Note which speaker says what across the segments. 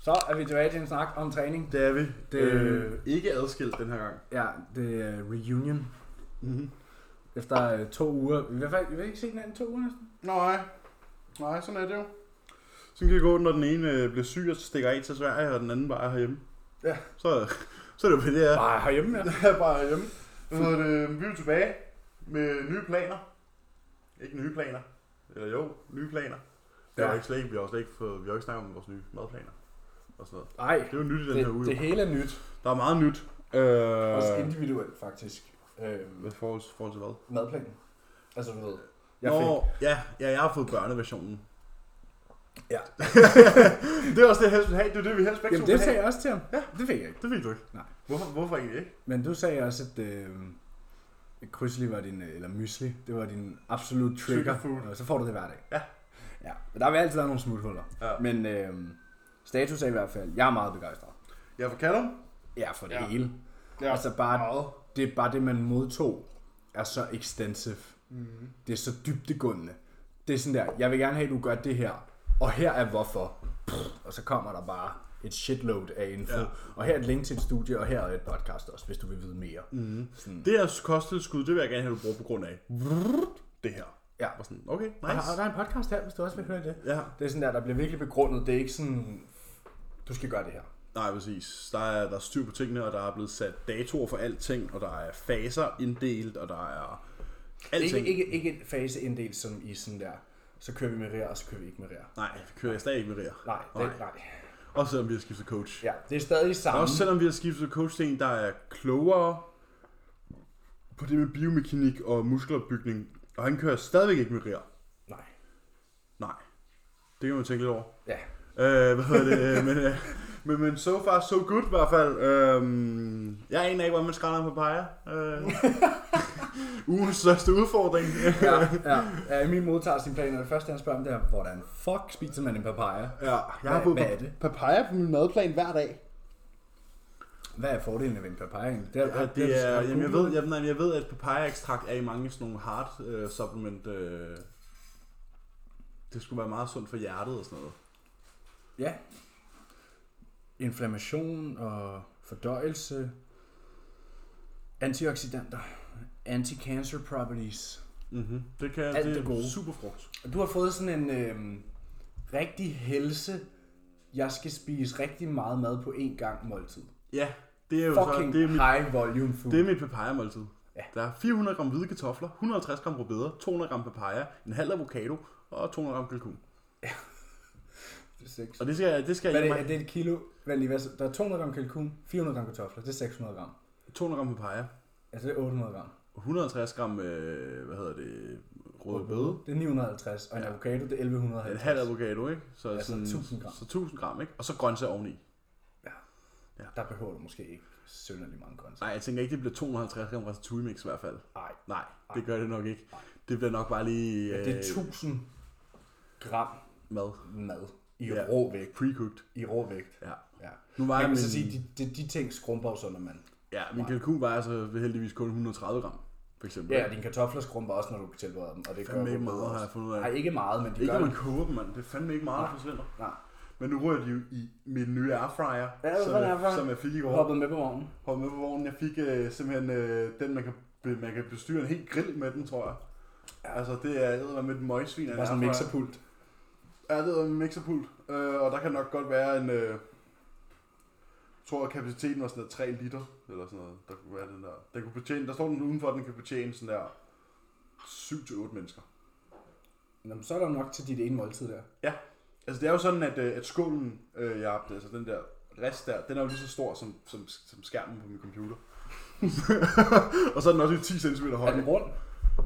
Speaker 1: Så er vi tilbage til en snak om træning.
Speaker 2: Det er vi.
Speaker 1: Det-
Speaker 2: Det... Øh, ikke adskilt den her gang.
Speaker 1: Ja, det er reunion.
Speaker 2: Mm-hmm.
Speaker 1: Efter øh, to uger. I hvert fald, vi har ikke set hinanden i to uger næsten.
Speaker 2: Nej. Nej, sådan er det jo. Sådan kan det gå, når den ene øh, bliver syg og stikker af til Sverige, og den anden bare er herhjemme.
Speaker 1: Ja.
Speaker 2: Så, så er det jo, hvad det er.
Speaker 1: Bare herhjemme, ja.
Speaker 2: Det er bare herhjemme. Så er det, Øh, vi er jo tilbage med nye planer. Ikke nye planer. Eller jo, nye planer. Det har
Speaker 1: Ja.
Speaker 2: ja. ikke slet ikke, vi har jo slet ikke fået, vi har jo ikke snakket om vores nye madplaner. Og sådan noget.
Speaker 1: Nej,
Speaker 2: Det er jo nyt i den her uge.
Speaker 1: det, det hele er Altså, nyt.
Speaker 2: Der er meget nyt. Øh,
Speaker 1: Også individuelt, faktisk. Øh,
Speaker 2: hvad forhold, forhold til hvad?
Speaker 1: madplanen. Altså, du ved. Jeg
Speaker 2: Jeg
Speaker 1: fik,
Speaker 2: Nå, ja, ja, jeg har fået børneversionen.
Speaker 1: Ja.
Speaker 2: det er også det, jeg helst vil have. Det er det, vi helst begge
Speaker 1: jamen,
Speaker 2: to
Speaker 1: det
Speaker 2: vil
Speaker 1: sagde
Speaker 2: have.
Speaker 1: jeg også til ham. Ja. Det fik jeg ikke.
Speaker 2: Det fik du ikke.
Speaker 1: Nej.
Speaker 2: Hvorfor, hvorfor egentlig ikke?
Speaker 1: Men du sagde også, at øh, krydsli var din, øh, eller mysli, det var din absolut trigger.
Speaker 2: Trigger food.
Speaker 1: Og så får du det hver dag.
Speaker 2: Ja.
Speaker 1: Ja, men der vil altid være nogle smuthuller.
Speaker 2: Ja.
Speaker 1: Men øh, status er i hvert fald, jeg er meget begejstret.
Speaker 2: Jeg er fra Callum.
Speaker 1: Ja, for det
Speaker 2: Ja.
Speaker 1: ja. hele.
Speaker 2: Ja.
Speaker 1: Altså bare,
Speaker 2: Meget.
Speaker 1: det er bare det, man modtog, er så extensive.
Speaker 2: Mm.
Speaker 1: Det er så dybtegående. Det er sådan der, jeg vil gerne have, at du gør det her, og her er hvorfor. Pff, Og så kommer der bare et shitload af info. Ja.
Speaker 2: Ja.
Speaker 1: Og her er et link til et studie, og her er et podcast også, hvis du vil vide mere.
Speaker 2: Mm.
Speaker 1: Sådan.
Speaker 2: Det her kostede skud, det vil jeg gerne have, du bruger på grund af. Det her.
Speaker 1: Ja.
Speaker 2: Og sådan, okay,
Speaker 1: Og der- og
Speaker 2: nice.
Speaker 1: der er en podcast her, hvis du også vil høre det.
Speaker 2: Ja,
Speaker 1: Det er sådan der, der bliver virkelig begrundet. Det er ikke sådan, du skal gøre det her.
Speaker 2: nej, præcis. Der er, der er styr på tingene, og der er blevet sat datoer for alting, og der er faser inddelt, og der er alting.
Speaker 1: Ikke, ikke, ikke en faseindel, som i sådan der, så kører vi med rær, og så kører vi ikke med rær.
Speaker 2: Nej, vi kører jeg stadig ikke med Ria.
Speaker 1: Nej, det, nej.
Speaker 2: Også selvom vi har skiftet coach.
Speaker 1: Ja, det er stadig
Speaker 2: Og
Speaker 1: samme.
Speaker 2: også selvom vi har skiftet coach til en, der er klogere på det med biomekanik og muskelopbygning. Og han kører stadigvæk ikke med Ria.
Speaker 1: Nej.
Speaker 2: Nej. Det kan man tænke lidt over.
Speaker 1: Ja.
Speaker 2: Øh, hvad hedder det? men, øh, men, men so far so good i hvert fald. Øhm, jeg aner ikke, hvordan man skrænder en papaya. Øh, ugens største udfordring.
Speaker 1: Ja, ja. ja, Emil modtager sine planer. Det første, han spørger om, det er, hvordan fuck spiser man en papaya?
Speaker 2: ja, jeg har
Speaker 1: Hvad-
Speaker 2: fået
Speaker 1: hvad er det?
Speaker 2: papaya på min madplan hver dag.
Speaker 1: Hvad er fordelen ved en papaya? egentlig? Det er,
Speaker 2: Ja, det er,
Speaker 1: har du
Speaker 2: jamen, jeg,
Speaker 1: googlet?
Speaker 2: ved, jeg, nej, men jeg ved, at papaya-ekstrakt er i mange sådan nogle hard øh, supplement. Øh, det skulle være meget sundt for hjertet og sådan noget.
Speaker 1: Ja. Inflammation og fordøjelse. Antioxidanter. Anti-cancer properties.
Speaker 2: Mm-hmm. Det kan
Speaker 1: Alt det gode.
Speaker 2: superfrugt.
Speaker 1: Og Du har fået sådan en øhm, rigtig helse. Jeg skal spise rigtig meget mad på én gang måltid.
Speaker 2: Ja, det er jo
Speaker 1: Fucking
Speaker 2: så, det er mit,
Speaker 1: high volume food.
Speaker 2: det er mit papaya-måltid.
Speaker 1: Ja.
Speaker 2: Der er 400 gram hvide kartofler, 150 gram rødbeder, 200 gram papaya, en halv avocado og 200 gram kalkun.
Speaker 1: Det er seks.
Speaker 2: Og det skal jeg, det skal
Speaker 1: Hvad
Speaker 2: jeg
Speaker 1: er
Speaker 2: hjemme
Speaker 1: det, er det et kilo? Hvad lige, hvad, så- der er 200 gram kalkun, 400 gram kartofler, det er 600 gram.
Speaker 2: med- 200 gram papaya,
Speaker 1: Altså det er 800 gram.
Speaker 2: 150 gram, øh, hvad hedder det, rødbede,
Speaker 1: Det er 950, og en
Speaker 2: Ja.
Speaker 1: avocado, det er
Speaker 2: en
Speaker 1: 1150.
Speaker 2: halv avocado, ikke? Så,
Speaker 1: Ja, så 1000 gram.
Speaker 2: Så 1000 gram, ikke? Og så grøntsager oveni.
Speaker 1: Der behøver du måske ikke synderlig mange grøntsager.
Speaker 2: Nej, jeg tænker ikke, det bliver 250 gram ratatouille mix i hvert fald.
Speaker 1: Nej.
Speaker 2: Nej, det gør det nok ikke. Det bliver nok bare lige
Speaker 1: Men
Speaker 2: øh,
Speaker 1: det er 1000 gram
Speaker 2: mad.
Speaker 1: mad i
Speaker 2: Ja.
Speaker 1: rå vægt.
Speaker 2: Pre-cooked.
Speaker 1: I rå vægt.
Speaker 2: Ja.
Speaker 1: Ja.
Speaker 2: Nu var
Speaker 1: Jeg
Speaker 2: jeg
Speaker 1: kan
Speaker 2: min,
Speaker 1: så sige, de, de, de ting skrumper jo så, når man...
Speaker 2: ja, min kalkun var altså heldigvis kun 130 gram, for eksempel.
Speaker 1: Ja, og dine kartofler skrumper også, når du tilbereder dem, og det gør
Speaker 2: fandme
Speaker 1: jo
Speaker 2: ikke meget, har
Speaker 1: også.
Speaker 2: jeg fundet ud af.
Speaker 1: Nej, ikke meget, men de
Speaker 2: Ikke
Speaker 1: gør
Speaker 2: når
Speaker 1: det.
Speaker 2: man koger dem, mand. Det er fandme ikke meget, der forsvinder.
Speaker 1: Nej.
Speaker 2: Men nu rører de jo i min nye airfryer,
Speaker 1: Ja, det var
Speaker 2: som,
Speaker 1: sådan en airfryer.
Speaker 2: jeg, som jeg fik i
Speaker 1: Du
Speaker 2: går.
Speaker 1: hoppede med på vognen.
Speaker 2: Hold med på vognen. Jeg fik øh, simpelthen øh, den, man kan, be- man kan bestyre en hel grill med den, tror jeg. Altså, det er æder med et møgsvin. af en
Speaker 1: Bare sådan en
Speaker 2: airfryer.
Speaker 1: mixerpult.
Speaker 2: Ja, det er en mixerpult, øh, og der kan nok godt være en... Øh, jeg tror, at kapaciteten var sådan noget 3 liter, eller sådan noget. Der kunne være den der. Den kunne betjene, der står den udenfor, den kan betjene sådan der 7-8 mennesker.
Speaker 1: Nå, men så er der nok til dit ene måltid der.
Speaker 2: Ja. Altså, det er jo sådan, at, øh, at skålen, øh, jeg har altså den der rest der, den er jo lige så stor som, som, som skærmen på min computer. og så er den også lige 10 cm høj.
Speaker 1: Er den rund?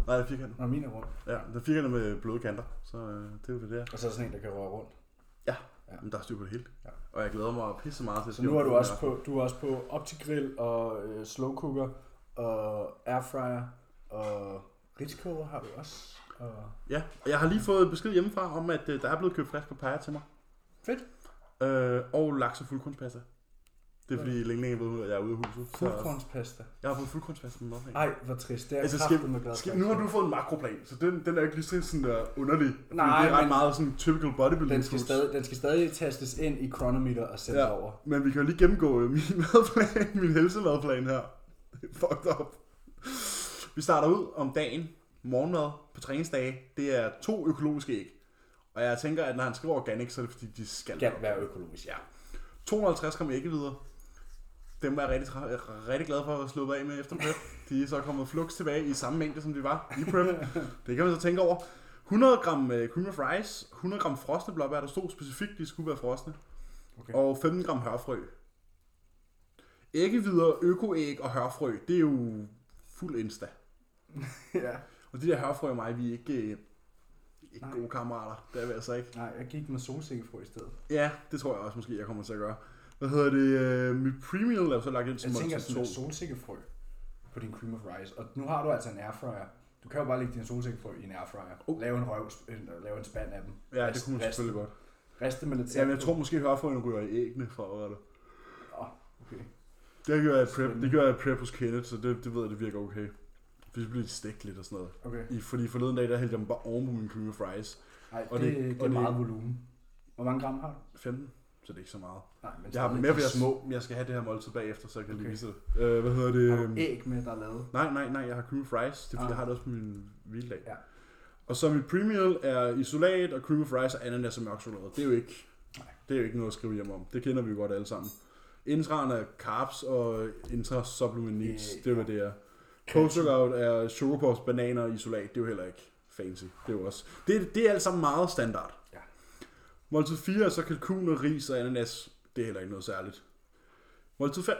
Speaker 2: Nej, det er firkantet.
Speaker 1: Nå, min er rund.
Speaker 2: Ja, det er firkantet med bløde kanter, så øh, det er jo det der.
Speaker 1: Og så er der sådan en, der kan røre rundt.
Speaker 2: Ja,
Speaker 1: Ja.
Speaker 2: men der er styr på det hele.
Speaker 1: Ja.
Speaker 2: Og jeg glæder mig pisse meget til
Speaker 1: Så nu er du også på, du er også på optigrill og øh, slow cooker og airfryer og ridskoger har du også. Og...
Speaker 2: Ja, og jeg har lige fået besked hjemmefra om, at øh, der er blevet købt frisk papaya til mig.
Speaker 1: Fedt.
Speaker 2: Øh, og laks og fuldkornspasta. Det er fordi, længe ved, at jeg er ude af huset. Så
Speaker 1: Fuldkornspasta.
Speaker 2: jeg har fået fuldkornspasta med mad.
Speaker 1: Ej, hvor trist. Det er
Speaker 2: Altså,
Speaker 1: altså,
Speaker 2: skal,
Speaker 1: kraftigt med glad
Speaker 2: skal,
Speaker 1: for.
Speaker 2: nu har du fået en makroplan, så den, den er ikke lige så sådan uh, underlig. fordi
Speaker 1: Nej,
Speaker 2: det er ret
Speaker 1: men-
Speaker 2: meget sådan typical bodybuilding
Speaker 1: Den skal,
Speaker 2: foods.
Speaker 1: stadig, den skal stadig tastes ind i chronometer og sættes
Speaker 2: Ja.
Speaker 1: ja. over.
Speaker 2: Men vi kan jo lige gennemgå øh, min madplan, min helsemadplan her. Det er Fucked up. Vi starter ud om dagen. Morgenmad på træningsdage. Det er to økologiske æg. Og jeg tænker, at når han skriver organic, så er det fordi, de skal.
Speaker 1: Skal være økologisk, ja.
Speaker 2: 250 gram æggehvider. Dem var jeg rigtig, tra- øh, rigtig glad for at slå af med efter prep. De er så kommet flux tilbage i samme mængde, som de var i prep. Det kan man så tænke over. 100 gram øh, cream of rice, 100 gram frosne blåbær, der stod specifikt, de skulle være frosne.
Speaker 1: Okay.
Speaker 2: Okay. Og 15 gram hørfrø. Æggehvider, økoæg og hørfrø, det er jo fuld insta.
Speaker 1: ja.
Speaker 2: Og de der hørfrø og mig, vi er ikke, øh, ikke
Speaker 1: Nej.
Speaker 2: gode kammerater. Det er vi altså ikke.
Speaker 1: Nej, jeg gik med solsikkefrø i stedet.
Speaker 2: Ja, det tror jeg også måske, jeg kommer til at gøre. Hvad hedder det? Øh, mit premium er så lagt ind
Speaker 1: Jeg
Speaker 2: som
Speaker 1: tænker
Speaker 2: måltid
Speaker 1: sådan
Speaker 2: to.
Speaker 1: en solsikkefrø på din cream of rice. Og nu har du altså en airfryer. Du kan jo bare lægge din solsikkefrø i en airfryer.
Speaker 2: Oh.
Speaker 1: Oh. Lave en røv, en, lave en spand af dem.
Speaker 2: Ja, det
Speaker 1: Rist-
Speaker 2: kunne man
Speaker 1: rist-
Speaker 2: selvfølgelig godt.
Speaker 1: Riste med lidt
Speaker 2: Ja, men jeg tror måske, at hørfrøen ryger i æggene for at gøre det.
Speaker 1: Oh, okay.
Speaker 2: Det gør jeg i prep, det gør jeg i prep hos Kenneth, så det, det ved jeg, det virker okay. Fordi det bliver lidt stegt lidt og sådan noget.
Speaker 1: okay.
Speaker 2: I, fordi forleden dag, der hældte jeg dem bare oven på min cream of rice.
Speaker 1: Ej,
Speaker 2: Og
Speaker 1: det, det,
Speaker 2: det-
Speaker 1: det,
Speaker 2: og
Speaker 1: er
Speaker 2: det-
Speaker 1: meget volumen. Hvor mange gram har du?
Speaker 2: 15, så det er ikke så meget.
Speaker 1: Nej, men
Speaker 2: Jeg har dem
Speaker 1: stadig
Speaker 2: med, for
Speaker 1: for
Speaker 2: jeg,
Speaker 1: små.
Speaker 2: små. jeg skal have det her måltid bagefter, så jeg kan okay. lige
Speaker 1: Okay.
Speaker 2: vise det. Øh, hvad hedder det?
Speaker 1: Har du æg med, der er lavet?
Speaker 2: Nej, nej, nej, jeg har cream of rice. Det er fordi,
Speaker 1: Ah.
Speaker 2: jeg har det også på min hviledag.
Speaker 1: Ja.
Speaker 2: Og så mit premium er isolat og cream of rice og ananas og mørk chokolade. Det er jo ikke, det er jo ikke noget at skrive hjem om. Det kender vi jo godt alle sammen. Intraen er carbs og intra supplement needs.
Speaker 1: Øh,
Speaker 2: det er hvad
Speaker 1: ja.
Speaker 2: det er. Post workout er sugar pops, bananer og isolat. Det er jo heller ikke fancy. Det er jo også. Det, det er alt sammen meget standard.
Speaker 1: Ja.
Speaker 2: Måltid 4 er så kalkun og ris og ananas. Det er heller ikke noget særligt. Måltid 5.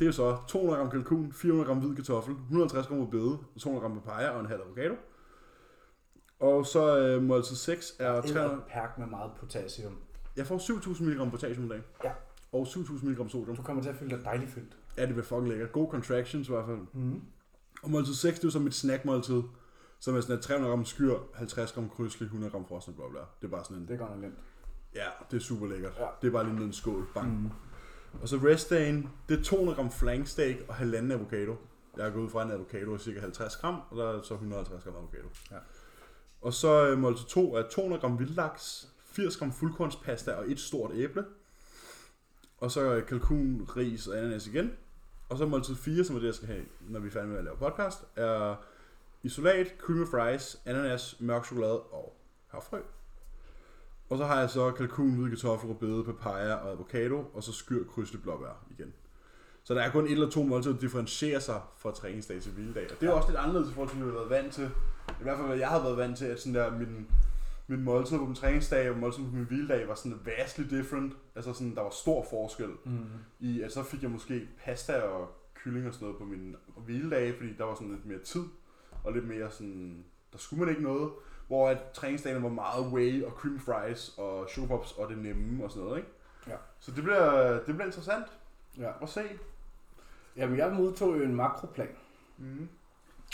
Speaker 2: Det er så 200 gram kalkun, 400 gram hvid kartoffel, 150 gram rødbede, 200 gram papaya og en halv avocado. Og så øh, måltid 6 er 300...
Speaker 1: Eller perk med meget potassium.
Speaker 2: Jeg får 7000 mg potassium i dag.
Speaker 1: Ja.
Speaker 2: Og 7000 mg sodium.
Speaker 1: Du kommer til at føle dig dejligt fyldt.
Speaker 2: Ja, det bliver fucking lækkert. Gode contractions i hvert fald.
Speaker 1: Mm.
Speaker 2: Og måltid 6, det er jo så mit snackmåltid. Som er sådan at 300 gram skyr, 50 gram krydsle, 100 gram frosne blå Det er bare sådan en...
Speaker 1: Det er godt nok nemt.
Speaker 2: Ja, det er super lækkert. Ja.
Speaker 1: Ja.
Speaker 2: Det er bare lige ned i en skål. Bang. Mm.
Speaker 1: Mhm.
Speaker 2: Og så restdagen, det er 200 gram flanksteak og halvanden avocado. Jeg er gået ud fra en avocado er cirka 50 gram, og der er så 150 gram avocado.
Speaker 1: Ja.
Speaker 2: Og så øh, måltid 2 er 200 gram vildlaks, 80 gram fuldkornspasta og et stort æble. Og så øh, kalkun, ris og ananas igen. Og så måltid 4, som er det, jeg skal have, når vi er færdige med at lave podcast, er isolat, cream of rice, ananas, mørk chokolade og havfrø. Og så har jeg så kalkun, hvide kartofler, rødbede, papaya og avocado, og så skyr, krydsle, blåbær igen. Så der er kun et eller to måltider, der differentierer sig fra træningsdag til hviledag. Og det er jo også lidt anderledes i forhold til, hvad vi har været vant til. I hvert fald, hvad jeg har været vant til, at sådan der, min, min måltid på min træningsdag og måltid på min hviledag var sådan vastly different. Altså sådan, der var stor forskel
Speaker 1: Mm.
Speaker 2: i, at så fik jeg måske pasta og kylling og sådan noget på mine hviledage, fordi der var sådan lidt mere tid, og lidt mere sådan, der skulle man ikke noget, hvor at træningsdagen var meget whey og cream fries og showpops og det nemme og sådan noget, ikke?
Speaker 1: Ja.
Speaker 2: Så det bliver, det bliver interessant
Speaker 1: Ja.
Speaker 2: at se.
Speaker 1: Jamen, jeg modtog jo en makroplan,
Speaker 2: Mm.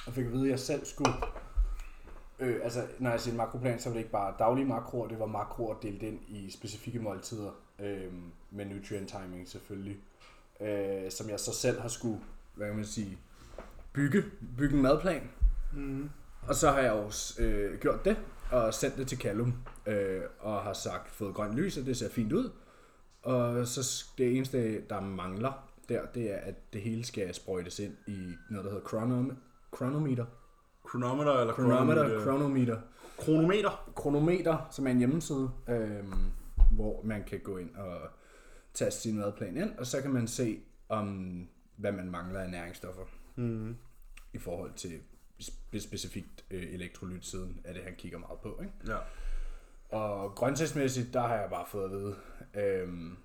Speaker 1: og fik at vide, at jeg selv skulle... Øh, altså, når jeg siger en makroplan, så var det ikke bare daglige makroer, det var makroer delt ind i specifikke måltider, øh, med nutrient timing selvfølgelig, øh, som jeg så selv har skulle, hvad kan man sige, bygge, bygge en madplan.
Speaker 2: Mm.
Speaker 1: Og så har jeg også øh, gjort det, og sendt det til Callum, øh, og har sagt, fået grønt lys, og det ser fint ud. Og så s- det eneste, der mangler der, det er, at det hele skal sprøjtes ind i noget, der hedder chronom- chronometer.
Speaker 2: Chronometer eller
Speaker 1: Chronometer, chronometer.
Speaker 2: Kronometer.
Speaker 1: Kronometer, som er en hjemmeside, øh, hvor man kan gå ind og tage sin madplan ind, og så kan man se, om hvad man mangler af næringsstoffer
Speaker 2: Mm.
Speaker 1: i forhold til spe- specifikt øh, elektrolytsiden, er det, han kigger meget på. Ikke?
Speaker 2: Ja.
Speaker 1: Og grøntsagsmæssigt, der har jeg bare fået at vide, øhm,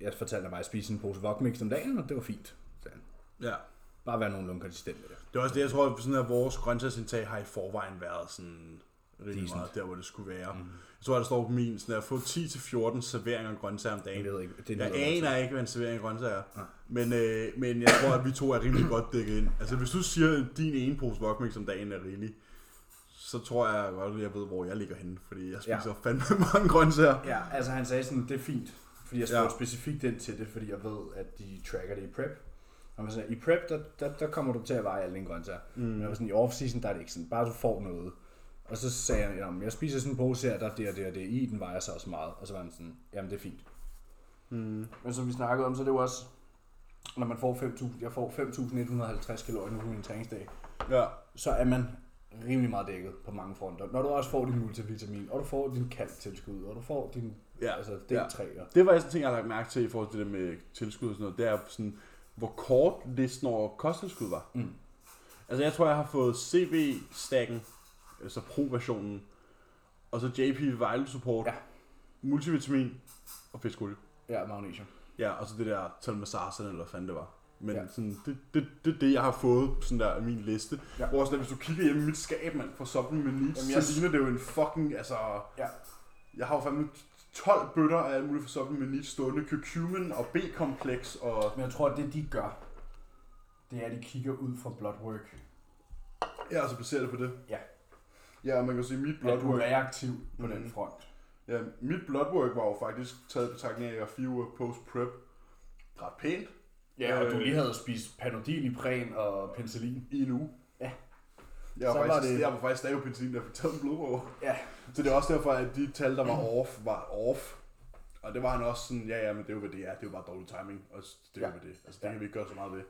Speaker 1: jeg fortalte dig bare at spise en pose wokmix om dagen, og det var fint. sagde han.
Speaker 2: ja.
Speaker 1: Bare være nogenlunde konsistent med det.
Speaker 2: Det er også det, jeg tror, at, sådan at vores grøntsagsindtag har i forvejen været sådan rimelig
Speaker 1: Decent.
Speaker 2: meget der, hvor det skulle være. Mm. Jeg tror, at der står på min sådan at få 10-14 serveringer af grøntsager om dagen.
Speaker 1: Jeg ved ikke, det er
Speaker 2: Jeg
Speaker 1: noget,
Speaker 2: aner ikke, hvad en servering af grøntsager er. Men, øh, men jeg tror, at vi to er rimelig godt dækket ind. Altså, hvis du siger, at din ene pose wokmix om dagen er rigelig, så tror jeg godt, at jeg ved, hvor jeg ligger henne. Fordi jeg spiser ja. fandme mange grøntsager.
Speaker 1: Ja, altså han sagde sådan, det er fint. Fordi jeg skrev ja.
Speaker 2: Ja.
Speaker 1: specifikt ind til det, fordi jeg ved, at de tracker det i prep. Og man sådan, i prep, der, der, der kommer du til at veje alle dine grøntsager. Mm. Men jeg var sådan, i off-season, der er det ikke sådan, bare du får noget. Og så sagde jeg, jamen, jeg spiser sådan en pose her, der er det og det og det i, den vejer så også meget. Og så var han sådan, jamen det er fint.
Speaker 2: Mm.
Speaker 1: Men som vi snakkede om, så er det jo også, når man får 5.000, jeg får 5.150 kalorier nu på min træningsdag,
Speaker 2: Ja.
Speaker 1: så er man rimelig meget dækket på mange fronter. Når du også får din multivitamin, og du får din kalktilskud, og du får din ja,
Speaker 2: Ja,
Speaker 1: altså,
Speaker 2: ja.
Speaker 1: D3. Ja.
Speaker 2: Det var sådan en ting, jeg har lagt mærke til i forhold til det med tilskud og sådan noget. Det er sådan, hvor kort listen over kosttilskud var.
Speaker 1: Mm.
Speaker 2: Altså jeg tror, jeg har fået CV-stakken, altså pro-versionen, og så JP Vejle Support,
Speaker 1: Ja.
Speaker 2: multivitamin og fiskolie.
Speaker 1: ja, magnesium.
Speaker 2: Ja, og så det der Talmasarsen, eller hvad fanden det var. Men
Speaker 1: Ja.
Speaker 2: ja. sådan, det, det, det, er det, jeg har fået sådan der i min liste.
Speaker 1: Ja.
Speaker 2: Ja. Hvor sådan, at hvis du kigger hjemme i mit skab, mand, for supplement needs,
Speaker 1: Jamen, jeg-
Speaker 2: så ligner det jo en fucking, altså...
Speaker 1: Ja.
Speaker 2: Jeg har jo fandme 12 bøtter af alt muligt for supplement needs stående. Curcumin og B-kompleks og...
Speaker 1: Men jeg tror, at det de gør, det er, at de kigger ud fra bloodwork.
Speaker 2: Ja, og så baserer det på det.
Speaker 1: Ja.
Speaker 2: Ja, og man kan sige, mit
Speaker 1: Bloodwork. At du er
Speaker 2: bloodwork...
Speaker 1: reaktiv på mm.
Speaker 2: Mhm.
Speaker 1: den front.
Speaker 2: Ja, mit bloodwork var jo faktisk taget i betragtning af, at jeg var fire uger post-prep. Ret pænt.
Speaker 1: Ja, og
Speaker 2: Øh.
Speaker 1: du lige havde spist panodil i præn og penicillin.
Speaker 2: i en uge.
Speaker 1: Ja.
Speaker 2: Jeg
Speaker 1: Så
Speaker 2: var,
Speaker 1: var
Speaker 2: faktisk,
Speaker 1: det-
Speaker 2: det... jeg var faktisk stadig på benzin, der fik taget en blodprøve.
Speaker 1: Ja.
Speaker 2: Så det er også derfor, at de tal, der var off, var off. Og det var han også sådan, ja, ja, men det er jo, hvad det er. Det er jo bare dårlig timing, og det er jo,
Speaker 1: Ja.
Speaker 2: hvad det er. Altså, det
Speaker 1: Ja.
Speaker 2: kan vi ikke gøre så meget ved.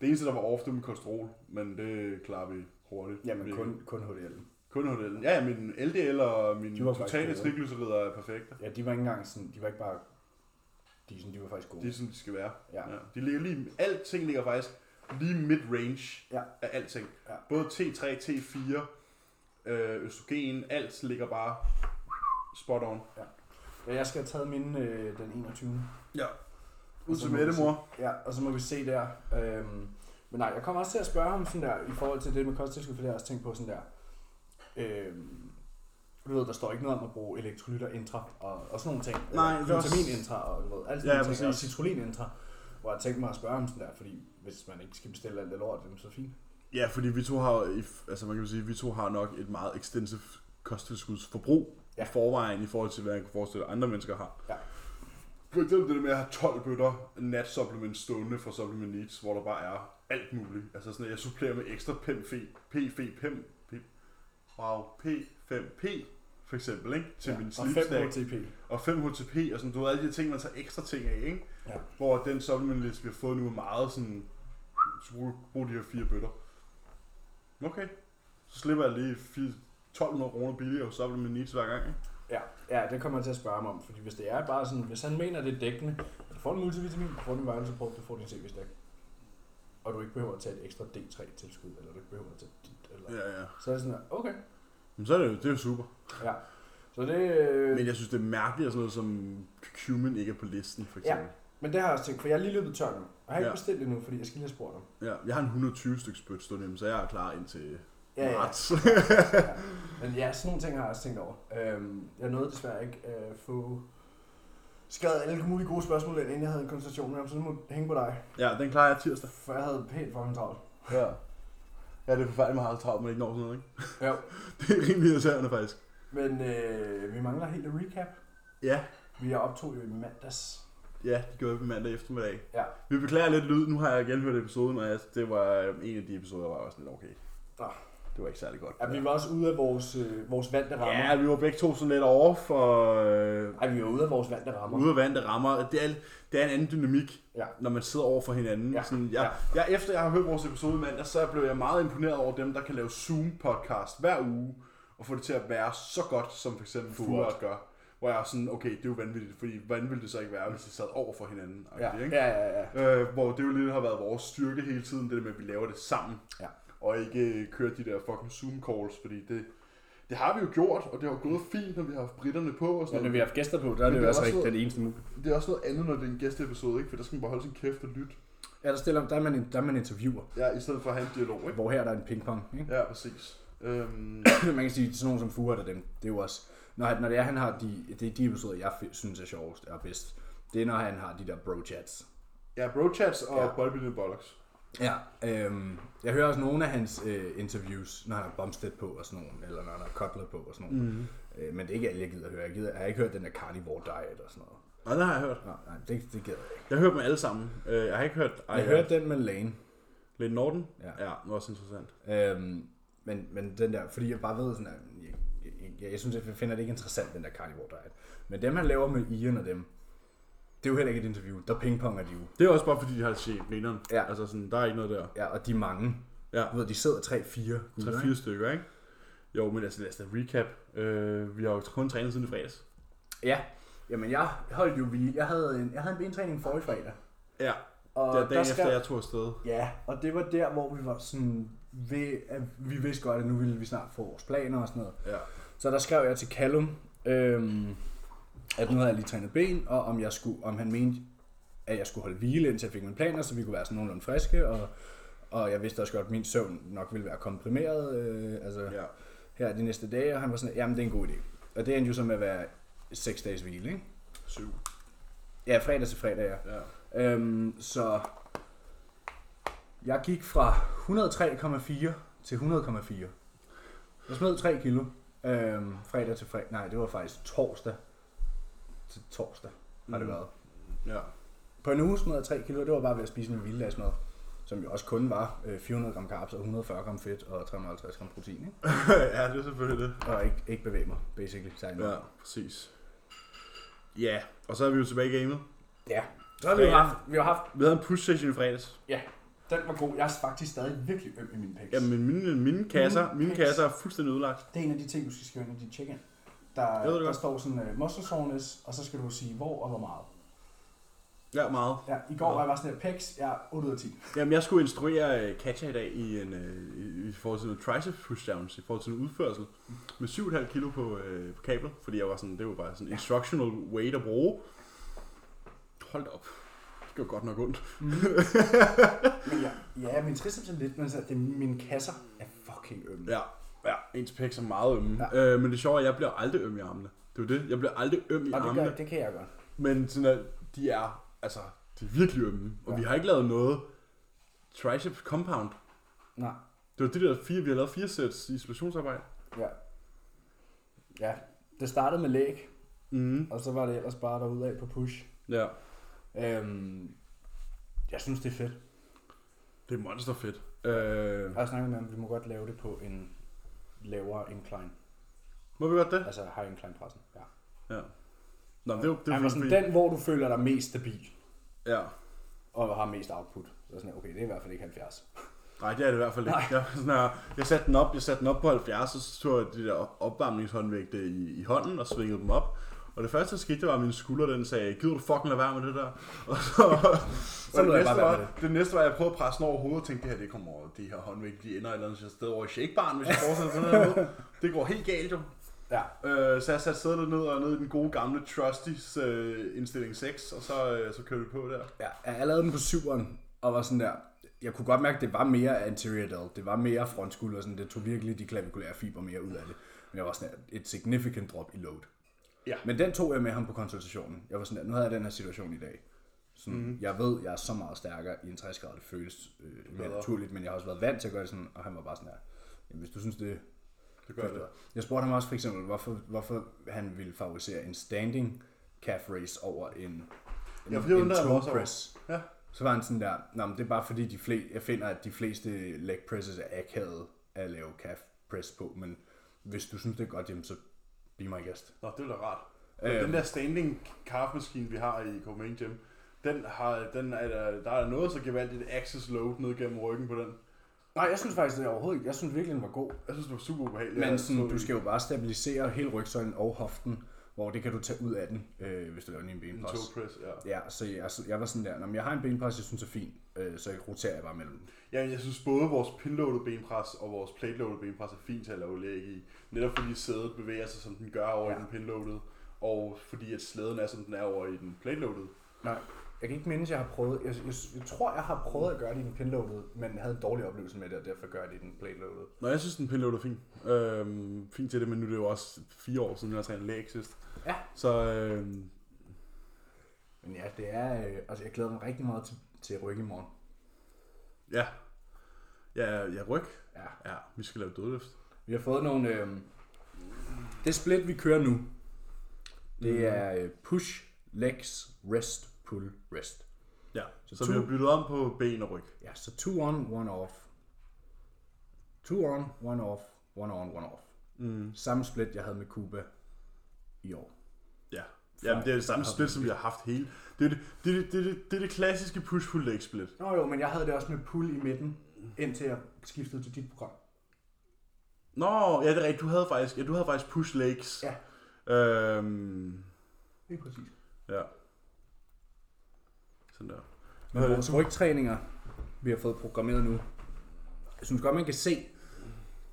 Speaker 2: Det eneste, der var off, det var med kolesterol, men det klarer vi hurtigt.
Speaker 1: Jamen
Speaker 2: Vi-
Speaker 1: kun, kun HDL.
Speaker 2: Kun HDL'en. Ja, ja, min LDL og min
Speaker 1: De var faktisk
Speaker 2: totale
Speaker 1: gode.
Speaker 2: triglycerider er perfekte.
Speaker 1: Ja, de var ikke engang sådan, de var ikke bare decent, de var faktisk gode.
Speaker 2: De er, som de skal være.
Speaker 1: Ja.
Speaker 2: Ja. De ligger lige, alting ligger faktisk lige mid-range
Speaker 1: Ja.
Speaker 2: af alting.
Speaker 1: Ja.
Speaker 2: Både T3, T4, øh, østrogen, alt ligger bare spot on.
Speaker 1: Ja, jeg skal have taget min øh, den 21.
Speaker 2: Ja.
Speaker 1: Og
Speaker 2: Ud
Speaker 1: så
Speaker 2: til
Speaker 1: må
Speaker 2: Mette,
Speaker 1: vi se.
Speaker 2: mor.
Speaker 1: Ja, og så må vi se der. Øhm, men nej, jeg kommer også til at spørge ham sådan der, i forhold til det med kosttilskud, for det har jeg også tænkt på sådan der. Øhm, du ved, der står ikke noget om at bruge elektrolytter intra og, og sådan nogle ting.
Speaker 2: Nej,
Speaker 1: Eller
Speaker 2: det er også-
Speaker 1: glutamin intra og du ved, alt
Speaker 2: Ja,
Speaker 1: sådan nogle ting. Og
Speaker 2: præcis.
Speaker 1: citrullin intra, hvor jeg tænkte mig at spørge ham sådan der, fordi hvis man ikke skal bestille alt det lort, jamen, så er det fint.
Speaker 2: Ja, fordi vi to har, jo i- altså man kan jo sige, vi to har nok et meget extensive kosttilskudsforbrug
Speaker 1: Ja.
Speaker 2: i forvejen i forhold til, hvad jeg kan forestille at andre mennesker har.
Speaker 1: Ja.
Speaker 2: For eksempel det der med at have 12 bøtter natsupplement stående fra Supplement Needs, hvor der bare er alt muligt. Altså sådan, at jeg supplerer med ekstra PFE, PFE, PEM, P, wow, P5P for eksempel, ikke? Til ja, min
Speaker 1: og
Speaker 2: sleep
Speaker 1: 5
Speaker 2: snack.
Speaker 1: HTP.
Speaker 2: Og 5 HTP, og sådan, du ved, alle de ting, man tager ekstra ting af, ikke?
Speaker 1: Ja.
Speaker 2: Hvor den supplement list, vi har fået nu, er meget sådan, så brug, brug de her fire bøtter. Okay. Så slipper jeg lige 4, 1200 kroner billigere hos supplement needs hver gang, ikke?
Speaker 1: Ja, ja, det kommer jeg til at spørge ham om, fordi hvis det er bare sådan, hvis han mener, det er dækkende, at du får en multivitamin, du får din viral support, du får din cv -stak, og du ikke behøver at tage et ekstra D3-tilskud, eller du ikke behøver at tage dit, eller... Ja.
Speaker 2: ja.
Speaker 1: Så er det sådan her, okay,
Speaker 2: Men så er det jo, det er jo super.
Speaker 1: ja. Så det... Øh, men,
Speaker 2: Men jeg synes, det er mærkeligt, at sådan noget som cumin ikke er på listen, for
Speaker 1: Ja.
Speaker 2: eksempel.
Speaker 1: men det har jeg også tænkt, for jeg er lige løbet tør nu, og jeg har ikke
Speaker 2: Ja.
Speaker 1: bestilt det nu, fordi jeg skal lige have spurgt ham.
Speaker 2: Ja. Jeg har en 120 stykke spyt stående hjemme, så jeg er klar indtil
Speaker 1: Ja, ja.
Speaker 2: marts.
Speaker 1: ja. Men ja, sådan nogle ting har jeg også tænkt over. Øhm, jeg nåede desværre ikke at øh, få skrevet alle mulige gode spørgsmål, ind, inden jeg havde en konsultation med ham, så det må hænge på dig,
Speaker 2: ja, den klarer jeg tirsdag.
Speaker 1: for jeg havde pænt fucking travlt.
Speaker 2: Ja. Ja, det er forfærdeligt, man har travlt, man ikke når sådan noget, ikke?
Speaker 1: Ja.
Speaker 2: Det er rimelig irriterende, faktisk.
Speaker 1: Men øh, vi mangler helt et recap.
Speaker 2: Ja,
Speaker 1: Vi er optog jo i mandags.
Speaker 2: ja, det gjorde vi på mandag eftermiddag.
Speaker 1: Ja.
Speaker 2: Vi beklager lidt lyd, nu har jeg genhørt episoden, og jeg, det var øhm, en af de episoder, der var også lidt okay.
Speaker 1: Nå.
Speaker 2: Det var ikke særlig godt.
Speaker 1: Ja, vi var også ude af vores, øh, vores vante rammer.
Speaker 2: ja, vi var begge to sådan lidt over for øh,
Speaker 1: Ej, vi var ude af vores vante rammer.
Speaker 2: ude af vand, der rammer. Det er, det er en anden dynamik,
Speaker 1: Ja.
Speaker 2: når man sidder over for hinanden.
Speaker 1: Ja,
Speaker 2: Sådan, jeg, ja. jeg, efter jeg har hørt vores episode i mandag, så blev jeg meget imponeret over dem, der kan lave Zoom-podcast hver uge, og få det til at være så godt, som for eksempel
Speaker 1: Furet.
Speaker 2: Furet gør. Hvor jeg er sådan, okay, det er jo vanvittigt, fordi hvordan ville det så ikke være, hvis de sad over for hinanden?
Speaker 1: Ja,
Speaker 2: agtigt, ikke?
Speaker 1: ja, ja, ja.
Speaker 2: Øh, hvor det jo lidt har været vores styrke hele tiden, det der med, at vi laver det sammen.
Speaker 1: Ja.
Speaker 2: Og ikke øh, kører de der fucking Zoom-calls, fordi det, det har vi jo gjort, og det har jo gået fint, når vi har haft britterne på og sådan
Speaker 1: Når vi
Speaker 2: noget.
Speaker 1: har haft gæster på, der er det
Speaker 2: Men vi
Speaker 1: jo altså
Speaker 2: har også
Speaker 1: ikke den eneste nu.
Speaker 2: Det er også noget andet, når det er en gæsteepisode, ikke? For der skal man bare holde sin kæft og lytte.
Speaker 1: Ja, der, stiller, der, er man, en- der er man interviewer,
Speaker 2: Ja, i stedet for at have en dialog, ikke?
Speaker 1: hvor her er der er en pingpong. Ikke?
Speaker 2: Ja, præcis. Øhm,
Speaker 1: man kan sige, at sådan nogen som Furet og dem, det er jo også... Når, han- når det er, han har de, det er de episoder, jeg fi- synes er sjovest og bedst, det er, når han har de der bro-chats.
Speaker 2: ja, brochats og
Speaker 1: Ja.
Speaker 2: ja. bodybuilding bollocks.
Speaker 1: Ja, øhm, jeg hører også nogle af hans øh, interviews, når han har Bumstead på og sådan nogle, eller når han har Cutler på og sådan nogle. Mm. Øh, men det er ikke alle, jeg gider at høre. Jeg, gider, jeg har ikke hørt den der Carnivore Diet eller sådan noget.
Speaker 2: Nej, det har jeg hørt.
Speaker 1: Nej, nej det, det gider jeg ikke.
Speaker 2: Jeg har hørt dem alle sammen. Øh, jeg har ikke hørt... Ej,
Speaker 1: Jeg hørte den med Lane.
Speaker 2: Lidt Norton?
Speaker 1: Ja.
Speaker 2: ja, det var også interessant.
Speaker 1: Øhm, men, men den der, fordi jeg bare ved sådan, at jeg, jeg, jeg, jeg synes, jeg finder det ikke interessant, den der carnivore diet. Men dem, han laver med Ian og dem, det er jo heller ikke et interview. Der pingponger de jo.
Speaker 2: Det er også bare fordi, de har set neneren.
Speaker 1: Ja.
Speaker 2: Altså sådan, der er ikke noget der.
Speaker 1: Ja, og de er mange.
Speaker 2: Ja,
Speaker 1: Du ved, de sidder tre, fire. gutter, ikke?
Speaker 2: 3-4 stykker, ikke? Jo, men altså lad os da recap. Øh, vi har jo kun trænet siden i fredags.
Speaker 1: Ja. Jamen, jeg holdt jo hvile. Jeg havde en, jeg havde en bentræning forrige fredag.
Speaker 2: Ja,
Speaker 1: Og
Speaker 2: det er dagen
Speaker 1: der
Speaker 2: efter,
Speaker 1: skal-
Speaker 2: jeg tog afsted.
Speaker 1: Ja, og det var der, hvor vi var sådan, ved, at vi vidste godt, at nu ville vi snart få vores planer og sådan noget.
Speaker 2: Ja.
Speaker 1: Så der skrev jeg til Callum, øhm, at nu havde jeg lige trænet ben, og om, jeg skulle, om han mente, at jeg skulle holde hvile, indtil jeg fik mine planer, så vi kunne være sådan nogenlunde friske, og, og jeg vidste også godt, at min søvn nok ville være komprimeret øh, altså, ja.
Speaker 2: ja.
Speaker 1: her de næste dage, og han var sådan, jamen det er en god idé. Og det endte jo så med at være 6 dages hvile, ikke?
Speaker 2: Syv.
Speaker 1: Ja, fredag til fredag, ja.
Speaker 2: Ja.
Speaker 1: Øhm, så jeg gik fra 103,4 til 100,4. Jeg smed 3 kilo øhm, fredag til fredag. Nej, det var faktisk torsdag til torsdag har det
Speaker 2: Mm.
Speaker 1: været.
Speaker 2: Ja.
Speaker 1: På en uge smed jeg 3 kilo, det var bare ved at spise min vilddagsmad som jo også kun var øh, 400 gram carbs og 140 gram fedt og 350 gram protein, ikke?
Speaker 2: ja, det er selvfølgelig det.
Speaker 1: Og ikke, ikke bevæge mig, basically. Særlig meget.
Speaker 2: Ja, præcis. Ja, og så er vi jo tilbage i gamet.
Speaker 1: ja. Så har vi jo
Speaker 2: Fredag.
Speaker 1: haft, vi har haft,
Speaker 2: Vi havde en push session i fredags.
Speaker 1: ja, den var god. Jeg er faktisk stadig virkelig øm i mine pæks.
Speaker 2: Ja, men mine, mine kasser, mine kasser er fuldstændig ødelagt.
Speaker 1: Det er en af de ting, du skal skrive ind i din check-in. Der,
Speaker 2: Jeg ved det
Speaker 1: der
Speaker 2: godt.
Speaker 1: står sådan uh, muscle soreness, og så skal du sige hvor og hvor meget.
Speaker 2: Ja, meget.
Speaker 1: Ja, I går
Speaker 2: Nå.
Speaker 1: var jeg bare sådan her, pecs, jeg er 8 ud af 10.
Speaker 2: Jamen, jeg skulle instruere øh, Katja i dag i, en, øh, i- i forhold til noget tricep pushdowns, i forhold til en udførsel med 7,5 kilo på, øh, på kablet, fordi jeg var sådan, det var bare sådan en instructional weight at bruge. Hold da op. Det gør godt nok ondt.
Speaker 1: Men ja, ja min triceps er lidt, men så, det, mine kasser er fucking ømme.
Speaker 2: Ja, ja. Ens pæk er meget ømme.
Speaker 1: Ja.
Speaker 2: Ja. Øh, men det sjove er, at jeg bliver aldrig øm i armene. Det er jo det. Jeg bliver aldrig øm i
Speaker 1: Og det,
Speaker 2: armene.
Speaker 1: gør, det kan jeg godt.
Speaker 2: Men sådan at de er, altså, de er virkelig ømme. Og
Speaker 1: Ja.
Speaker 2: ja. vi har ikke lavet noget tricep compound.
Speaker 1: Nej,
Speaker 2: Det var det der fire, vi har lavet fire sæts i isolationsarbejde.
Speaker 1: ja. Ja, det startede med læg,
Speaker 2: Mm.
Speaker 1: og så var det ellers bare derudad på push.
Speaker 2: Ja.
Speaker 1: Øhm, jeg synes, det er fedt.
Speaker 2: Det er monster fedt. Øh,
Speaker 1: Jeg har snakket med ham, vi må godt lave det på en lavere incline.
Speaker 2: må vi godt det?
Speaker 1: Altså high incline pressen. Ja.
Speaker 2: Ja. Nå, men det er jo det
Speaker 1: Det
Speaker 2: er
Speaker 1: han var sådan,
Speaker 2: fint.
Speaker 1: den, hvor du føler dig mest stabil.
Speaker 2: Ja.
Speaker 1: og har mest output. Så er jeg sådan, okay, det er i hvert fald ikke 70.
Speaker 2: Nej, det er det i hvert fald ikke. Jeg, var sådan her, jeg satte den op, jeg satte den op på 70, og så tog jeg de der opvarmningshåndvægte i, i hånden og svingede dem op. Og det første, der skete, det var, at min skulder den sagde, gider du fucking lade være med det der? Og så,
Speaker 1: Så
Speaker 2: og
Speaker 1: lod
Speaker 2: det,
Speaker 1: jeg
Speaker 2: næste
Speaker 1: bare være
Speaker 2: var,
Speaker 1: med
Speaker 2: det. næste var, at jeg prøvede at presse den over hovedet og tænkte, det her det kommer over, de her håndvægte, de ender et eller andet sted over i shakebaren, hvis jeg fortsætter på den her måde. Det går helt galt jo.
Speaker 1: Ja.
Speaker 2: Øh, så jeg satte sædlet ned og ned i den gode gamle Trusties øh, indstilling 6, og så, øh, så kørte vi på der.
Speaker 1: ja. Jeg lavede den på 7'eren, og var sådan der, jeg kunne godt mærke, at det var mere anterior delt, det var mere frontskulder, sådan, det tog virkelig de klavikulære fiber mere ud af det. Men jeg var sådan der, et significant drop i load.
Speaker 2: Ja.
Speaker 1: Men den tog jeg med ham på konsultationen. Jeg var sådan der, nu havde jeg den her situation i dag. Sådan,
Speaker 2: Mhm.
Speaker 1: mm. Jeg ved, jeg er så meget stærkere i en 60 grader, det føles øh, mere
Speaker 2: Bedre.
Speaker 1: naturligt, men jeg har også været vant til at gøre det sådan, og han var bare sådan der, jamen, hvis du synes, det
Speaker 2: Det gør det.
Speaker 1: Jeg spurgte ham også for eksempel, hvorfor, hvorfor han ville favorisere en standing calf race over en, en,
Speaker 2: Ja, for det
Speaker 1: en
Speaker 2: undrer jeg mig også
Speaker 1: toe
Speaker 2: over.
Speaker 1: press.
Speaker 2: Ja.
Speaker 1: Så var han sådan der, Nå, men det er bare fordi, de fle- jeg finder, at de fleste leg presses er akavet at lave calf press på, men hvis du synes, det er godt, jamen, så be my guest.
Speaker 2: Nå, det var da rart.
Speaker 1: Øhm.
Speaker 2: Øhm. Den der standing kaffemaskine, vi har i Copenhagen Gym, den har, den er, der- der er noget så gevaldigt access load ned gennem ryggen på den.
Speaker 1: Nej, jeg synes faktisk, det er overhovedet ikke. Jeg synes virkelig, den var god.
Speaker 2: Jeg synes, det var super ubehageligt.
Speaker 1: Men
Speaker 2: Jeg
Speaker 1: sådan,
Speaker 2: så-
Speaker 1: du skal jo bare stabilisere hele rygsøjlen og hoften, hvor det kan du tage ud af den, øh, hvis du laver den i en
Speaker 2: En
Speaker 1: benpress.
Speaker 2: toe press, ja.
Speaker 1: Ja, så jeg, jeg var sådan der, "Nå, men jeg har en benpress, jeg synes er fint, øh, så jeg roterer jeg bare mellem dem.
Speaker 2: ja. jeg synes både vores pinloaded benpres og vores plateloaded benpres er fint til at lave læg i. Netop fordi sædet bevæger sig, som den gør over
Speaker 1: Ja.
Speaker 2: ja. i den pinloaded, og fordi at slæden er, som den er over i den plateloaded.
Speaker 1: Nej, jeg kan ikke mindes, jeg har prøvet. Jeg, jeg, jeg tror, jeg har prøvet at gøre det i den pinloaded, men havde en dårlig oplevelse med det, og derfor gør jeg det i den plateloaded.
Speaker 2: Nå, jeg synes, den pinload er fin. Øhm, fint til det, men nu er det jo også fire år siden, jeg har trænet læg sidst.
Speaker 1: Ja.
Speaker 2: Så øhm,
Speaker 1: Men ja, det er... Øh, altså, jeg glæder mig rigtig meget til, til ryg i morgen.
Speaker 2: ja. Ja, ja, ryg.
Speaker 1: Ja.
Speaker 2: Ja, vi skal lave dødløft.
Speaker 1: Vi har fået nogle... Øh, Det split, vi kører nu, det mm. er øh, push, legs, rest, pull, rest.
Speaker 2: Ja,
Speaker 1: Så
Speaker 2: så,
Speaker 1: to-
Speaker 2: så vi har byttet om på ben og ryg.
Speaker 1: Ja, så two on, one off. Two on, one off, one on, one off. Mm. Samme split, jeg havde med Cuba i år.
Speaker 2: Ja. Jamen, det er det samme split, som vi har haft hele. Det er det, det, er det, det, er det, det, er det klassiske push-pull-leg split.
Speaker 1: Nå jo, men jeg havde det også med pull i midten, indtil jeg skiftede til dit program.
Speaker 2: Nå, ja, det er rigtigt. Du havde faktisk, ja, du havde faktisk push-legs.
Speaker 1: Ja,
Speaker 2: Øhm,
Speaker 1: det er præcis.
Speaker 2: ja. Sådan der.
Speaker 1: Men vores rygtræninger, vi har fået programmeret nu, jeg synes godt, man kan se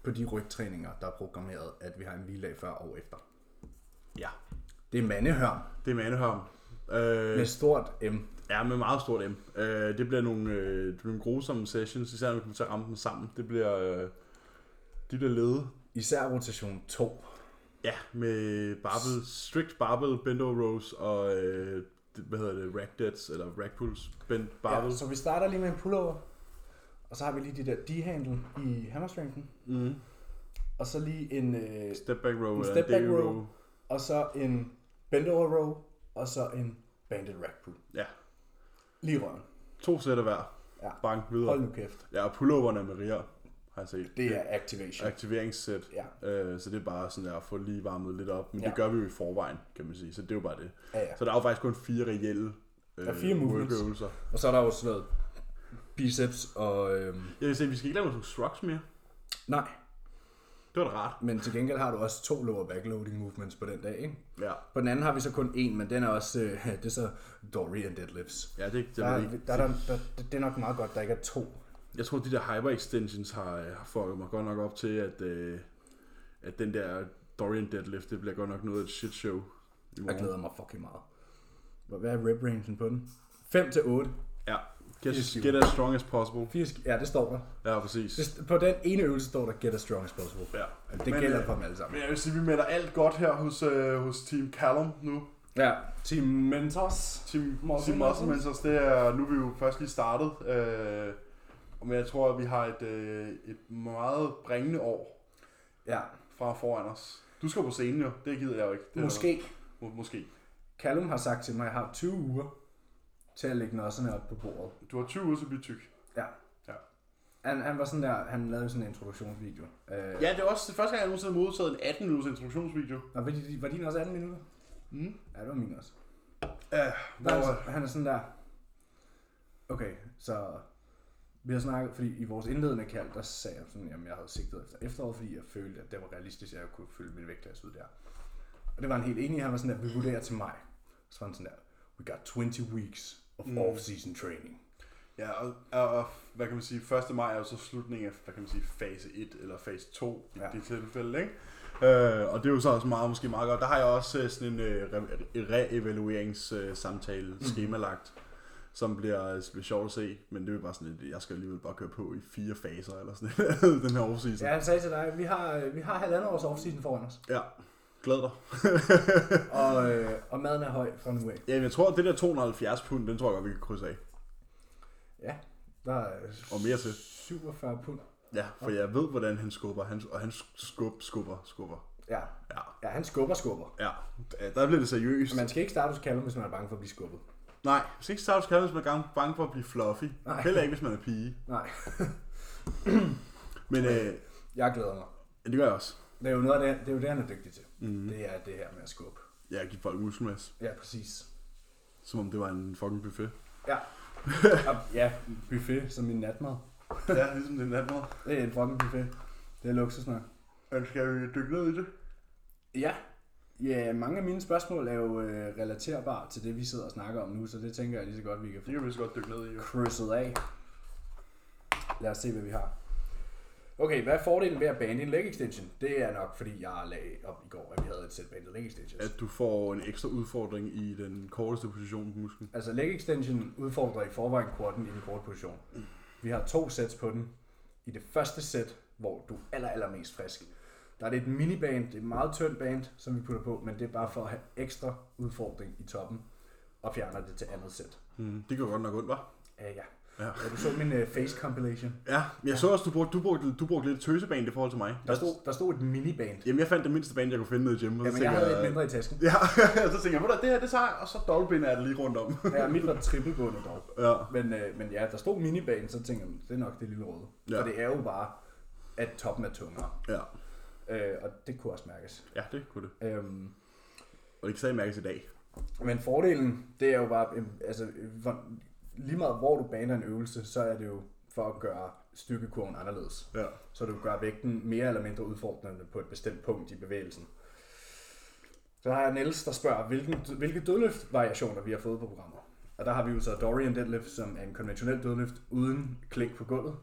Speaker 1: på de rygtræninger, der er programmeret, at vi har en hviledag før og efter.
Speaker 2: Ja.
Speaker 1: Det er mandehørn
Speaker 2: Det er Maneham. Øh,
Speaker 1: med stort M.
Speaker 2: Ja, med meget stort M. Øh, det bliver nogle, øh, det bliver nogle grusomme sessions, især når vi kommer til at ramme dem sammen. Det bliver... Øh, de bliver ledet.
Speaker 1: Især rotation 2.
Speaker 2: Ja, med barbell, strict barbell, bend over rows og... Øh, det- hvad hedder det? Rack deads, eller rack pulls, bend
Speaker 1: Ja,
Speaker 2: barbell.
Speaker 1: så vi starter lige med en pullover, og så har vi lige de der D-handle i hammerstrengen,
Speaker 2: Mm.
Speaker 1: og så lige en, øh,
Speaker 2: Step back row,
Speaker 1: En
Speaker 2: eller
Speaker 1: step
Speaker 2: en day
Speaker 1: back row.
Speaker 2: row.
Speaker 1: og så en bend over row, og så en banded rack pull.
Speaker 2: Ja,
Speaker 1: Lige i røven.
Speaker 2: to sæt af hver.
Speaker 1: Ja.
Speaker 2: Bang, videre.
Speaker 1: Hold nu kæft.
Speaker 2: Ja, og pulloverne med rier, har jeg set.
Speaker 1: Det er activation.
Speaker 2: Aktiveringssæt.
Speaker 1: Ja,
Speaker 2: Øh, så det er bare sådan der, at få lige varmet lidt op. Men ja.
Speaker 1: Ja.
Speaker 2: det gør vi jo i forvejen, kan man sige. Så det er jo bare det.
Speaker 1: ja, ja.
Speaker 2: Så der er jo faktisk kun fire reelle øh,
Speaker 1: Der er fire movements.
Speaker 2: workøvelser.
Speaker 1: Og så er der jo sådan noget biceps og... Øhm,
Speaker 2: Jeg vil sige, vi skal ikke lave nogle shrugs mere.
Speaker 1: nej,
Speaker 2: Det var da rart.
Speaker 1: men til gengæld har du også to lower backloading movements på den dag, ikke?
Speaker 2: Ja,
Speaker 1: På den anden har vi så kun en, men den er også... Øh, det er så Dorian deadlifts.
Speaker 2: ja det, det
Speaker 1: Der,
Speaker 2: er
Speaker 1: er-
Speaker 2: ikke.
Speaker 1: der, er der, der, det er nok meget godt, der ikke er to.
Speaker 2: Jeg tror, de der hyper extensions har, øh, har fucket mig godt nok op til, at, øh, at den der Dorian deadlift, det bliver godt nok noget af et shit show. i
Speaker 1: Jeg
Speaker 2: morgen.
Speaker 1: glæder mig fucking meget. Hvad- Hvad er rep rangen på den? 5 til 8.
Speaker 2: Ja, get,
Speaker 1: Yes,
Speaker 2: get as strong as possible.
Speaker 1: 80, ja, det står der.
Speaker 2: Ja, præcis.
Speaker 1: Det, st- på den ene øvelse står der get as strong as possible.
Speaker 2: Ja.
Speaker 1: Det
Speaker 2: Men,
Speaker 1: gælder
Speaker 2: øh,
Speaker 1: for dem alle sammen.
Speaker 2: Men jeg vil sige, vi melder alt godt her hos, øh, hos Team Callum nu.
Speaker 1: Ja, Team Mentors.
Speaker 2: Team,
Speaker 1: Muscle
Speaker 2: Team Muscle Mentors, det er, nu er vi jo først lige startet. Øh, men jeg tror, at vi har et, øh, et meget bringende år
Speaker 1: Ja,
Speaker 2: fra foran os. Du skal jo på scenen jo, det gider jeg jo ikke. Det er
Speaker 1: måske.
Speaker 2: Må, måske.
Speaker 1: Callum har sagt til mig, at jeg har 20 uger til at lægge nosserne op på bordet.
Speaker 2: Du har 20 uger til at blive tyk.
Speaker 1: Ja.
Speaker 2: Ja.
Speaker 1: Han, han var sådan der, han lavede sådan en introduktionsvideo. Øh,
Speaker 2: Ja, det er også det første gang, jeg nogensinde har modtaget en 18 minutters introduktionsvideo.
Speaker 1: og var, din- var din også 18 minutter?
Speaker 2: Mm.
Speaker 1: Ja, det var min også.
Speaker 2: Ja,
Speaker 1: Der, er
Speaker 2: hvor,
Speaker 1: altså- han er sådan der, okay, så vi har snakket, fordi i vores indledende kald, der sagde jeg sådan, jamen jeg havde sigtet efter efteråret, fordi jeg følte, at det var realistisk, at jeg kunne fylde min vægtklasse ud der. Og det var han helt enig i, han var sådan der, vi vurderer til maj. Så var han sådan der, we got 20 weeks of off-season training.
Speaker 2: ja og, og, og, hvad kan man sige, 1. maj er jo så slutningen af, hvad kan man sige, fase 1 eller fase 2 i
Speaker 1: Ja.
Speaker 2: ja. det tilfælde, ikke? Øh, og det er jo så også meget, måske meget godt. Der har jeg også øh, sådan en øh, re- re-evalueringssamtale øh, skemalagt, som bliver, øh, bliver sjovt at se, men det er jo bare sådan, at jeg skal alligevel bare køre på i fire faser eller sådan den her årsseason.
Speaker 1: Ja, han sagde til dig, vi har, øh, vi har halvandet års off-season foran os,
Speaker 2: ja. Glæd dig.
Speaker 1: og, øh, og maden er høj fra nu af.
Speaker 2: Jamen, jeg tror, at det der 270 pund, den tror jeg godt, vi kan krydse af.
Speaker 1: Ja, der er
Speaker 2: Og mere til.
Speaker 1: 47 pund.
Speaker 2: Ja, for jeg ved, hvordan han skubber. Han, og han skub, skubber, skubber.
Speaker 1: Ja,
Speaker 2: Ja,
Speaker 1: ja han skubber, skubber.
Speaker 2: ja. Ja, Der bliver det seriøst.
Speaker 1: Man skal ikke starte hos Callum, hvis man er bange for at blive skubbet.
Speaker 2: Nej, hvis ikke starter kaldes man gang bange for at blive fluffy.
Speaker 1: Nej.
Speaker 2: Heller ikke, hvis man er pige.
Speaker 1: Nej,
Speaker 2: Men øh,
Speaker 1: jeg glæder mig.
Speaker 2: det gør jeg også.
Speaker 1: Det er jo noget af det, det, er jo det han er dygtig til. Mm-hmm. Det er det her med at skubbe.
Speaker 2: Jeg giver folk muskelmasse,
Speaker 1: Ja, præcis.
Speaker 2: som om det var en fucking buffet.
Speaker 1: Ja. Og- ja, buffet som min natmad.
Speaker 2: ja, ligesom den anden måde.
Speaker 1: Det er en fucking buffet. Det er luksusmad.
Speaker 2: Men skal vi dykke ned i det?
Speaker 1: Ja. Ja, mange af mine spørgsmål er jo øh, relaterbare til det, vi sidder og snakker om nu, så det tænker jeg lige så godt, vi kan få
Speaker 2: Det kan vi så godt dykke ned i. Jo.
Speaker 1: krydset af. Lad os se, hvad vi har. Okay, hvad er fordelen ved at bande en leg extension? Det er nok, fordi jeg lagde op i går, at vi havde et sæt bandet leg extensions.
Speaker 2: At du får en ekstra udfordring i den korteste position på musklen.
Speaker 1: Altså leg extension udfordrer i forvejen korten i den korte position. Vi har to sæts på den. I det første sæt, hvor du er aller, allermest frisk, der er det et miniband, det er et meget tyndt band, som vi putter på, men det er bare for at have ekstra udfordring i toppen, og fjerner det til andet sæt.
Speaker 2: Mm. Det gør godt nok ondt, var.
Speaker 1: Ja, ja.
Speaker 2: Ja.
Speaker 1: Ja, du så min uh, face compilation.
Speaker 2: Ja, men jeg så også, du brugte, du brugte, du brugte lidt tøseband i forhold til mig.
Speaker 1: Der stod, der stod et miniband.
Speaker 2: Jamen, jeg fandt det mindste band, jeg kunne finde nede i gymmet.
Speaker 1: Ja, men jeg havde et mindre i tasken.
Speaker 2: Ja, så tænker jeg, "Ved du hvad, det her det er sejt, og så dobbeltbinder jeg det lige rundt om.
Speaker 1: Ja, mit var trippelbundet dog.
Speaker 2: ja.
Speaker 1: Men, øh, men ja, der stod minibanen, så tænker man, det er nok det lille røde.
Speaker 2: Ja.
Speaker 1: Ja. Og det er jo bare, at toppen er tungere.
Speaker 2: ja.
Speaker 1: Øh, og det kunne også mærkes.
Speaker 2: Ja, det kunne det.
Speaker 1: Øhm,
Speaker 2: Og det kan stadig mærkes i dag.
Speaker 1: men fordelen, det er jo bare, øhm, altså, øh, hvor, lige meget hvor du baner en øvelse, så er det jo for at gøre styrkekurven anderledes.
Speaker 2: Ja.
Speaker 1: Så du gør vægten mere eller mindre udfordrende på et bestemt punkt i bevægelsen. Så har jeg Niels, der spørger, hvilken, hvilke dødløftvariationer vi har fået på programmet. Og der har vi jo så Dorian deadlift, som er en konventionel dødløft uden klink på gulvet.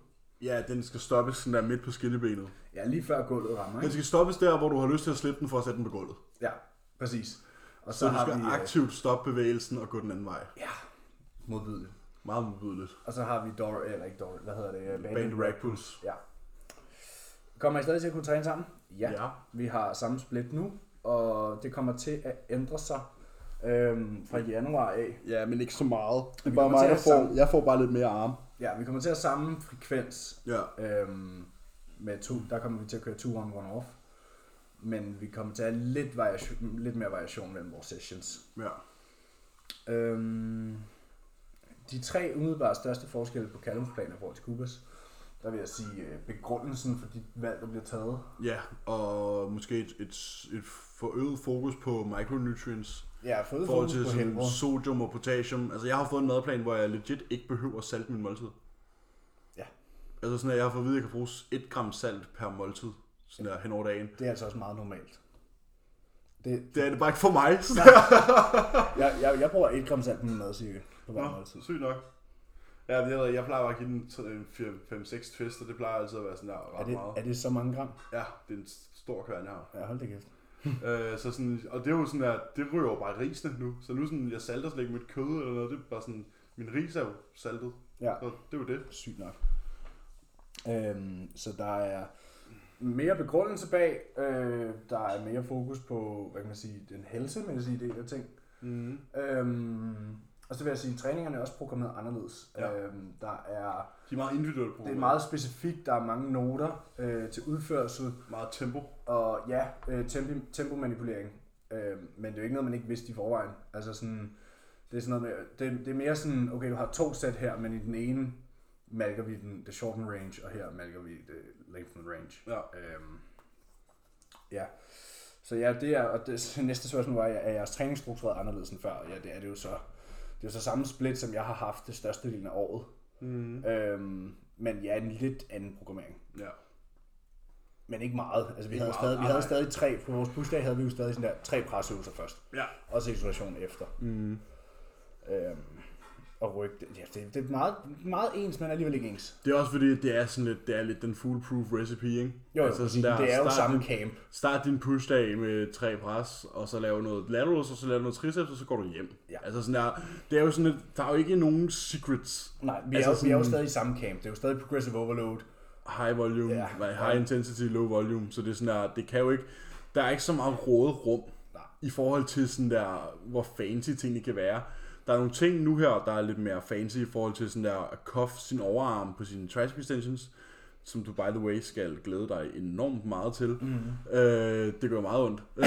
Speaker 2: Ja, den skal stoppes sådan der midt på skinnebenet.
Speaker 1: Ja, lige før gulvet rammer,
Speaker 2: Den
Speaker 1: ikke?
Speaker 2: skal stoppes der, hvor du har lyst til at slippe den for at sætte den på gulvet.
Speaker 1: Ja, præcis. Og så,
Speaker 2: Så du
Speaker 1: har
Speaker 2: skal
Speaker 1: vi... øh,
Speaker 2: aktivt stoppe bevægelsen og gå den anden vej.
Speaker 1: Ja, modbydeligt.
Speaker 2: Meget modbydeligt.
Speaker 1: Og så har vi Dor... eller ikke Dor... hvad hedder det? øh,
Speaker 2: Band rack pulls.
Speaker 1: Ja. Kommer I stadig til at kunne træne sammen? Ja.
Speaker 2: Ja.
Speaker 1: Vi har samme split nu, og det kommer til at ændre sig øhm, fra januar af.
Speaker 2: Ja, men ikke så meget. Det
Speaker 1: Vi
Speaker 2: er bare
Speaker 1: kommer
Speaker 2: mig,
Speaker 1: til
Speaker 2: der
Speaker 1: at
Speaker 2: får,
Speaker 1: sam-
Speaker 2: jeg får bare lidt mere arm.
Speaker 1: Ja, vi kommer til at have samme frekvens
Speaker 2: Ja.
Speaker 1: øhm, med to. Der kommer vi til at køre two on, one off. Men vi kommer til at have lidt, variation, lidt mere variation mellem vores sessions.
Speaker 2: Ja.
Speaker 1: Øhm, de tre umiddelbart største forskelle på Callumsplaner forhold til Kubas, der vil jeg sige øh, begrundelsen for de valg, der bliver taget.
Speaker 2: Ja, og måske et, et, et forøget fokus på micronutrients.
Speaker 1: Ja, fået
Speaker 2: I forhold til sådan sodium og potassium. Altså, jeg har fået en madplan, hvor jeg legit ikke behøver at salte min måltid.
Speaker 1: Ja.
Speaker 2: Altså sådan, at jeg har fået at vide, at jeg kan bruge 1 gram salt per måltid sådan der, hen over dagen.
Speaker 1: Det er altså også meget normalt. Det,
Speaker 2: Det er det bare ikke for mig. Sådan
Speaker 1: jeg, jeg, jeg bruger 1 gram salt på min mad, cirka, på hver måltid.
Speaker 2: sygt nok. Ja, men jeg, jeg plejer bare at give den 5-6 twister, det plejer altid at være sådan der ret
Speaker 1: Er det, er det så mange gram?
Speaker 2: Ja, det er en stor kværn, jeg har.
Speaker 1: Ja, hold da kæft.
Speaker 2: Øh, så sådan, og det er jo sådan, at det ryger jo bare risene nu. Så nu sådan, jeg salter slet ikke mit kød eller noget. Det er bare sådan, min ris er jo saltet.
Speaker 1: Ja.
Speaker 2: Så det er jo det.
Speaker 1: Sygt nok. Øhm, så der er mere begrundelse bag, øh, der er mere fokus på, hvad kan man sige, den helsemæssige del af ting. Mhm.
Speaker 2: Mm.
Speaker 1: Øhm, og så vil jeg sige, at træningerne er også programmeret anderledes.
Speaker 2: Ja.
Speaker 1: Øhm, der er,
Speaker 2: De er meget individuelle på
Speaker 1: det er meget specifikt, der er mange noter øh, til udførsel,
Speaker 2: meget tempo.
Speaker 1: og ja, øh, tempo, tempomanipulering. Øh, men det er jo ikke noget, man ikke vidste i forvejen. Altså sådan, det er sådan noget med, det, det er mere sådan, okay, du har to sæt her, men i den ene malker vi den, det shorten range, og her malker vi det lengthen range.
Speaker 2: Ja.
Speaker 1: Øhm, ja. Så ja, det er, og det, så næste spørgsmål var, er jeres træning struktureret anderledes end før? Og Ja, det er det jo så. Det er jo så samme split, som jeg har haft det største del af året.
Speaker 2: Mm.
Speaker 1: Øhm, men ja, en lidt anden programmering.
Speaker 2: Ja.
Speaker 1: Men ikke meget. Altså, vi,
Speaker 2: Ikke
Speaker 1: havde,
Speaker 2: meget,
Speaker 1: stadig, vi
Speaker 2: nej.
Speaker 1: havde stadig tre. På vores pushdag havde vi jo stadig sådan der tre presøvelser først.
Speaker 2: Ja.
Speaker 1: Og så isolation efter.
Speaker 2: Mm.
Speaker 1: Øhm, og ryg. det- Ja, det, det er meget, meget ens, men alligevel ikke ens.
Speaker 2: Det er også fordi, det er sådan lidt, det er lidt den foolproof recipe, ikke?
Speaker 1: Jo, altså,
Speaker 2: sådan
Speaker 1: det er jo
Speaker 2: start,
Speaker 1: samme camp.
Speaker 2: Start din pushdag med tre pres, og så lave noget laterals, og så lave noget triceps, og så går du hjem.
Speaker 1: Ja.
Speaker 2: Altså sådan der, det er jo sådan lidt, der er jo ikke nogen secrets.
Speaker 1: Nej, vi, altså
Speaker 2: Altså
Speaker 1: er, jo, vi er jo
Speaker 2: sådan-
Speaker 1: stadig i samme camp. Det er jo stadig progressive overload.
Speaker 2: High volume,
Speaker 1: Ja.
Speaker 2: ja. high intensity, low volume, så det er sådan der, det kan jo ikke, der er ikke så meget råderum
Speaker 1: Nej.
Speaker 2: i forhold til sådan der, hvor fancy tingene kan være. Der er nogle ting nu her, der er lidt mere fancy i forhold til sådan der at koffe sin overarm på sine tricep extensions, som du by the way skal glæde dig enormt meget til.
Speaker 1: Mhm.
Speaker 2: Mm. Øh, det gør meget ondt. Øh,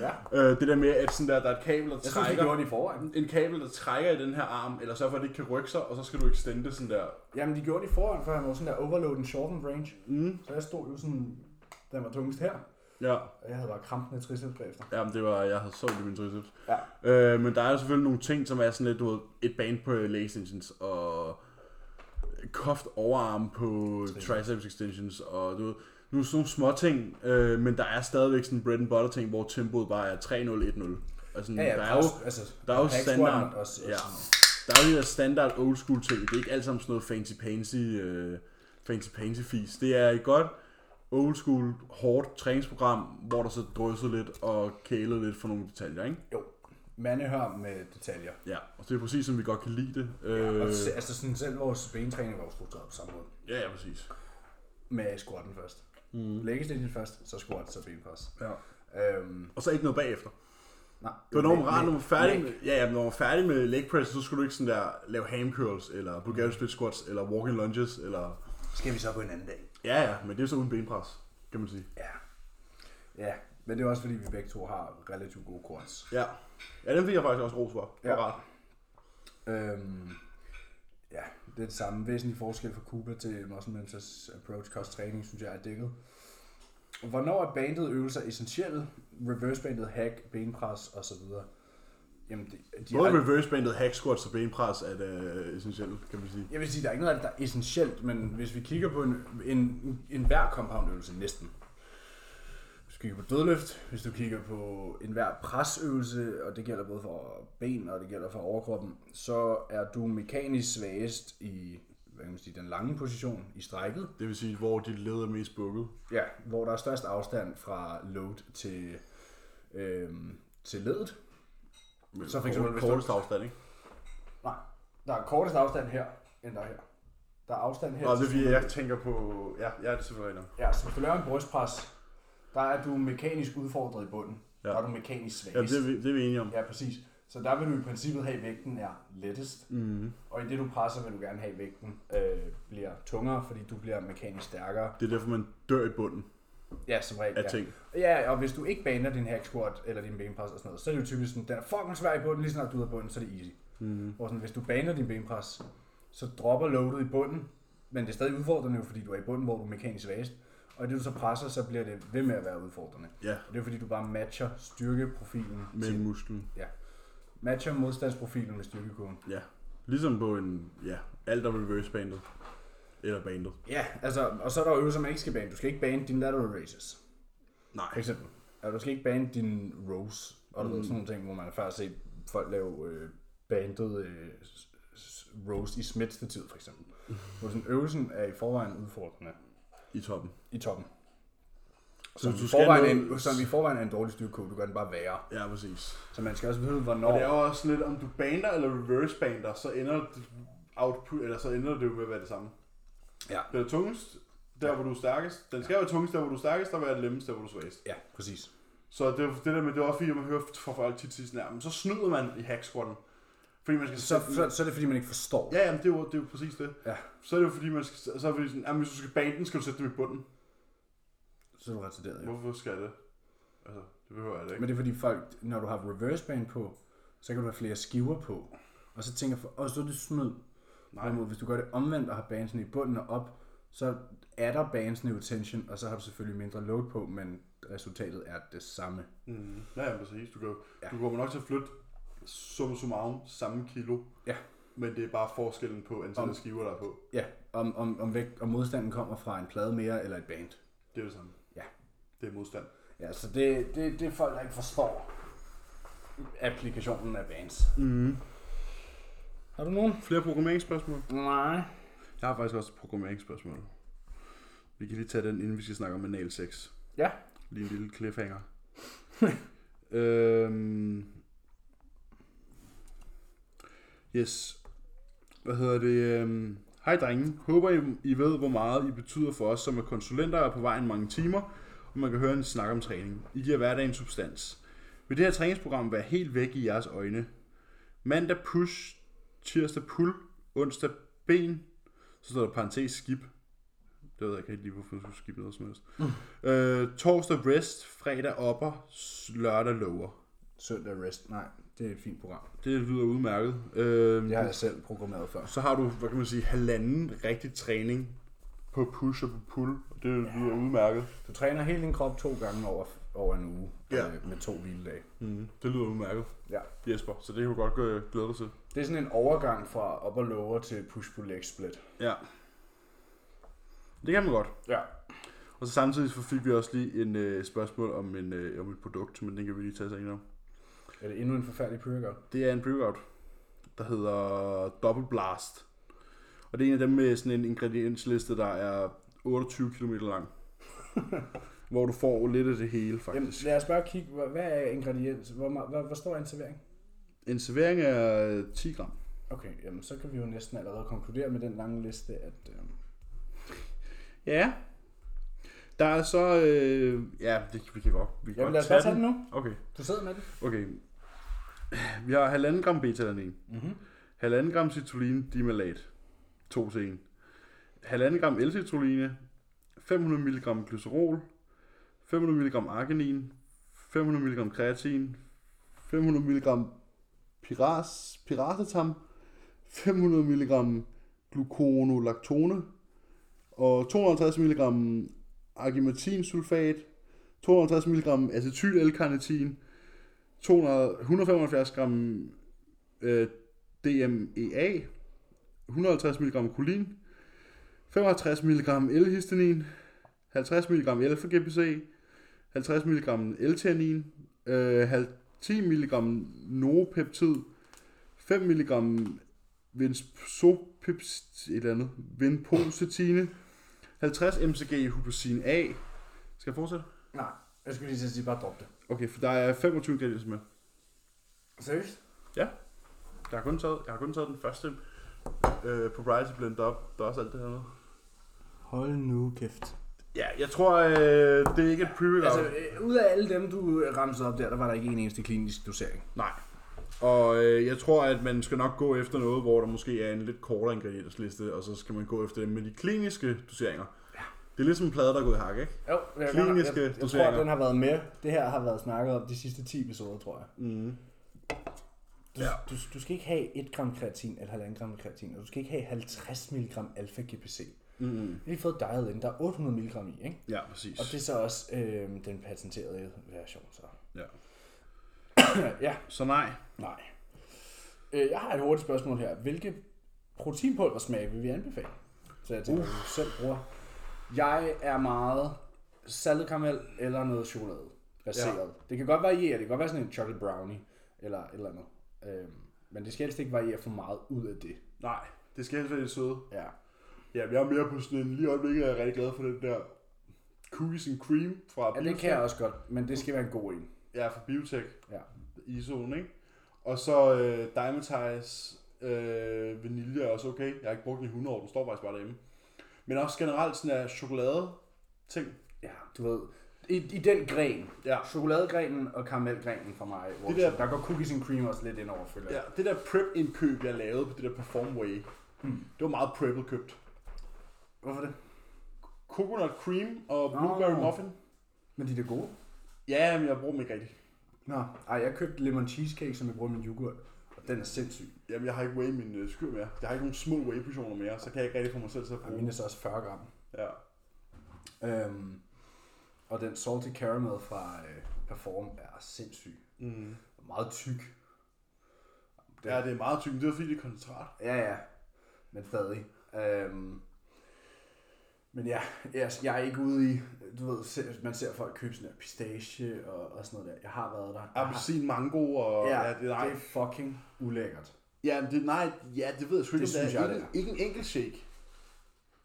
Speaker 1: Ja.
Speaker 2: øh, det der med, at sådan der, der er et kabel, der
Speaker 1: Jeg synes, vi
Speaker 2: trækker,
Speaker 1: gjorde det i forvejen.
Speaker 2: en kabel, der trækker i den her arm, eller så for, at det ikke kan rykke sig, og så skal du extende sådan der.
Speaker 1: Jamen, de gjorde det i forvejen, for han var sådan der overload and shorten range.
Speaker 2: Mm.
Speaker 1: Så jeg stod jo sådan, den var tungest her.
Speaker 2: Ja,
Speaker 1: Og jeg havde bare krampen i triceps bagefter.
Speaker 2: Jamen, det var, jeg havde sovet i min triceps.
Speaker 1: Ja.
Speaker 2: Øh, men der er jo selvfølgelig nogle ting, som er sådan lidt, du ved, et band på leg extensions, og koft overarm på triceps extensions, og du ved, nu er sådan nogle små ting, øh, men der er stadigvæk sådan bread and butter ting, hvor tempoet bare er 3-0-1-0. Altså,
Speaker 1: Ja, ja,
Speaker 2: der er jo,
Speaker 1: altså,
Speaker 2: der er jo
Speaker 1: pack squat
Speaker 2: standard,
Speaker 1: Også,
Speaker 2: ja.
Speaker 1: ja.
Speaker 2: der er jo de der standard old school ting, det er ikke alt sammen sådan noget fancy pansy, øh, fancy pansy fis. Det er et godt old school, hårdt træningsprogram, hvor der så drysser lidt og kæler lidt for nogle detaljer, ikke?
Speaker 1: Jo, mandehør med detaljer.
Speaker 2: Ja, og det er præcis, som vi godt kan lide det.
Speaker 1: Øh.
Speaker 2: Øh,
Speaker 1: Og se- altså sådan selv vores bentræning var jo struktureret på samme måde.
Speaker 2: ja, ja, præcis.
Speaker 1: Med squatten først. Mm. Læggeslinjen først, så squat, så benpress.
Speaker 2: Ja.
Speaker 1: Øhm,
Speaker 2: Og så ikke noget bagefter.
Speaker 1: Nej.
Speaker 2: Det var, når man, var,
Speaker 1: Leg-
Speaker 2: når man var færdig
Speaker 1: leg.
Speaker 2: med, ja, ja, men når man var færdig med leg press, så skulle du ikke sådan der lave ham curls, eller Bulgarian split squats, eller walking lunges, eller...
Speaker 1: Skal vi så på en anden dag?
Speaker 2: Ja, ja, men det er jo så uden benpres, kan man sige.
Speaker 1: Ja. Ja, men det er også fordi, vi begge to har relativt gode quads.
Speaker 2: Ja. Ja, den fik jeg faktisk også ros for. Ja.
Speaker 1: Ja.
Speaker 2: Ret.
Speaker 1: Øhm, ja, det er det samme. Væsentlig forskel fra Cooper til Muscle Mentors Approach Cost Træning, synes jeg er dækket. Hvornår er bandet øvelser essentielle? Reverse bandet, hack, benpres og så videre. Jamen, de, de
Speaker 2: Både
Speaker 1: er,
Speaker 2: reverse bandet, hack squats og benpres er det essentielt, kan man sige.
Speaker 1: jeg vil sige, der er ikke noget af det, der er essentielt, men hvis vi kigger på en, en, en hver compoundøvelse næsten. Hvis du kigger på dødløft, hvis du kigger på enhver presøvelse, og det gælder både for ben og det gælder for overkroppen, så er du mekanisk svagest i hvad kan man sige, den lange position i strækket,
Speaker 2: Det vil sige, hvor dit led er mest bukket.
Speaker 1: ja, hvor der er størst afstand fra load til, øhm, til ledet.
Speaker 2: Men
Speaker 1: Så for eksempel, hvis du-
Speaker 2: kortest afstand, ikke?
Speaker 1: Nej, der er kortest afstand her, end der er her. Der er afstand her.
Speaker 2: Nå, det
Speaker 1: til
Speaker 2: er fordi, jeg tænker på... Ja, ja det er selvfølgelig rigtigt.
Speaker 1: Ja, så hvis du laver en brystpres, der er du mekanisk udfordret i bunden.
Speaker 2: Ja.
Speaker 1: Ja. Der er du mekanisk svagest.
Speaker 2: Ja, det er, vi, det er vi enige om.
Speaker 1: ja, præcis. Så der vil du i princippet have, at vægten er lettest.
Speaker 2: Mm.
Speaker 1: Og i det, du presser, vil du gerne have, at vægten øh, bliver tungere, fordi du bliver mekanisk stærkere.
Speaker 2: Det er derfor, man dør i bunden
Speaker 1: Ja, som regel.
Speaker 2: af
Speaker 1: Ja.
Speaker 2: ting.
Speaker 1: ja, og hvis du ikke baner din hack squat eller din benpres og sådan noget, så er det jo typisk sådan, den er fucking svær i bunden, lige snart du er ude af bunden, så er det easy.
Speaker 2: Mm.
Speaker 1: Hvor sådan, hvis du baner din benpres, så dropper loadet i bunden, men det er stadig udfordrende, jo, fordi du er i bunden, hvor du er mekanisk svagest. Og i det du så presser, så bliver det ved med at være udfordrende.
Speaker 2: Ja,
Speaker 1: Og det er fordi, du bare matcher styrkeprofilen
Speaker 2: med
Speaker 1: til,
Speaker 2: musklen.
Speaker 1: matcher modstandsprofilen med styrkekurven.
Speaker 2: Ja. Ligesom på en... Ja, alt er reverse bandet. Eller bandet.
Speaker 1: Ja, altså, og så er der jo øvelser, man ikke skal bane. Du skal ikke bane dine lateral raises,
Speaker 2: Nej.
Speaker 1: for eksempel. Altså, du skal ikke bane dine rows, og mm. sådan nogle ting, hvor man har faktisk set folk lave øh, bandede øh, s- s- rows i smidstativ, for eksempel. Hvor sådan, øvelsen er i forvejen udfordrende
Speaker 2: I toppen.
Speaker 1: i toppen.
Speaker 2: Så
Speaker 1: Som,
Speaker 2: du
Speaker 1: i
Speaker 2: skal
Speaker 1: forvejen,
Speaker 2: noget-
Speaker 1: er en, som i forvejen er en dårlig styrkekurve, du gør den bare værre.
Speaker 2: Ja, præcis.
Speaker 1: Så man skal også vide, hvornår...
Speaker 2: Og det er jo også lidt, om du bander eller reverse bander, så ender det output, eller så ender det jo med at være det samme.
Speaker 1: Ja.
Speaker 2: Den er tungest, der hvor du er stærkest. Den skal være tungest, der hvor du er stærkest, der hvor jeg er lemmest, der hvor du er svagest.
Speaker 1: Ja, præcis.
Speaker 2: Så det, er jo- det der med, det er også fordi, man hører fra folk tit sidst nærmest, så snyder man i hack squatten. Fordi man skal
Speaker 1: Så, så, så er det, fordi man ikke forstår.
Speaker 2: Ja, jamen, det er, jo, det er jo præcis det.
Speaker 1: Ja.
Speaker 2: Så er det jo fordi, man skal, så er det fordi sådan, jamen, hvis du skal bane den, skal du sætte dem i bunden.
Speaker 1: Så er du retarderet, ja.
Speaker 2: Hvorfor skal jeg det? Altså, det behøver jeg da ikke.
Speaker 1: Men det er fordi folk, når du har reverse band på, så kan du have flere skiver på. Og så tænker folk, åh, så er det snyd.
Speaker 2: Nej.
Speaker 1: Hvorimod, hvis du gør det omvendt og har bandsene i bunden og op, så er der bandsene jo tension, og så har du selvfølgelig mindre load på, men resultatet er det samme.
Speaker 2: Mm. Ja, ja, præcis. Du, kan, ja.
Speaker 1: Ja.
Speaker 2: du kommer nok til at flytte summa summarum samme kilo,
Speaker 1: Ja.
Speaker 2: men det er bare forskellen på antallet af
Speaker 1: Om-
Speaker 2: skiver, der er på.
Speaker 1: Ja, om, om, om, vægt, om modstanden kommer fra en plade mere eller et band.
Speaker 2: Det er det samme.
Speaker 1: Ja.
Speaker 2: Det er modstand.
Speaker 1: Ja, så det, det, det er folk, der ikke forstår applikationen af bands.
Speaker 2: Mm.
Speaker 1: Har du nogen?
Speaker 2: Flere programmeringsspørgsmål?
Speaker 1: Nej.
Speaker 2: Jeg har faktisk også et programmeringsspørgsmål. Vi kan lige tage den, inden vi skal snakke om anal sex.
Speaker 1: Ja.
Speaker 2: Lige en lille cliffhanger. øhm, yes. Hvad hedder det? øhm, Hej drenge. Håber I, I ved, hvor meget I betyder for os, som er konsulenter og er på vejen mange timer, og man kan høre en snak om træning. I giver hverdagen substans. Vil det her træningsprogram være helt væk i jeres øjne? Mandag push, tirsdag pull, onsdag ben, så står der parentes skip. Det ved jeg ikke rigtig lige, hvorfor du skulle skippe noget som helst. Øh, torsdag rest, fredag upper, s- lørdag lower.
Speaker 1: Søndag rest. Nej, det er et fint program.
Speaker 2: Det lyder udmærket. Øh,
Speaker 1: Jeg
Speaker 2: ja.
Speaker 1: har selv programmeret før.
Speaker 2: Så har du, hvad kan man sige, halvanden rigtig træning på push og på pull. og Det lyder udmærket.
Speaker 1: Du træner hele din krop to gange over, over en uge
Speaker 2: Ja.
Speaker 1: øh, med to hviledage.
Speaker 2: Mm. Det lyder udmærket,
Speaker 1: Ja.
Speaker 2: Jesper. Så det kan du godt øh, glæde dig til.
Speaker 1: Det er sådan en overgang fra op og lower til push pull leg split.
Speaker 2: Ja. Det kan man godt.
Speaker 1: Ja.
Speaker 2: Og så samtidig så fik vi også lige en øh, spørgsmål om, en, øh, om et produkt, men den kan vi lige tage senere.
Speaker 1: Er det endnu en forfærdelig pre-workout?
Speaker 2: Det er en breakout, der hedder Double Blast. Og det er en af dem med sådan en ingrediensliste, der er 28 km lang. hvor du får lidt af det hele,
Speaker 1: Jamen,
Speaker 2: faktisk.
Speaker 1: lad os bare kigge, hvad, hvad er ingrediens? Hvor, meget- hvor, hvor stor er en servering?
Speaker 2: En servering er øh, 10 gram.
Speaker 1: Okay, jamen, så kan vi jo næsten allerede konkludere med den lange liste, at øh,
Speaker 2: Ja. Der er så... Øh, ja, det, vi kan godt. Vi kan
Speaker 1: jamen, lad
Speaker 2: godt
Speaker 1: os bare tage den nu.
Speaker 2: Okay,
Speaker 1: Du sidder med den.
Speaker 2: okay. Vi har halvanden gram beta-alanin,
Speaker 1: Mm-hmm.
Speaker 2: halvanden gram citrullin dimalat, 2 til 1, halvanden gram L-citrulline, 500 mg glycerol, 500 mg arginin, 500 mg kreatin, 500 mg piras, piracetam, 500 mg gluconolactone og 250 mg argimatinsulfat, 250 mg acetyl-L-carnitin, 200 175 gram øh, E DMEA, 150 mg kolin, 55 mg L-histamin, 50 mg L-GPC, 50 mg L-theanin, øh, hal- 10 mg norepeptid, 5 mg vinspopepsid, et eller andet, vinpocetine, 50 mcg huposin A. Skal jeg fortsætte?
Speaker 1: Nej, jeg skulle lige til at sige, bare drop det.
Speaker 2: Okay, for der er 25 ingredienser med.
Speaker 1: Seriøst?
Speaker 2: Ja. Jeg har kun taget, jeg har kun taget den første øh, proprietary blend op. Der er også alt det her med.
Speaker 3: Hold nu kæft.
Speaker 2: Ja, jeg tror, øh, det er ikke et pre
Speaker 1: Altså,
Speaker 2: altså,
Speaker 1: øh, ud af alle dem, du ramsede op der, der var der ikke en eneste klinisk dosering.
Speaker 2: Nej. Og øh, jeg tror, at man skal nok gå efter noget, hvor der måske er en lidt kortere ingrediensliste, og så skal man gå efter dem med de kliniske doseringer. Ja. Det er ligesom en plade, der er gået i hak, ikke?
Speaker 1: Jo, jeg,
Speaker 2: Kliniske
Speaker 1: jeg, jeg, jeg tror,
Speaker 2: doseringer.
Speaker 1: den har været med. Det her har været snakket om de sidste 10 episoder, tror jeg.
Speaker 2: Mm.
Speaker 1: Du,
Speaker 2: Ja.
Speaker 1: ja. du, du skal ikke have 1 gram kreatin eller 1,5 gram kreatin, og du skal ikke have 50 mg alfa-GPC.
Speaker 2: Mm.
Speaker 1: Vi har lige fået diet ind, der er 800 mg i, ikke?
Speaker 2: Ja, præcis.
Speaker 1: Og det er så også øh, den patenterede version, så.
Speaker 2: Ja.
Speaker 1: ja,
Speaker 2: Så nej.
Speaker 1: nej. Øh, jeg har et hurtigt spørgsmål her. Hvilke proteinpulversmag vil vi anbefale? Så jeg tænker, uh. du selv bruger. Jeg er meget saltet karamel eller noget chokolade baseret. Ja. Det kan godt variere. Det kan godt være sådan en chocolate brownie eller et eller andet. Øhm, men det skal helst ikke variere for meget ud af det.
Speaker 2: Nej, det skal helst være lidt søde.
Speaker 1: Ja.
Speaker 2: Ja, jeg er mere på sådan en lige i øjeblikket, er jeg rigtig glad for den der cookies and cream fra
Speaker 1: ja, det kan jeg også godt, men det skal være en god en.
Speaker 2: Ja, fra Biotech.
Speaker 1: Ja.
Speaker 2: ISO'en, ikke? Og så øh, Diamatize øh, vanilje er også okay. Jeg har ikke brugt den i 100 år, den står faktisk bare derhjemme. Men også generelt sådan der chokolade ting.
Speaker 1: Ja, du ved. I, i den gren.
Speaker 2: Ja.
Speaker 1: Chokoladegrenen og karamelgrenen for mig. Hvor
Speaker 2: Det
Speaker 1: det
Speaker 2: der-
Speaker 1: der... der går cookies and cream også lidt ind over, føler jeg.
Speaker 2: ja. Det der prep-indkøb, jeg lavede på det der Performway, mm. det var meget preppet købt.
Speaker 1: Hvorfor det?
Speaker 2: Coconut cream og blueberry
Speaker 1: Nå.
Speaker 2: muffin.
Speaker 1: Men de er da gode.
Speaker 2: Ja, men jeg bruger dem ikke rigtigt.
Speaker 1: Nå, ej, jeg købte lemon cheesecake, som jeg bruger i min yoghurt. Og den er sindssyg.
Speaker 2: Jamen, jeg har ikke whey i min øh, skyr mere. Jeg har ikke nogen små whey-portioner mere, så kan jeg ikke rigtig få mig selv til at
Speaker 1: Og
Speaker 2: bruge
Speaker 1: mine er
Speaker 2: dem.
Speaker 1: så også 40 gram.
Speaker 2: Ja.
Speaker 1: Øhm, og den salty caramel fra øh, Perform er sindssyg.
Speaker 2: Mm.
Speaker 1: Og meget tyk. Den-
Speaker 2: ja, det er meget tykt. men Det er fordi, det er koncentrat.
Speaker 1: Ja, ja. Men stadig. Øhm, men ja, jeg, jeg er ikke ude i, du ved, se- man ser folk købe sådan der pistache og, og sådan noget der. Jeg har været der. Jeg har-
Speaker 2: Appelsin, mango og...
Speaker 1: Ja,
Speaker 2: det, nej.
Speaker 1: det er fucking ulækkert.
Speaker 2: Ja, men det, nej, ja, det ved jeg sgu ikke,
Speaker 1: Det
Speaker 2: om det
Speaker 1: synes
Speaker 2: er.
Speaker 1: jeg,
Speaker 2: ikke,
Speaker 1: det
Speaker 2: ikke en enkelt shake.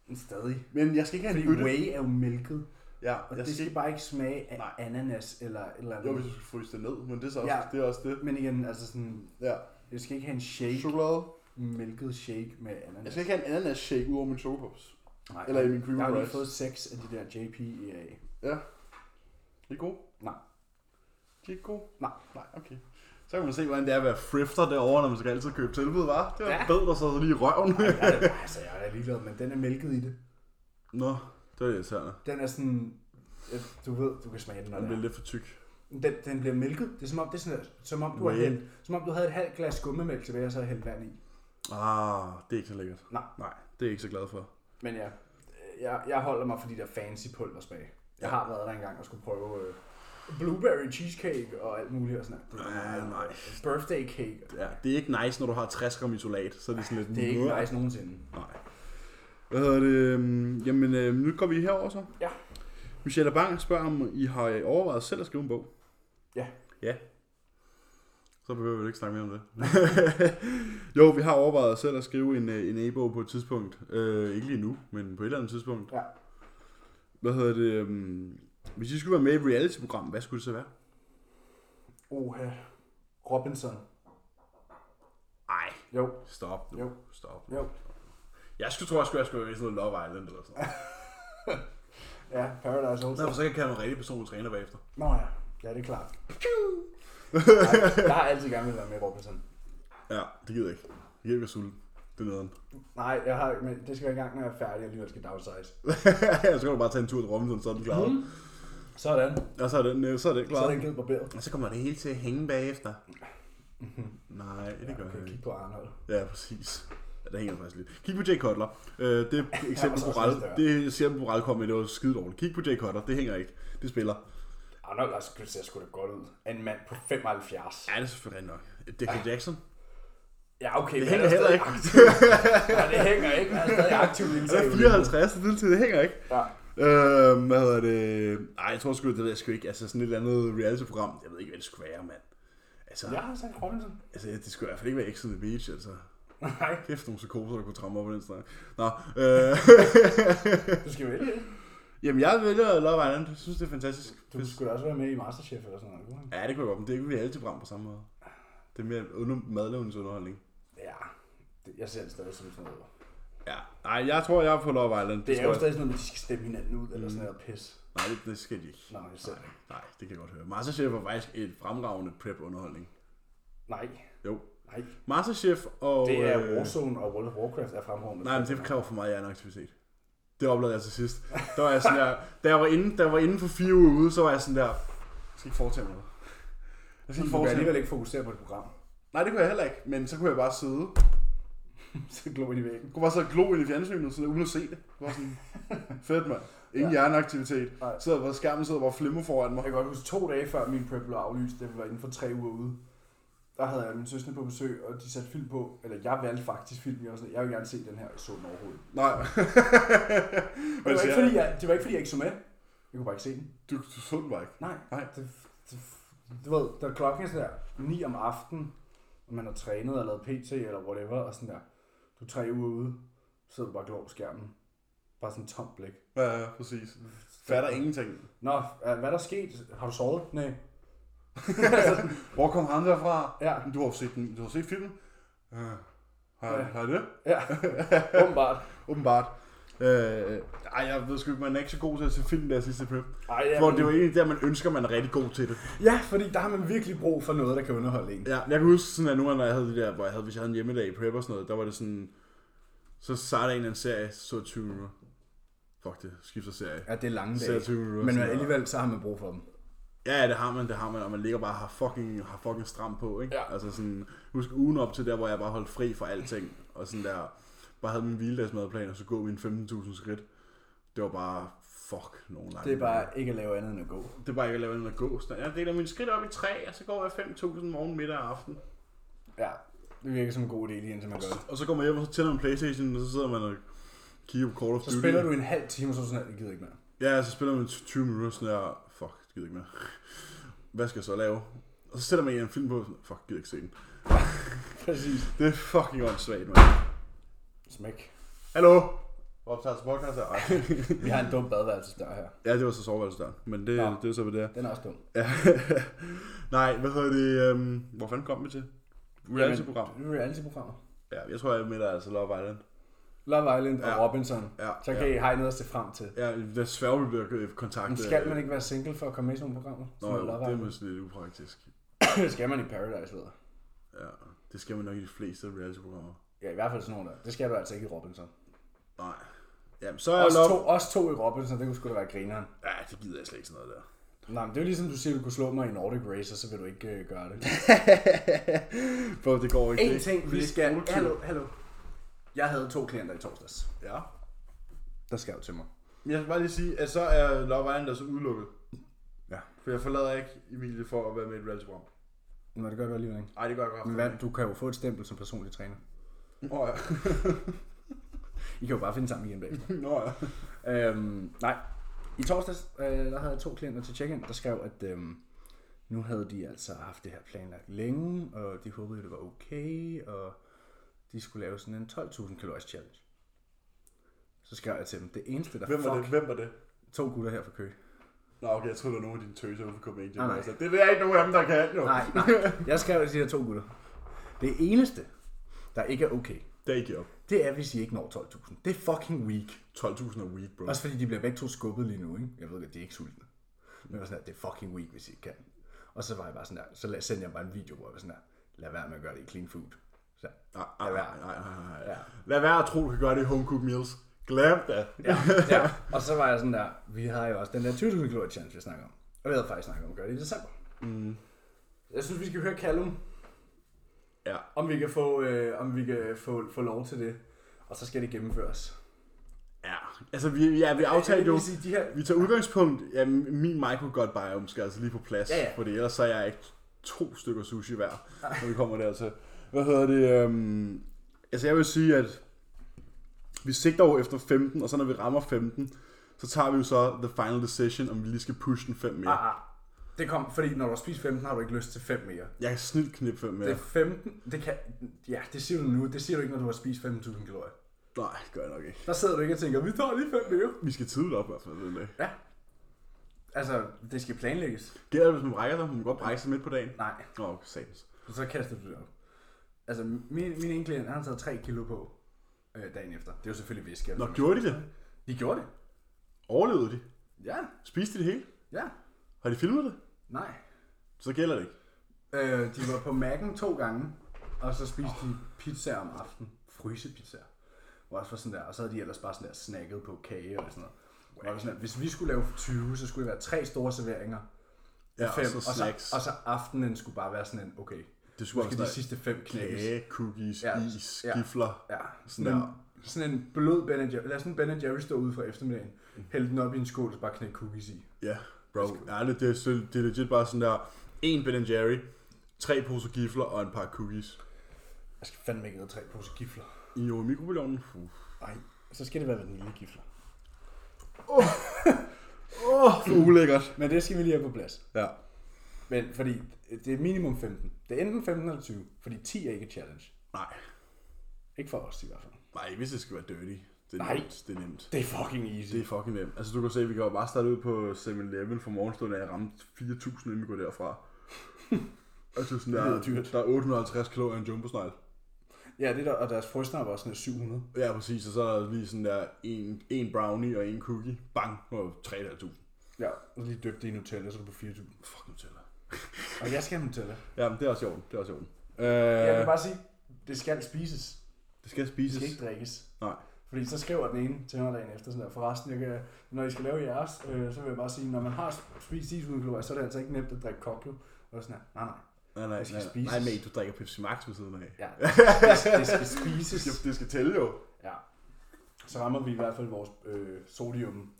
Speaker 1: Men stadig.
Speaker 2: Men jeg skal ikke have
Speaker 1: Fordi
Speaker 2: en bøtte.
Speaker 1: whey er jo mælket,
Speaker 2: Ja,
Speaker 1: og
Speaker 2: jeg
Speaker 1: det
Speaker 2: skal
Speaker 1: skal
Speaker 2: ikke...
Speaker 1: bare ikke smage af
Speaker 2: Nej.
Speaker 1: ananas eller et eller
Speaker 2: Jo,
Speaker 1: andet.
Speaker 2: hvis du skulle fryse det ned, men det er, så også, ja.
Speaker 1: Ja.
Speaker 2: det er også det.
Speaker 1: Men igen, altså sådan,
Speaker 2: Ja.
Speaker 1: jeg skal ikke have en shake,
Speaker 2: Chokolade.
Speaker 1: mælket shake med
Speaker 2: Jeg
Speaker 1: ananas.
Speaker 2: skal ikke have en ananas shake ud over min chokopops.
Speaker 1: Nej,
Speaker 2: Eller i min cream
Speaker 1: jeg har lige
Speaker 2: rice.
Speaker 1: fået seks af de der E JPEA.
Speaker 2: Ja. Det er gode.
Speaker 1: Nej.
Speaker 2: Det er gode.
Speaker 1: Nej.
Speaker 2: Nej, okay. Så kan man se, hvordan det er at være frifter derovre, når man skal altid købe tilbud, var. Det var ja.
Speaker 1: Ja.
Speaker 2: bedre så lige i røven.
Speaker 1: Jeg er, altså, jeg er ligeglad, men den er mælket i det.
Speaker 2: Nå, det var det irriterende.
Speaker 1: Den er sådan, øh, du ved, du kan smage den, når
Speaker 2: Den
Speaker 1: den
Speaker 2: blev
Speaker 1: er.
Speaker 2: lidt for tyk.
Speaker 1: Den, den bliver mælket. Det er som om, det er sådan, som om, du har
Speaker 2: Whey.
Speaker 1: hældt, som om du havde et halvt glas gummimælk tilbage, og så havde hældt vand i.
Speaker 2: Ah, det er ikke så lækkert.
Speaker 1: Nej.
Speaker 2: Nej, det er jeg ikke så glad for.
Speaker 1: Men ja, øh, jeg, jeg holder mig for de der fancy pulversmag. Jeg har været der engang og skulle prøve øh, blueberry cheesecake og alt muligt og sådan noget. Det var
Speaker 2: Ja,
Speaker 1: meget-
Speaker 2: nej.
Speaker 1: Birthday cake.
Speaker 2: Ja, det er ikke nice, når du har 60 gram isolat, så er det sådan lidt...
Speaker 1: Det er ikke nice nogensinde.
Speaker 2: Nej. Hvad hedder det? øhm, Jamen, øhm, nu går vi herover så.
Speaker 1: Ja.
Speaker 2: Michelle Bang spørger, om I har overvejet selv at skrive en bog.
Speaker 1: Ja.
Speaker 2: Ja. Så behøver vi ikke snakke mere om det. jo, vi har overvejet selv at skrive en, øh, en e-bog på et tidspunkt. Øh, ikke lige nu, men på et eller andet tidspunkt.
Speaker 1: Ja.
Speaker 2: Hvad hedder det? øhm, Hvis I skulle være med i et reality-program, hvad skulle det så være?
Speaker 1: Oha. Robinson.
Speaker 2: Nej,
Speaker 1: Jo,
Speaker 2: stop nu.
Speaker 1: Jo.
Speaker 2: Stop.
Speaker 1: jo.
Speaker 2: Jeg skulle tro, jeg skulle, jeg skulle være med i sådan noget Love Island eller sådan noget.
Speaker 1: Ja, Paradise Hotel.
Speaker 2: Nå, for så kan jeg kalde mig rigtig personlig træner bagefter.
Speaker 1: Nå ja, ja det er klart. Jeg, jeg har altid gerne vil være med i Robinson.
Speaker 2: Ja, det gider jeg ikke. Det gider ikke at sulte. Det er nederen.
Speaker 1: Nej, jeg har, men det skal være i gang, når jeg er færdig, og alligevel skal downsize.
Speaker 2: så kan du bare tage en tur til Robinson, så er den klar. Mm.
Speaker 1: Mm. Sådan.
Speaker 2: Og så er den, øh, så er den
Speaker 1: Så
Speaker 2: klar.
Speaker 1: er den blevet barberet.
Speaker 2: Og så kommer det hele til at hænge bagefter. Mhm. Nej, det gør
Speaker 1: okay,
Speaker 2: jeg ikke.
Speaker 1: kig på Arnold.
Speaker 2: Ja, præcis. Ja, det hænger faktisk lidt. Kig på Jay Cutler. Øh, det er eksempel
Speaker 1: så
Speaker 2: på
Speaker 1: også
Speaker 2: Ral.
Speaker 1: lidt større.
Speaker 2: Det ser på Ral kom med, det var skide dårligt. Kig på Jay Cutler, det hænger ikke. Det spiller.
Speaker 1: Arnold også kunne se sgu da godt ud. En mand på 75.
Speaker 2: Ja, det er selvfølgelig nok. Declan Jackson.
Speaker 1: Ja, okay,
Speaker 2: Det
Speaker 1: men han
Speaker 2: hænger
Speaker 1: er
Speaker 2: heller
Speaker 1: stadig
Speaker 2: ikke.
Speaker 1: aktiv. Nej, det hænger ikke, men han er stadig aktiv i
Speaker 2: Han er 54, det er deltid, det hænger ikke.
Speaker 1: Ja.
Speaker 2: Øh, hvad hedder det? Nej, jeg tror sgu, det ved jeg sgu ikke. Altså sådan et eller andet reality-program. Jeg ved ikke, hvad det skulle være, mand. Altså,
Speaker 1: Jeg har sagt Robinson.
Speaker 2: altså det skulle i hvert fald ikke være Exit on the Beach, altså.
Speaker 1: Nej,
Speaker 2: Kæft, nogle psykoser, der kunne tramme op på den snak. Nå, øh,
Speaker 1: du skal vælge det.
Speaker 2: jamen jeg vælger Love Island. Jeg synes, det er fantastisk.
Speaker 1: Du skulle da også være med i Masterchef eller sådan noget. kunne du ikke?
Speaker 2: Ja, det kunne jeg godt, men det er ikke reality-program på samme måde. Det er mere under madlavningsunderholdning.
Speaker 1: Ja, det, jeg ser det stadig som sådan noget.
Speaker 2: Ja. Nej, jeg tror, jeg er på Love Island.
Speaker 1: Det er
Speaker 2: tror
Speaker 1: jo
Speaker 2: jeg- Mm.
Speaker 1: stadig sådan noget, med, at de skal stemme hinanden ud, eller sådan noget pis.
Speaker 2: Nej, det, det skal de ikke.
Speaker 1: Nå, jeg ser det.
Speaker 2: Nej, det kan jeg godt høre. Masterchef er faktisk et fremragende prep-underholdning.
Speaker 1: Nej,
Speaker 2: Jo.
Speaker 1: nej.
Speaker 2: Masterchef og...
Speaker 1: Det er
Speaker 2: øh,
Speaker 1: Warzone og World of Warcraft er fremhåndende.
Speaker 2: Nej, men det kræver for meget hjerneaktivitet. Det oplevede jeg til sidst. Der var jeg sådan der, da jeg var inde, da jeg var inde for fire uger ude, så var jeg sådan der, jeg skal ikke foretage mig noget. Jeg skal
Speaker 1: Du
Speaker 2: ikke
Speaker 1: kan
Speaker 2: foretage mig.
Speaker 1: alligevel ikke fokusere på et program.
Speaker 2: Nej, det kunne jeg heller ikke, men så kunne jeg bare sidde.
Speaker 1: Så glå ind i væggen.
Speaker 2: Jeg kunne bare sidde og glo ind i fjernsynet, sådan der, uden at se det. Det var sådan, fedt mand. Ingen ja. hjerneaktivitet.
Speaker 1: Nej.
Speaker 2: Sidder hvor skærmen sidder bare og flimmer foran
Speaker 1: Jeg
Speaker 2: mig.
Speaker 1: kan godt huske to dage før min prep blev aflyst, da vi var inden for tre uger ude. Der havde jeg min søster på besøg, og de satte film på. Eller jeg valgte faktisk film. Jeg var sådan, jeg vil gerne se den her, jeg så den overhovedet.
Speaker 2: Nej.
Speaker 1: Og det, var ikke, fordi jeg, det var ikke fordi, jeg ikke så med. Jeg kunne bare ikke se den.
Speaker 2: Du, du så den bare ikke.
Speaker 1: Nej.
Speaker 2: Nej.
Speaker 1: Det, det, du ved, der klokken er sådan der 9 om aftenen, og man har trænet og lavet PT eller whatever, og sådan der. Du er tre uger ude, så sidder du bare og glor på skærmen. Bare sådan et tomt blik.
Speaker 2: Ja, ja, præcis. Fatter ingenting.
Speaker 1: Nå, øh, hvad er der sket? Har du sovet? Nej.
Speaker 2: Hvor kom han derfra?
Speaker 1: Ja,
Speaker 2: Du har set, den, du har set filmen? Ja. Har,
Speaker 1: Ja.
Speaker 2: har jeg det?
Speaker 1: ja. Åbenbart.
Speaker 2: Åbenbart. Øh, ej, jeg ved sgu ikke, man er ikke så god til at se film der sidste prep.
Speaker 1: Ej,
Speaker 2: Ja,
Speaker 1: ja,
Speaker 2: Hvor det var egentlig der, man ønsker, man er rigtig god til det.
Speaker 1: ja, fordi der har man virkelig brug for noget, der kan underholde en.
Speaker 2: Ja, jeg kan huske sådan, at nu, når jeg havde det der, hvor jeg havde, hvis jeg havde en hjemmedag i prep og sådan noget, der var det sådan, så startede jeg en, en serie, så så jeg 20 minutter. Fuck det, skifter serie.
Speaker 1: Ja, det er lange
Speaker 2: Så ser jeg 20 minutter.
Speaker 1: Men
Speaker 2: sådan
Speaker 1: alligevel, så har man brug for dem.
Speaker 2: Ja, ja, det har man, det har man, og man ligger bare og har fucking, har fucking stram på, ikke?
Speaker 1: Ja.
Speaker 2: Altså sådan, husk ugen op til der, hvor jeg bare holdt fri fra alting, og sådan der, bare havde min hviledagsmadplan, og så gå mine 15.000 skridt. Det var bare, fuck, nogen lange.
Speaker 1: Det er bare ikke at lave andet end at gå.
Speaker 2: Det er bare ikke at lave en gå. Sådan, Jeg deler mine skridt op i tre, og så går jeg 5.000 morgen, middag og aften.
Speaker 1: Ja, det virker som en god idé lige indtil man gør det.
Speaker 2: Og så går man hjem, og så tænder man Playstation, og så sidder man og kigger på Call of
Speaker 1: Så
Speaker 2: Duty.
Speaker 1: spiller du en halv time, og så er du sådan, at det gider ikke mere.
Speaker 2: Ja, så spiller man 20 minutter, sådan der, fuck, det gider ikke mere. Hvad skal jeg så lave? Og så sætter man igen en film på, sådan, fuck, gider ikke se den.
Speaker 1: Præcis.
Speaker 2: Det er fucking åndssvagt, mand.
Speaker 1: Smæk.
Speaker 2: Hallo? Optager podcast her? Ej.
Speaker 1: Vi har en dum badeværelsesdør her.
Speaker 2: ja, det var så soveværelset der. Men det,
Speaker 1: Nå.
Speaker 2: det er så, hvad det er.
Speaker 1: Den er også dum.
Speaker 2: Ja. Nej, hvad hedder det? Øhm, hvor fanden kom vi til? Reality-program.
Speaker 1: Jamen, Reality-programmer.
Speaker 2: Ja, jeg tror, jeg er med dig, altså Love Island.
Speaker 1: Love Island og
Speaker 2: Ja.
Speaker 1: Robinson.
Speaker 2: Ja,
Speaker 1: Så kan
Speaker 2: ja.
Speaker 1: I have noget at se frem til.
Speaker 2: Ja, desværre vi bliver kontaktet.
Speaker 1: Men skal man ikke være single for at komme med i sådan nogle programmer?
Speaker 2: øh, Nå,
Speaker 1: Som
Speaker 2: jo,
Speaker 1: Love
Speaker 2: det er
Speaker 1: Island?
Speaker 2: måske lidt upraktisk.
Speaker 1: skal man i Paradise, ved jeg.
Speaker 2: Ja, det skal man nok i de fleste reality-programmer.
Speaker 1: Ja, i hvert fald sådan nogle der. Det skal du altså ikke i Robinson.
Speaker 2: Nej. Jamen, så er jeg
Speaker 1: Os
Speaker 2: lov.
Speaker 1: to, os to i Robinson, det kunne sgu da være grineren.
Speaker 2: Ja, det gider jeg slet ikke sådan noget der.
Speaker 1: Nej, men det er jo ligesom, du siger, du kunne slå mig i Nordic Race, og så vil du ikke øh, gøre det.
Speaker 2: Bro, det går ikke.
Speaker 1: En
Speaker 2: Det-
Speaker 1: ting,
Speaker 2: det
Speaker 1: vi
Speaker 2: er
Speaker 1: skal...
Speaker 2: skoletid.
Speaker 1: Hallo, hallo. Jeg havde to klienter i torsdags,
Speaker 2: Ja.
Speaker 1: der skrev til mig.
Speaker 2: Men Jeg skal bare lige sige, at så er Love Island altså udelukket.
Speaker 1: Ja.
Speaker 2: For jeg forlader ikke Emilie for at være med i et reality-program.
Speaker 1: Men det gør du alligevel ikke.
Speaker 2: Ej, det gør jeg godt.
Speaker 1: Men hvad, du kan jo få et stempel som personlig træner.
Speaker 2: Nå ja.
Speaker 1: I kan jo bare finde sammen igen bagefter.
Speaker 2: Nå ja.
Speaker 1: øhm, nej. I torsdags, øh, der havde jeg to klienter til check-in, der skrev, at øhm, nu havde de altså haft det her planlagt længe, og de håbede, det var okay, og de skulle lave sådan en 12.000 kalories challenge. Så skrev jeg til dem, det eneste, der
Speaker 2: Hvem var det?
Speaker 1: fuck,
Speaker 2: Hvem var det?
Speaker 1: to gutter her fra Køge.
Speaker 2: Nå, okay, jeg troede, det var nogen af dine tøser, hvorfor kom ikke
Speaker 1: Nej, nej.
Speaker 2: det? Altså, Det er der ikke nogen af dem, der kan, jo.
Speaker 1: Nej, nej. Jeg skrev til de her to gutter. Det eneste, der ikke er okay,
Speaker 2: Det er ikke op.
Speaker 1: det er, hvis I ikke når 12.000. Det er fucking weak.
Speaker 2: 12.000 er weak, bro.
Speaker 1: Også fordi de bliver begge to skubbet lige nu, ikke? Jeg ved godt, de er ikke sultne. Men jeg var sådan, at det er fucking weak, hvis I ikke kan. Og så var jeg bare sådan der, så la- sendte jeg bare en video, hvor jeg var sådan der, lad være med at gøre det i clean food. Så,
Speaker 2: Nej, nej,
Speaker 1: Lad
Speaker 2: nej,
Speaker 1: være.
Speaker 2: nej, nej, nej.
Speaker 1: ja.
Speaker 2: Lad være at tro, du kan gøre det i home cooked meals. Glem det.
Speaker 1: ja, ja. Og så var jeg sådan der, vi har jo også den der 20.000 kalorie challenge, vi snakker om. Og vi havde faktisk snakket om at gøre det i december.
Speaker 2: Mm.
Speaker 1: Jeg synes, vi skal høre Callum,
Speaker 2: Ja.
Speaker 1: om vi kan få, øh, om vi kan få, få lov til det. Og så skal det gennemføres.
Speaker 2: Ja. Altså, vi, ja, vi aftalte
Speaker 1: Det
Speaker 2: jo...
Speaker 1: vil sige, de her...
Speaker 2: Vi tager udgangspunkt, ja, min microgut-biome skal altså lige på plads,
Speaker 1: Ja, ja.
Speaker 2: fordi ellers så er jeg ikke to stykker sushi hver, når vi kommer dertil. Hvad hedder det? Øhm, altså jeg vil sige, at vi sigter jo efter 15, og så når vi rammer 15, så tager vi jo så the final decision, om vi lige skal pushe den 5 mere.
Speaker 1: Ah, ah. Det kom, fordi når du har spist 15, har du ikke lyst til 5 mere.
Speaker 2: Jeg kan snilt knippe 5 mere.
Speaker 1: Det er 15, det kan, ja, det siger du nu, det siger du ikke, når du har spist 5.000 kalorier.
Speaker 2: Nej, det gør jeg nok ikke.
Speaker 1: Der sidder du ikke og tænker, vi tager lige 5 mere.
Speaker 2: Vi skal tidligt op i hvert fald den dag.
Speaker 1: Ja. Altså, det skal planlægges.
Speaker 2: Gælder det, hvis man brækker sig? Må man godt brække sig midt på dagen?
Speaker 1: Nej,
Speaker 2: Nå, okay, satans.
Speaker 1: så kaster du det op. Altså, min, min ene klient, han har taget 3 kilo på øh, dagen efter. Det er jo selvfølgelig væske.
Speaker 2: Nå,
Speaker 1: altså.
Speaker 2: gjorde de det?
Speaker 1: De gjorde det.
Speaker 2: Overlevede de?
Speaker 1: Ja,
Speaker 2: Spiste de det hele?
Speaker 1: ja,
Speaker 2: Har de filmet det?
Speaker 1: nej.
Speaker 2: Så gælder det ikke.
Speaker 1: Øh, de var på Mac'en to gange, og så spiste de pizza om aftenen. Frysepizza. Hvor også var sådan der, og så havde de ellers bare sådan der snakket på kage og sådan noget. Hvor jeg var sådan der, hvis vi skulle lave for 20, så skulle det være tre store serveringer.
Speaker 2: Ja,
Speaker 1: fem,
Speaker 2: og så
Speaker 1: og,
Speaker 2: snacks.
Speaker 1: så, og så aftenen skulle bare være sådan en, okay,
Speaker 2: Det
Speaker 1: nu
Speaker 2: skulle
Speaker 1: skal
Speaker 2: også
Speaker 1: de
Speaker 2: sidste
Speaker 1: sidste fem knækkes.
Speaker 2: knække, cookies,
Speaker 1: Ja,
Speaker 2: ja, is,
Speaker 1: ja.
Speaker 2: ja. gifler.
Speaker 1: Ja, sådan
Speaker 2: Sådan
Speaker 1: en,
Speaker 2: der.
Speaker 1: sådan en blød Ben Jerry. Lad sådan en Ben Jerry stå ude for eftermiddagen. Hælde den op i en skål, så bare knække cookies i.
Speaker 2: Ja, bro. Ærligt, det er, selv- det er legit bare sådan der, en Ben Jerry, tre poser gifler og en par cookies.
Speaker 1: Jeg skal fandme ikke have tre poser gifler.
Speaker 2: I jo mikrobølgeovnen. Åh,
Speaker 1: Nej, så skal det være vaniljegifler.
Speaker 2: oh, så ulækkert.
Speaker 1: Men det skal vi lige have på plads.
Speaker 2: Ja.
Speaker 1: Men fordi øh, det er minimum 15. Det er enten 15 eller 20, fordi 10 er ikke et challenge.
Speaker 2: Nej,
Speaker 1: Ikke for os i hvert fald.
Speaker 2: nej, hvis det skal være dirty. Det er
Speaker 1: Nej.
Speaker 2: nemt, det er nemt.
Speaker 1: Det er fucking easy.
Speaker 2: Det er fucking nemt. Altså du kan se, vi kan jo bare starte ud på 7-Eleven for morgenstunden, og jeg ramte 4.000, inden vi går derfra. altså sådan der,
Speaker 1: lyder dyrt.
Speaker 2: der er 850 kalorier i en jumbo snegl.
Speaker 1: Ja, det der, og deres frøsnap er også sådan et 700.
Speaker 2: Ja, præcis. Og så er der lige sådan der en, en brownie og en cookie. Bang, og 3.500.
Speaker 1: Ja, og lige døbt det i Nutella, så er du på 4.000.
Speaker 2: Fuck Nutella.
Speaker 1: Og jeg skal have Nutella.
Speaker 2: Ja, men det er også i orden. Det er også i orden. Øh,
Speaker 1: Jeg vil
Speaker 2: ja,
Speaker 1: bare sige, det skal spises.
Speaker 2: det skal
Speaker 1: Det
Speaker 2: spises.
Speaker 1: skal ikke drikkes.
Speaker 2: Nej.
Speaker 1: Fordi så skriver den ene til mig dagen efter sådan der, forresten, jeg kan, når I skal lave jeres, øh, så vil jeg bare sige, når man har spist 10.000 kalorier, så er det altså ikke nemt at drikke cocktail. Og sådan her, nej, nej.
Speaker 2: Nej, nej,
Speaker 1: Det skal
Speaker 2: nej,
Speaker 1: spises.
Speaker 2: nej, mate, du drikker Pepsi Max ved siden af.
Speaker 1: Ja, det, skal- det skal
Speaker 2: Det
Speaker 1: spises.
Speaker 2: skal, det skal tælle jo.
Speaker 1: Ja. Så rammer vi i hvert fald vores øh, sodium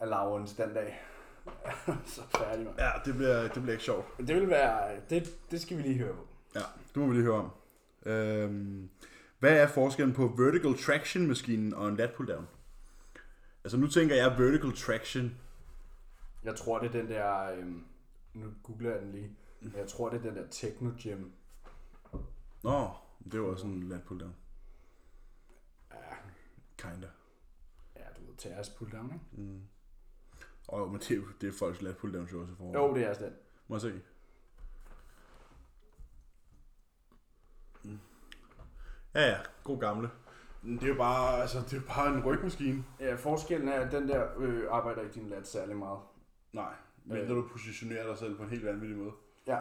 Speaker 1: allowance den dag. så færdig, man.
Speaker 2: Ja, det bliver, det bliver ikke sjovt.
Speaker 1: Det vil være... Det, det skal vi lige høre på.
Speaker 2: Ja, det må vi lige høre om. Øhm, hvad er forskellen på vertical traction maskinen og en lat pulldown? Altså nu tænker jeg vertical traction.
Speaker 1: Jeg tror, det er den der... Øh, nu googler jeg den lige. Men Jeg tror, det er den der Techno Gym.
Speaker 2: Nå, det var sådan en lat pulldown.
Speaker 1: Ja,
Speaker 2: Kinda.
Speaker 1: ja du ved, Terras pull down, ikke?
Speaker 2: Mm. Og jo, men det, er jo- det er folks lat pulldown show også for.
Speaker 1: Jo, det er også den.
Speaker 2: Må jeg se. Mm. Ja, ja. God gamle. Det er jo bare, altså, det er bare en rygmaskine.
Speaker 1: Ja, forskellen er, at den der øh, arbejder ikke din lat særlig meget.
Speaker 2: Nej, mindre du positionerer dig selv på en helt vanvittig måde.
Speaker 1: Ja.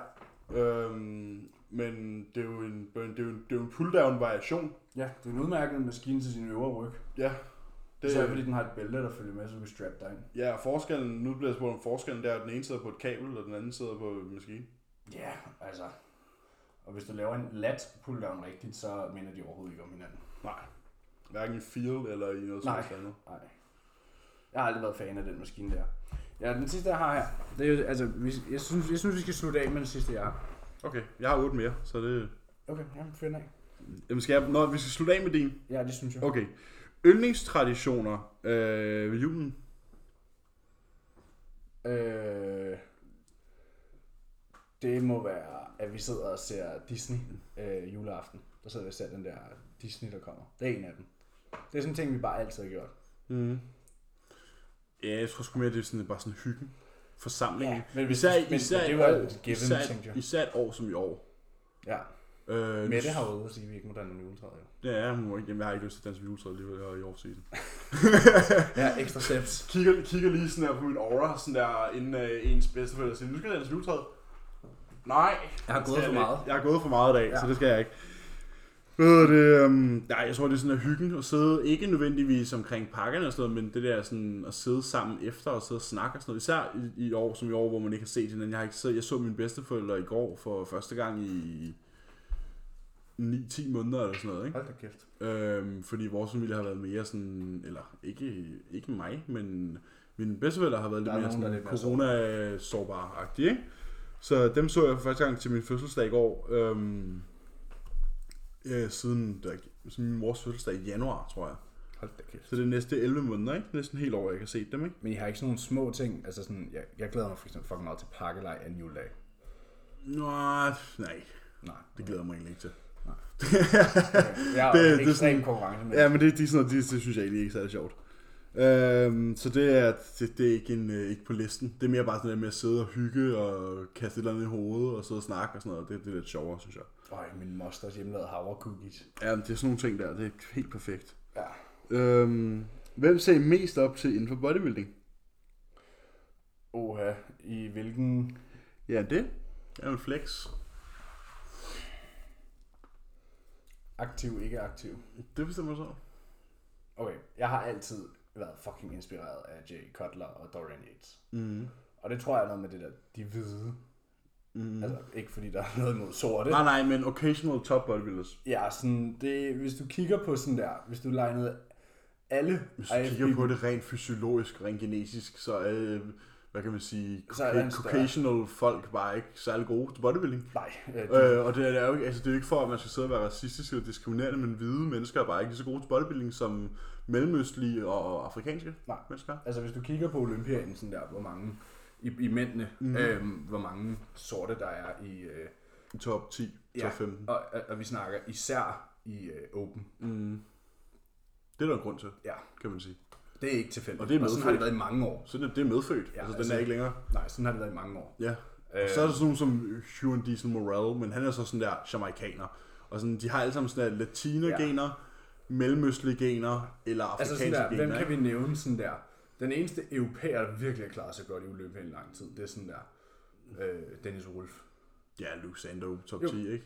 Speaker 2: Øhm, men det er jo en, det er jo en, det er jo en pull-down variation.
Speaker 1: Ja, det er en udmærket maskine til sin øvre ryg.
Speaker 2: Ja,
Speaker 1: Det... Især fordi
Speaker 2: det,
Speaker 1: den har et bælte, der følger med, så du kan strap dig ind.
Speaker 2: ja, og forskellen, nu bliver jeg spurgt om forskellen, der er, at den ene sidder på et kabel, og den anden sidder på en maskine.
Speaker 1: Ja, altså. Og hvis du laver en lat pulldown rigtigt, så minder de overhovedet ikke om hinanden.
Speaker 2: Nej, hverken i field eller i noget
Speaker 1: Nej.
Speaker 2: sådan noget andet.
Speaker 1: Nej. Jeg har aldrig været fan af den maskine der. Ja, den sidste jeg har her. Det er, jo- altså, vi, jeg, synes, jeg synes, vi skal slutte af med den sidste, jeg har.
Speaker 2: Okay, jeg har otte mere, så det...
Speaker 1: Okay, jamen finder af.
Speaker 2: Jamen skal jeg... Nå, vi skal slutte af med din.
Speaker 1: Ja, det synes jeg.
Speaker 2: Okay. Yndlingstraditioner øh, ved julen.
Speaker 1: Øh, det må være, at vi sidder og ser Disney øh, juleaften. Der sidder vi og ser den der Disney, der kommer. Det er en af dem. Det er sådan en ting, vi bare altid har gjort.
Speaker 2: Mm. Ja, jeg tror sgu mere, det er sådan, bare sådan hyggen. Forsamlingen.
Speaker 1: men, hvis-
Speaker 2: Især,
Speaker 1: men-
Speaker 2: især,
Speaker 1: men
Speaker 2: et
Speaker 1: det var et
Speaker 2: år,
Speaker 1: given,
Speaker 2: især, et-
Speaker 1: tænkte jeg.
Speaker 2: især et år som i år.
Speaker 1: Ja,
Speaker 2: Øh,
Speaker 1: Mette har jo ude og sige, at vi ikke må danne en juletræ. jo.
Speaker 2: Ja, hun må ikke. Jamen, jeg har ikke lyst til at danse ved juletræet lige her i off-season.
Speaker 1: Ja, ekstra steps.
Speaker 2: Kigger, kigger lige sådan her på min aura, sådan der, inden øh, ens bedsteforældre siger, nu skal jeg danse ved juletræet. Nej.
Speaker 1: Jeg har
Speaker 2: det
Speaker 1: gået
Speaker 2: skal
Speaker 1: for
Speaker 2: jeg
Speaker 1: meget.
Speaker 2: ikke. Jeg har gået for meget i dag, ja. så
Speaker 1: Ja.
Speaker 2: det skal jeg ikke. Ved det, øhm, nej, jeg tror, det er sådan at hyggen at sidde, ikke nødvendigvis omkring pakkerne og sådan noget, men det der sådan at sidde sammen efter og sidde og snakke og sådan noget. Især i, i år, som i år, hvor man ikke har set hinanden. Jeg, har ikke siddet, jeg så mine bedsteforældre i går for første gang i 9-10 måneder eller sådan noget. Ikke?
Speaker 1: Hold da kæft.
Speaker 2: Øhm, fordi vores familie har været mere sådan, eller ikke, ikke mig, men mine bedsteforældre har været
Speaker 1: Der
Speaker 2: lidt
Speaker 1: er
Speaker 2: mere
Speaker 1: nogen, der er
Speaker 2: sådan
Speaker 1: lidt mere
Speaker 2: corona-sårbare-agtige, ikke? Så dem så jeg for første gang til min fødselsdag i går, øhm, ja, siden der, siden min mors fødselsdag i januar, tror jeg.
Speaker 1: Hold da kæft.
Speaker 2: Så det er næste 11 måneder, ikke? Næsten helt over, jeg kan se dem, ikke?
Speaker 1: Men I har ikke sådan nogle små ting? Altså sådan, jeg, jeg glæder mig for eksempel fucking meget til pakkelej anden juledag.
Speaker 2: Nå, nej,
Speaker 1: Nej.
Speaker 2: det glæder jeg mig egentlig ikke til.
Speaker 1: Jeg er det,
Speaker 2: Det- det er
Speaker 1: ekstrem
Speaker 2: sådan-
Speaker 1: sådan... konkurrence med.
Speaker 2: Ja, men det, de, er sådan, noget, det, det synes jeg egentlig ikke er særlig sjovt. Øhm, så det er, det, det er ikke, en, øh, ikke på listen. Det er mere bare sådan noget med at sidde og hygge og kaste et eller andet i hovedet og sidde og snakke og sådan noget. Det, det er lidt sjovere, synes jeg.
Speaker 1: Øj, min mosters hjemmelavede havrecookies.
Speaker 2: Ja, men det er sådan nogle ting der. Det er helt perfekt.
Speaker 1: Ja.
Speaker 2: Øhm, hvem ser I mest op til inden for bodybuilding?
Speaker 1: Oha, i hvilken...
Speaker 2: Ja, det er jo en flex.
Speaker 1: Aktiv, ikke aktiv.
Speaker 2: Det bestemmer du så.
Speaker 1: Okay, jeg har altid været fucking inspireret af Jay Cutler og Dorian Yates.
Speaker 2: Mm.
Speaker 1: Og det tror jeg er noget med det der, de hvide.
Speaker 2: Mm.
Speaker 1: Mm. Altså, ikke fordi der er noget imod sorte.
Speaker 2: Nej, nej, men occasional top bodybuilders.
Speaker 1: Ja, sådan, det, hvis du kigger på sådan der, hvis du legnede alle
Speaker 2: Hvis du kigger på det rent fysiologisk, rent genetisk, så er, øh, hvad kan man sige,
Speaker 1: Så er der en
Speaker 2: coca-
Speaker 1: større-
Speaker 2: occasional folk bare ikke særlig gode til bodybuilding.
Speaker 1: Nej, øh, de,
Speaker 2: Øh, og det er, det er jo ikke, altså det er jo ikke for, at man skal sidde og være racistisk eller diskriminerende, men hvide mennesker er bare ikke lige så gode til bodybuilding som mellemøstlige og afrikanske
Speaker 1: Nej.
Speaker 2: mennesker. er.
Speaker 1: altså hvis du kigger på Olympiaden, sådan der, hvor mange i, i mændene,
Speaker 2: Mhm.
Speaker 1: mm. øhm, hvor mange sorte der er i, øh,
Speaker 2: I Top 10,
Speaker 1: Ja.
Speaker 2: top 15.
Speaker 1: og, og- og vi snakker især i øh, Open.
Speaker 2: Mm. Det er der en grund til,
Speaker 1: Ja,
Speaker 2: kan man sige.
Speaker 1: det er ikke tilfældigt.
Speaker 2: Og det er
Speaker 1: og sådan har det
Speaker 2: medfødt.
Speaker 1: været i mange år.
Speaker 2: Så det, det er medfødt. Ja,
Speaker 1: Ja,
Speaker 2: altså, den
Speaker 1: altså-
Speaker 2: er ikke længere.
Speaker 1: Nej, sådan har det været i mange år.
Speaker 2: Ja. Øh. Så er der sådan nogen som Hugh Diesel Morel, men han er så sådan der jamaikaner. Og sådan, de har alle sammen sådan der latino-gener, ja. mellemøstlige gener eller
Speaker 1: Altså
Speaker 2: afrikanske
Speaker 1: sådan der,
Speaker 2: gener.
Speaker 1: hvem kan
Speaker 2: ikke?
Speaker 1: vi nævne sådan der? Den eneste europæer, der virkelig har klaret sig godt i Olympia i lang tid, det er sådan der, øh, Dennis Wolf.
Speaker 2: Ja, Luke Sando, top
Speaker 1: Jo.
Speaker 2: 10, ikke?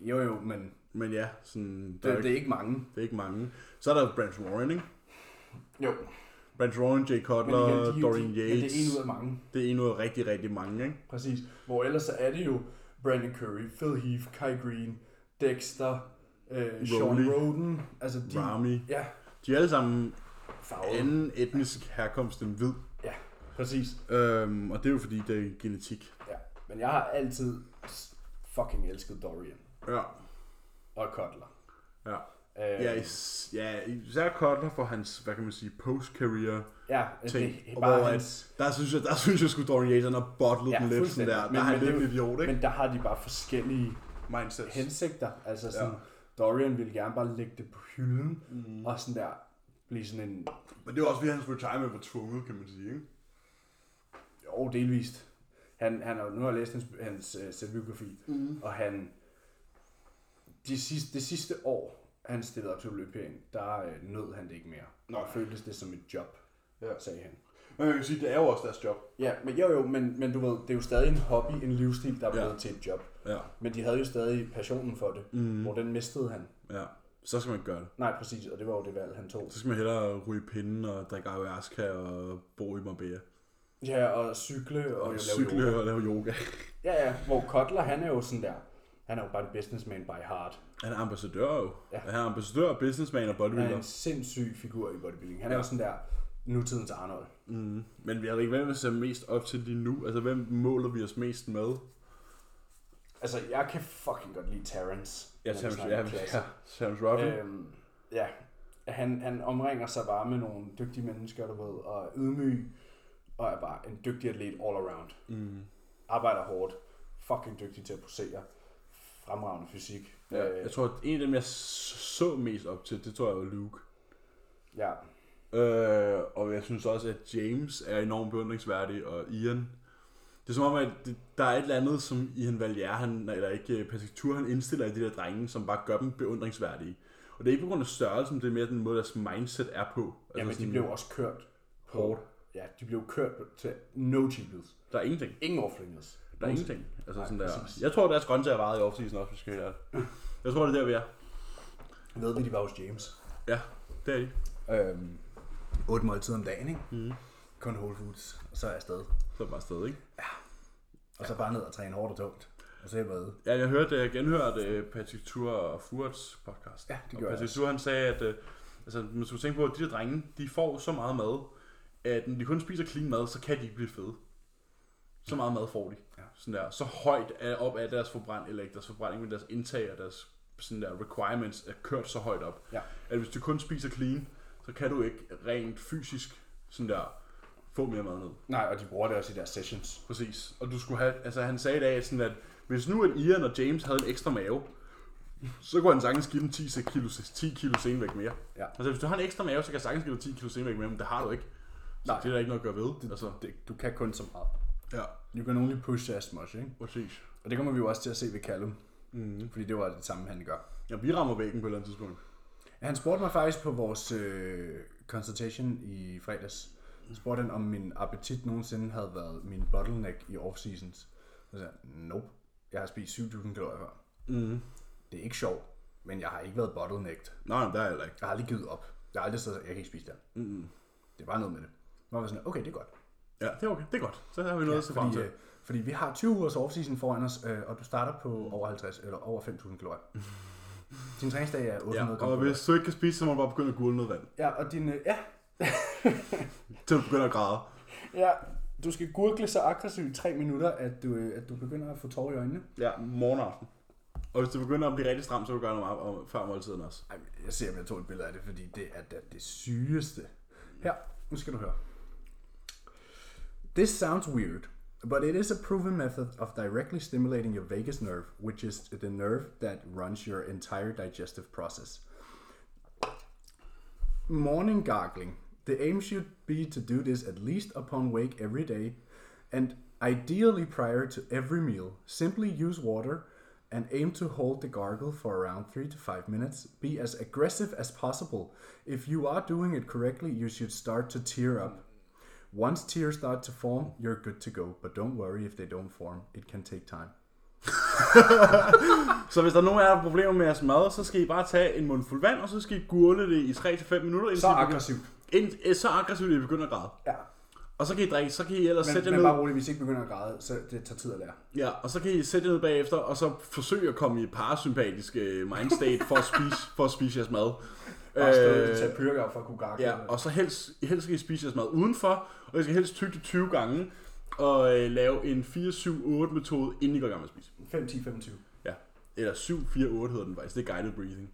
Speaker 1: Jo jo, men
Speaker 2: Men ja, sådan, der
Speaker 1: det,
Speaker 2: er jo
Speaker 1: det
Speaker 2: ikke,
Speaker 1: er ikke mange.
Speaker 2: det er ikke mange. Så er der Branch Warren, ikke?
Speaker 1: Jo,
Speaker 2: Branch Warren, Jay
Speaker 1: men igen,
Speaker 2: Cutler,
Speaker 1: de,
Speaker 2: Dorian
Speaker 1: de, men
Speaker 2: Yates.
Speaker 1: det er en ud af mange.
Speaker 2: det er en ud af rigtig, rigtig mange, ikke?
Speaker 1: Præcis. Hvor ellers så er det jo Brandon Curry, Phil Heath, Kai Green, Dexter, øh,
Speaker 2: Rowley.
Speaker 1: Sean Roden. Altså de,
Speaker 2: Rami.
Speaker 1: Ja,
Speaker 2: De er alle sammen
Speaker 1: farvet.
Speaker 2: anden etnisk herkomst end hvid.
Speaker 1: Ja, præcis.
Speaker 2: Øhm, og det er jo fordi, det er genetik.
Speaker 1: Ja. Men jeg har altid s- fucking elsket Dorian
Speaker 2: Ja.
Speaker 1: og Cutler.
Speaker 2: Ja.
Speaker 1: Øh,
Speaker 2: Ja, is, ja især Cutler for hans, hvad kan man sige, post-career
Speaker 1: ja,
Speaker 2: ting.
Speaker 1: det er
Speaker 2: Og
Speaker 1: bare
Speaker 2: hvor,
Speaker 1: hans...
Speaker 2: at, der, synes jeg, der synes jeg sgu Dorian Yates, han har bottlet
Speaker 1: Ja,
Speaker 2: den lidt sådan
Speaker 1: fuldstændig.
Speaker 2: der. Der
Speaker 1: Men-
Speaker 2: er han
Speaker 1: men det
Speaker 2: lidt
Speaker 1: er
Speaker 2: en
Speaker 1: jo-
Speaker 2: idiot, ikke?
Speaker 1: Men der har de bare forskellige
Speaker 2: Mindset.
Speaker 1: hensigter. Altså sådan, ja. Dorian ville gerne bare lægge det på hylden, mm. og sådan der blive sådan en,
Speaker 2: Men det var også fordi, hans retirement var tvunget, kan man sige, ikke?
Speaker 1: jo delvist. Han, han har, nu har jeg læst hans, hans uh, selvbiografi,
Speaker 2: Mhm.
Speaker 1: mm. og han, de sidste, det sidste år, han stillede op til Olympien, der øh, nød han det ikke mere.
Speaker 2: Nej.
Speaker 1: Nå. føltes det som et job,
Speaker 2: Ja.
Speaker 1: sagde han.
Speaker 2: Men man kan sige, det er jo også deres job.
Speaker 1: Ja, men jo jo, men, men du ved, det er jo stadig en hobby, en livsstil, der er
Speaker 2: Ja.
Speaker 1: blevet ja. til et job.
Speaker 2: Ja, Mhm.
Speaker 1: Men de havde jo stadig passionen for det, mm. hvor den mistede han.
Speaker 2: ja. Så skal man ikke gøre det.
Speaker 1: Nej, præcis, og det var jo det valg, han tog.
Speaker 2: Så skal man hellere ryge pinden og drikke ayahuasca og bo i Marbella.
Speaker 1: Ja, og cykle og,
Speaker 2: Og
Speaker 1: og
Speaker 2: cykle
Speaker 1: Yoga.
Speaker 2: og lave yoga.
Speaker 1: Ja, ja, hvor Kotler, han er jo sådan der, han er jo bare en businessman by heart.
Speaker 2: Han er ambassadør jo.
Speaker 1: Ja.
Speaker 2: Ja. Han er ambassadør, businessman og
Speaker 1: Han er
Speaker 2: bodybuilder.
Speaker 1: en sindssyg figur i bodybuilding. Han er jo sådan der nutidens Arnold.
Speaker 2: Mm. Men vi er ikke, hvem vi ser mest op til lige nu? Altså, hvem måler vi os mest med?
Speaker 1: Altså, jeg kan fucking godt lide Terrence.
Speaker 2: Ja,
Speaker 1: når vi
Speaker 2: Terence,
Speaker 1: snakker
Speaker 2: ja,
Speaker 1: klasse.
Speaker 2: ja, Terence Ruffin. Øh.
Speaker 1: Øhm, ja, han, han omringer sig bare med nogle dygtige mennesker, du ved, og er ydmyg, og er bare en dygtig atlet all around.
Speaker 2: Mm.
Speaker 1: Arbejder hårdt, fucking dygtig til at posere, fremragende fysik.
Speaker 2: Ja.
Speaker 1: øh,
Speaker 2: Jeg tror, at en af dem, jeg s- så mest op til, det tror jeg var Luke.
Speaker 1: ja.
Speaker 2: Øh, og jeg synes også, at James er enormt beundringsværdig, og Ian. Det er som om, at det, der er et eller andet, som Ian Valier, han, eller ikke øh, Patrick Tur, han indstiller i de der drenge, som bare gør dem beundringsværdige. Og det er ikke på grund af størrelsen, det er mere den måde, deres mindset er på. Altså
Speaker 1: ja, men de
Speaker 2: sådan,
Speaker 1: blev også kørt på-
Speaker 2: hårdt.
Speaker 1: Ja, de blev kørt på- til no cheapest.
Speaker 2: Der er ingenting.
Speaker 1: Ingen overflænges.
Speaker 2: Der er ingenting. Altså
Speaker 1: Nej,
Speaker 2: sådan der.
Speaker 1: præcis.
Speaker 2: Jeg tror, deres grøntsager vejede i offseason også, hvis vi skal have Jeg tror, det er der, vi er.
Speaker 1: Ved vi, de var hos James.
Speaker 2: Ja, det er de.
Speaker 1: Øhm, 8 måltider om dagen, ikke?
Speaker 2: Mhm.
Speaker 1: Kun Whole Foods, og så er jeg afsted.
Speaker 2: Så bare afsted, ikke?
Speaker 1: Og så bare ned og træne hårdt og tungt. Og så er jeg med.
Speaker 2: Ja, jeg hørte, jeg genhørte øh, Patrick Tur og Furts podcast.
Speaker 1: Ja, det
Speaker 2: og
Speaker 1: gjorde jeg
Speaker 2: Patrick Tur, han sagde, at øh, altså, man skulle tænke på, at de der drenge, de får så meget mad, at når de kun spiser clean mad, så kan de ikke blive fede. Så meget mad får de.
Speaker 1: Ja.
Speaker 2: Sådan der, så højt er, op er deres forbrænd, eller ikke deres forbrænding, men deres indtag og deres sådan der requirements er kørt så højt op,
Speaker 1: Ja.
Speaker 2: at hvis du kun spiser clean, så kan du ikke rent fysisk sådan der, få mere mad ned.
Speaker 1: Nej, og de bruger det også i deres sessions.
Speaker 2: Præcis. Og du skulle have, altså han sagde i dag, sådan at hvis nu at Ian og James havde en ekstra mave, så kunne han sagtens give dem 10 se- kilo, 10 kilo senvægt mere.
Speaker 1: Ja.
Speaker 2: Altså hvis du har en ekstra mave, så kan jeg sagtens give dig 10 kilo senvægt mere, men det har du ikke. Så
Speaker 1: Nej.
Speaker 2: det er der ikke noget at gøre ved. Altså,
Speaker 1: Det, du kan kun så meget.
Speaker 2: ja,
Speaker 1: You can only push as much, ikke?
Speaker 2: præcis.
Speaker 1: Og det kommer vi jo også til at se ved Callum.
Speaker 2: Mm.
Speaker 1: Fordi det var det samme, han gør.
Speaker 2: Ja, vi rammer væggen på et eller andet tidspunkt.
Speaker 1: Ja, han spurgte mig faktisk på vores øh, consultation i fredags. Så spurgte han, om min appetit nogensinde havde været min bottleneck i off-seasons. Så sagde jeg, nope. Jeg har spist 7.000 kalorier før.
Speaker 2: Mm.
Speaker 1: Det er ikke sjovt, men jeg har ikke været bottlenecked.
Speaker 2: Nej, men der er jeg heller ikke.
Speaker 1: Jeg har aldrig givet op. Jeg har aldrig sagt, jeg kan ikke spise det. her."
Speaker 2: Mm.
Speaker 1: Det er bare noget med det. Man var sådan, okay, det er godt.
Speaker 2: Ja, det er okay. Det er godt. Så har vi noget ja, at se frem
Speaker 1: Fordi,
Speaker 2: til.
Speaker 1: øh, fordi vi har 20 ugers offseason foran os, øh, og du starter på
Speaker 2: Mm.
Speaker 1: over 50 eller over 5.000 kalorier. Din træningsdag er 800
Speaker 2: Ja, og
Speaker 1: kalorier.
Speaker 2: hvis du ikke kan spise, så må du bare begynde at gulde noget vand,
Speaker 1: Ja, og din, øh, ja,
Speaker 2: til du begynder at græde.
Speaker 1: ja, du skal gurgle så aggressivt i 3 minutter, at du, øh, at du begynder at få tårer i øjnene.
Speaker 2: Ja, morgen og aften. Og hvis du begynder at blive rigtig stram, så vil du gøre noget om, om, før måltiden også.
Speaker 1: Ej, jeg ser, om jeg tog et billede af det, fordi det er da det sygeste. Her, nu skal du høre. This sounds weird, but it is a proven method of directly stimulating your vagus nerve, which is the nerve that runs your entire digestive process. Morning gargling. The aim should be to do this at least upon wake every day, and ideally prior to every meal. Simply use water and aim to hold the gargle for around 3 to 5 minutes. Be as aggressive as possible. If you are doing it correctly, you should start to tear up. Once tears start to form, you're good to go, but don't worry if they don't form. It can take time.
Speaker 2: Så hvis der er nogen af jer, der har problemer med jeres mad, så skal I bare tage en mundfuld vand, og så skal I gurle det i 3-5 minutter, indtil, I,
Speaker 1: aggressivt.
Speaker 2: ind, eh, så aggressivt, at I begynder at græde.
Speaker 1: Ja.
Speaker 2: Og så kan I drikke, så kan I ellers sætte
Speaker 1: Men,
Speaker 2: jer
Speaker 1: men
Speaker 2: ned,
Speaker 1: bare roligt, hvis I ikke begynder at græde, så det tager tid at lære.
Speaker 2: ja, og så kan I sætte jer ned bagefter, og så forsøge at komme i parasympatisk øh, mindstate for at spise, for at spise jeres mad. Øh,
Speaker 1: Bare stå og tage pyrker for at kunne gargle.
Speaker 2: Ja, og så helst, helst skal I spise jeres mad udenfor, og I skal helst tygge det 20 gange, og øh, lave en 4-7-8-metode, inden I går i gang med at spise.
Speaker 1: 5, 10, 25.
Speaker 2: Ja, eller 7-4-8 hedder den faktisk, det er guided breathing.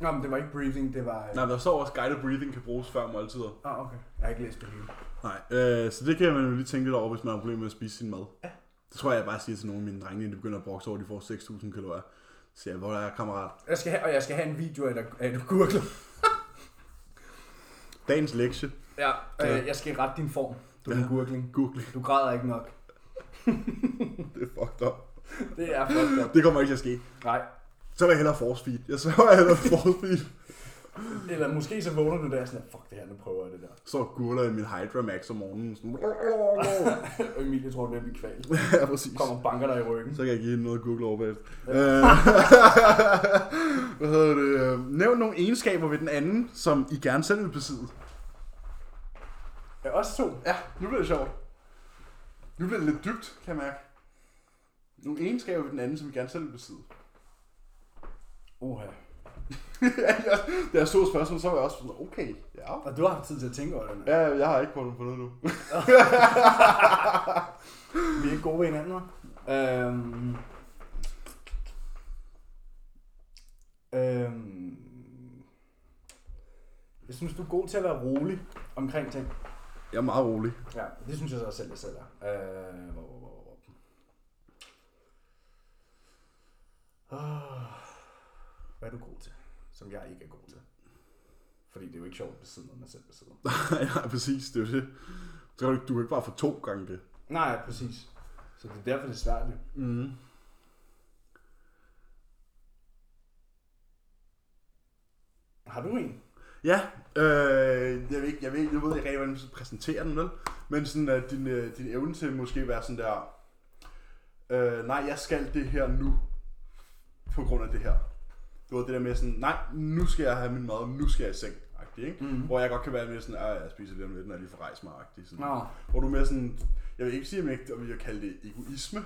Speaker 1: Nå, men det var ikke breathing, det var...
Speaker 2: Nej, men der står også, guided breathing kan bruges før måltider.
Speaker 1: Ah, okay. Jeg har ikke læst det hele.
Speaker 2: Nej, øh, så det kan man jo lige tænke lidt over, hvis man har problemer med at spise sin mad. Ja. Det tror jeg, jeg bare siger til nogle af mine drenge, inden de begynder at brokse over, at de får 6.000 kalorier. Så siger jeg, hvor er jeg, kammerat?
Speaker 1: Jeg skal have, og jeg skal have en video af, dig- af du gurgler.
Speaker 2: Dagens lektie.
Speaker 1: Ja.
Speaker 2: Ja.
Speaker 1: Øh, jeg skal rette din form. Du er
Speaker 2: Ja.
Speaker 1: ja. gurgling.
Speaker 2: Google.
Speaker 1: Du græder ikke nok.
Speaker 2: Det er fucked up.
Speaker 1: Det er fucked up.
Speaker 2: Det kommer ikke til at ske.
Speaker 1: Nej.
Speaker 2: Så vil jeg hellere force feed. Jeg sværger, jeg hellere force feed.
Speaker 1: Eller måske så vågner du der sådan, fuck det her, nu prøver jeg det der.
Speaker 2: Så gurler jeg min Hydra Max om morgenen. Sådan.
Speaker 1: Og Emilie tror, du er kvalt.
Speaker 2: Ja, præcis.
Speaker 1: Kommer og banker dig i ryggen.
Speaker 2: Så kan jeg give hende noget at google over bagefter. Øh, Hvad hedder det? øh, Nævn nogle egenskaber ved den anden, som I gerne selv vil besidde.
Speaker 1: Ja, også to.
Speaker 2: Ja, nu bliver det sjovt. Nu bliver det lidt dybt, kan jeg mærke. Nogle egenskaber ved den anden, som vi gerne selv vil besidde.
Speaker 1: Oha.
Speaker 2: da jeg så spørgsmålet, så var jeg også sådan, okay, ja.
Speaker 1: Og du har haft tid til at tænke over det. mand.
Speaker 2: Ja, jeg har ikke fundet på noget nu.
Speaker 1: Vi er ikke gode ved hinanden, hva'? Øhm... Øhm... Jeg synes, du er god til at være rolig omkring ting.
Speaker 2: Jeg er meget rolig.
Speaker 1: Ja, det synes jeg så også selv, jeg selv er. Øh, hvor, hvor, hvor, hvor. Ah, Hvad er du god til, som jeg ikke er god til? Fordi det er jo ikke sjovt at besidde noget, man selv besidder.
Speaker 2: ja, præcis, det er jo det. Så kan du, ikke- du kan ikke bare få to gange det.
Speaker 1: Nej, præcis. Så det er derfor, det er svært. jo.
Speaker 2: Mm.
Speaker 1: Har du en?
Speaker 2: Ja, øh, jeg, ved ikke, jeg, ved, jeg ved øh, ikke rigtig, hvordan man skal præsentere den, vel? Men sådan, at din, øh, din evne til måske at være sådan der... øh, nej, jeg skal det her nu, på grund af det her. Det var det der med sådan, nej, nu skal jeg have min mad, nu skal jeg i seng, agtig, ikke?
Speaker 1: Mhm.
Speaker 2: Mm. Hvor jeg godt kan være mere sådan, at jeg spiser lidt om lidt, når jeg lige får rejst mig, agtig, sådan.
Speaker 1: Nå.
Speaker 2: Hvor du er mere sådan, jeg vil ikke sige, om jeg, om jeg kalde det egoisme,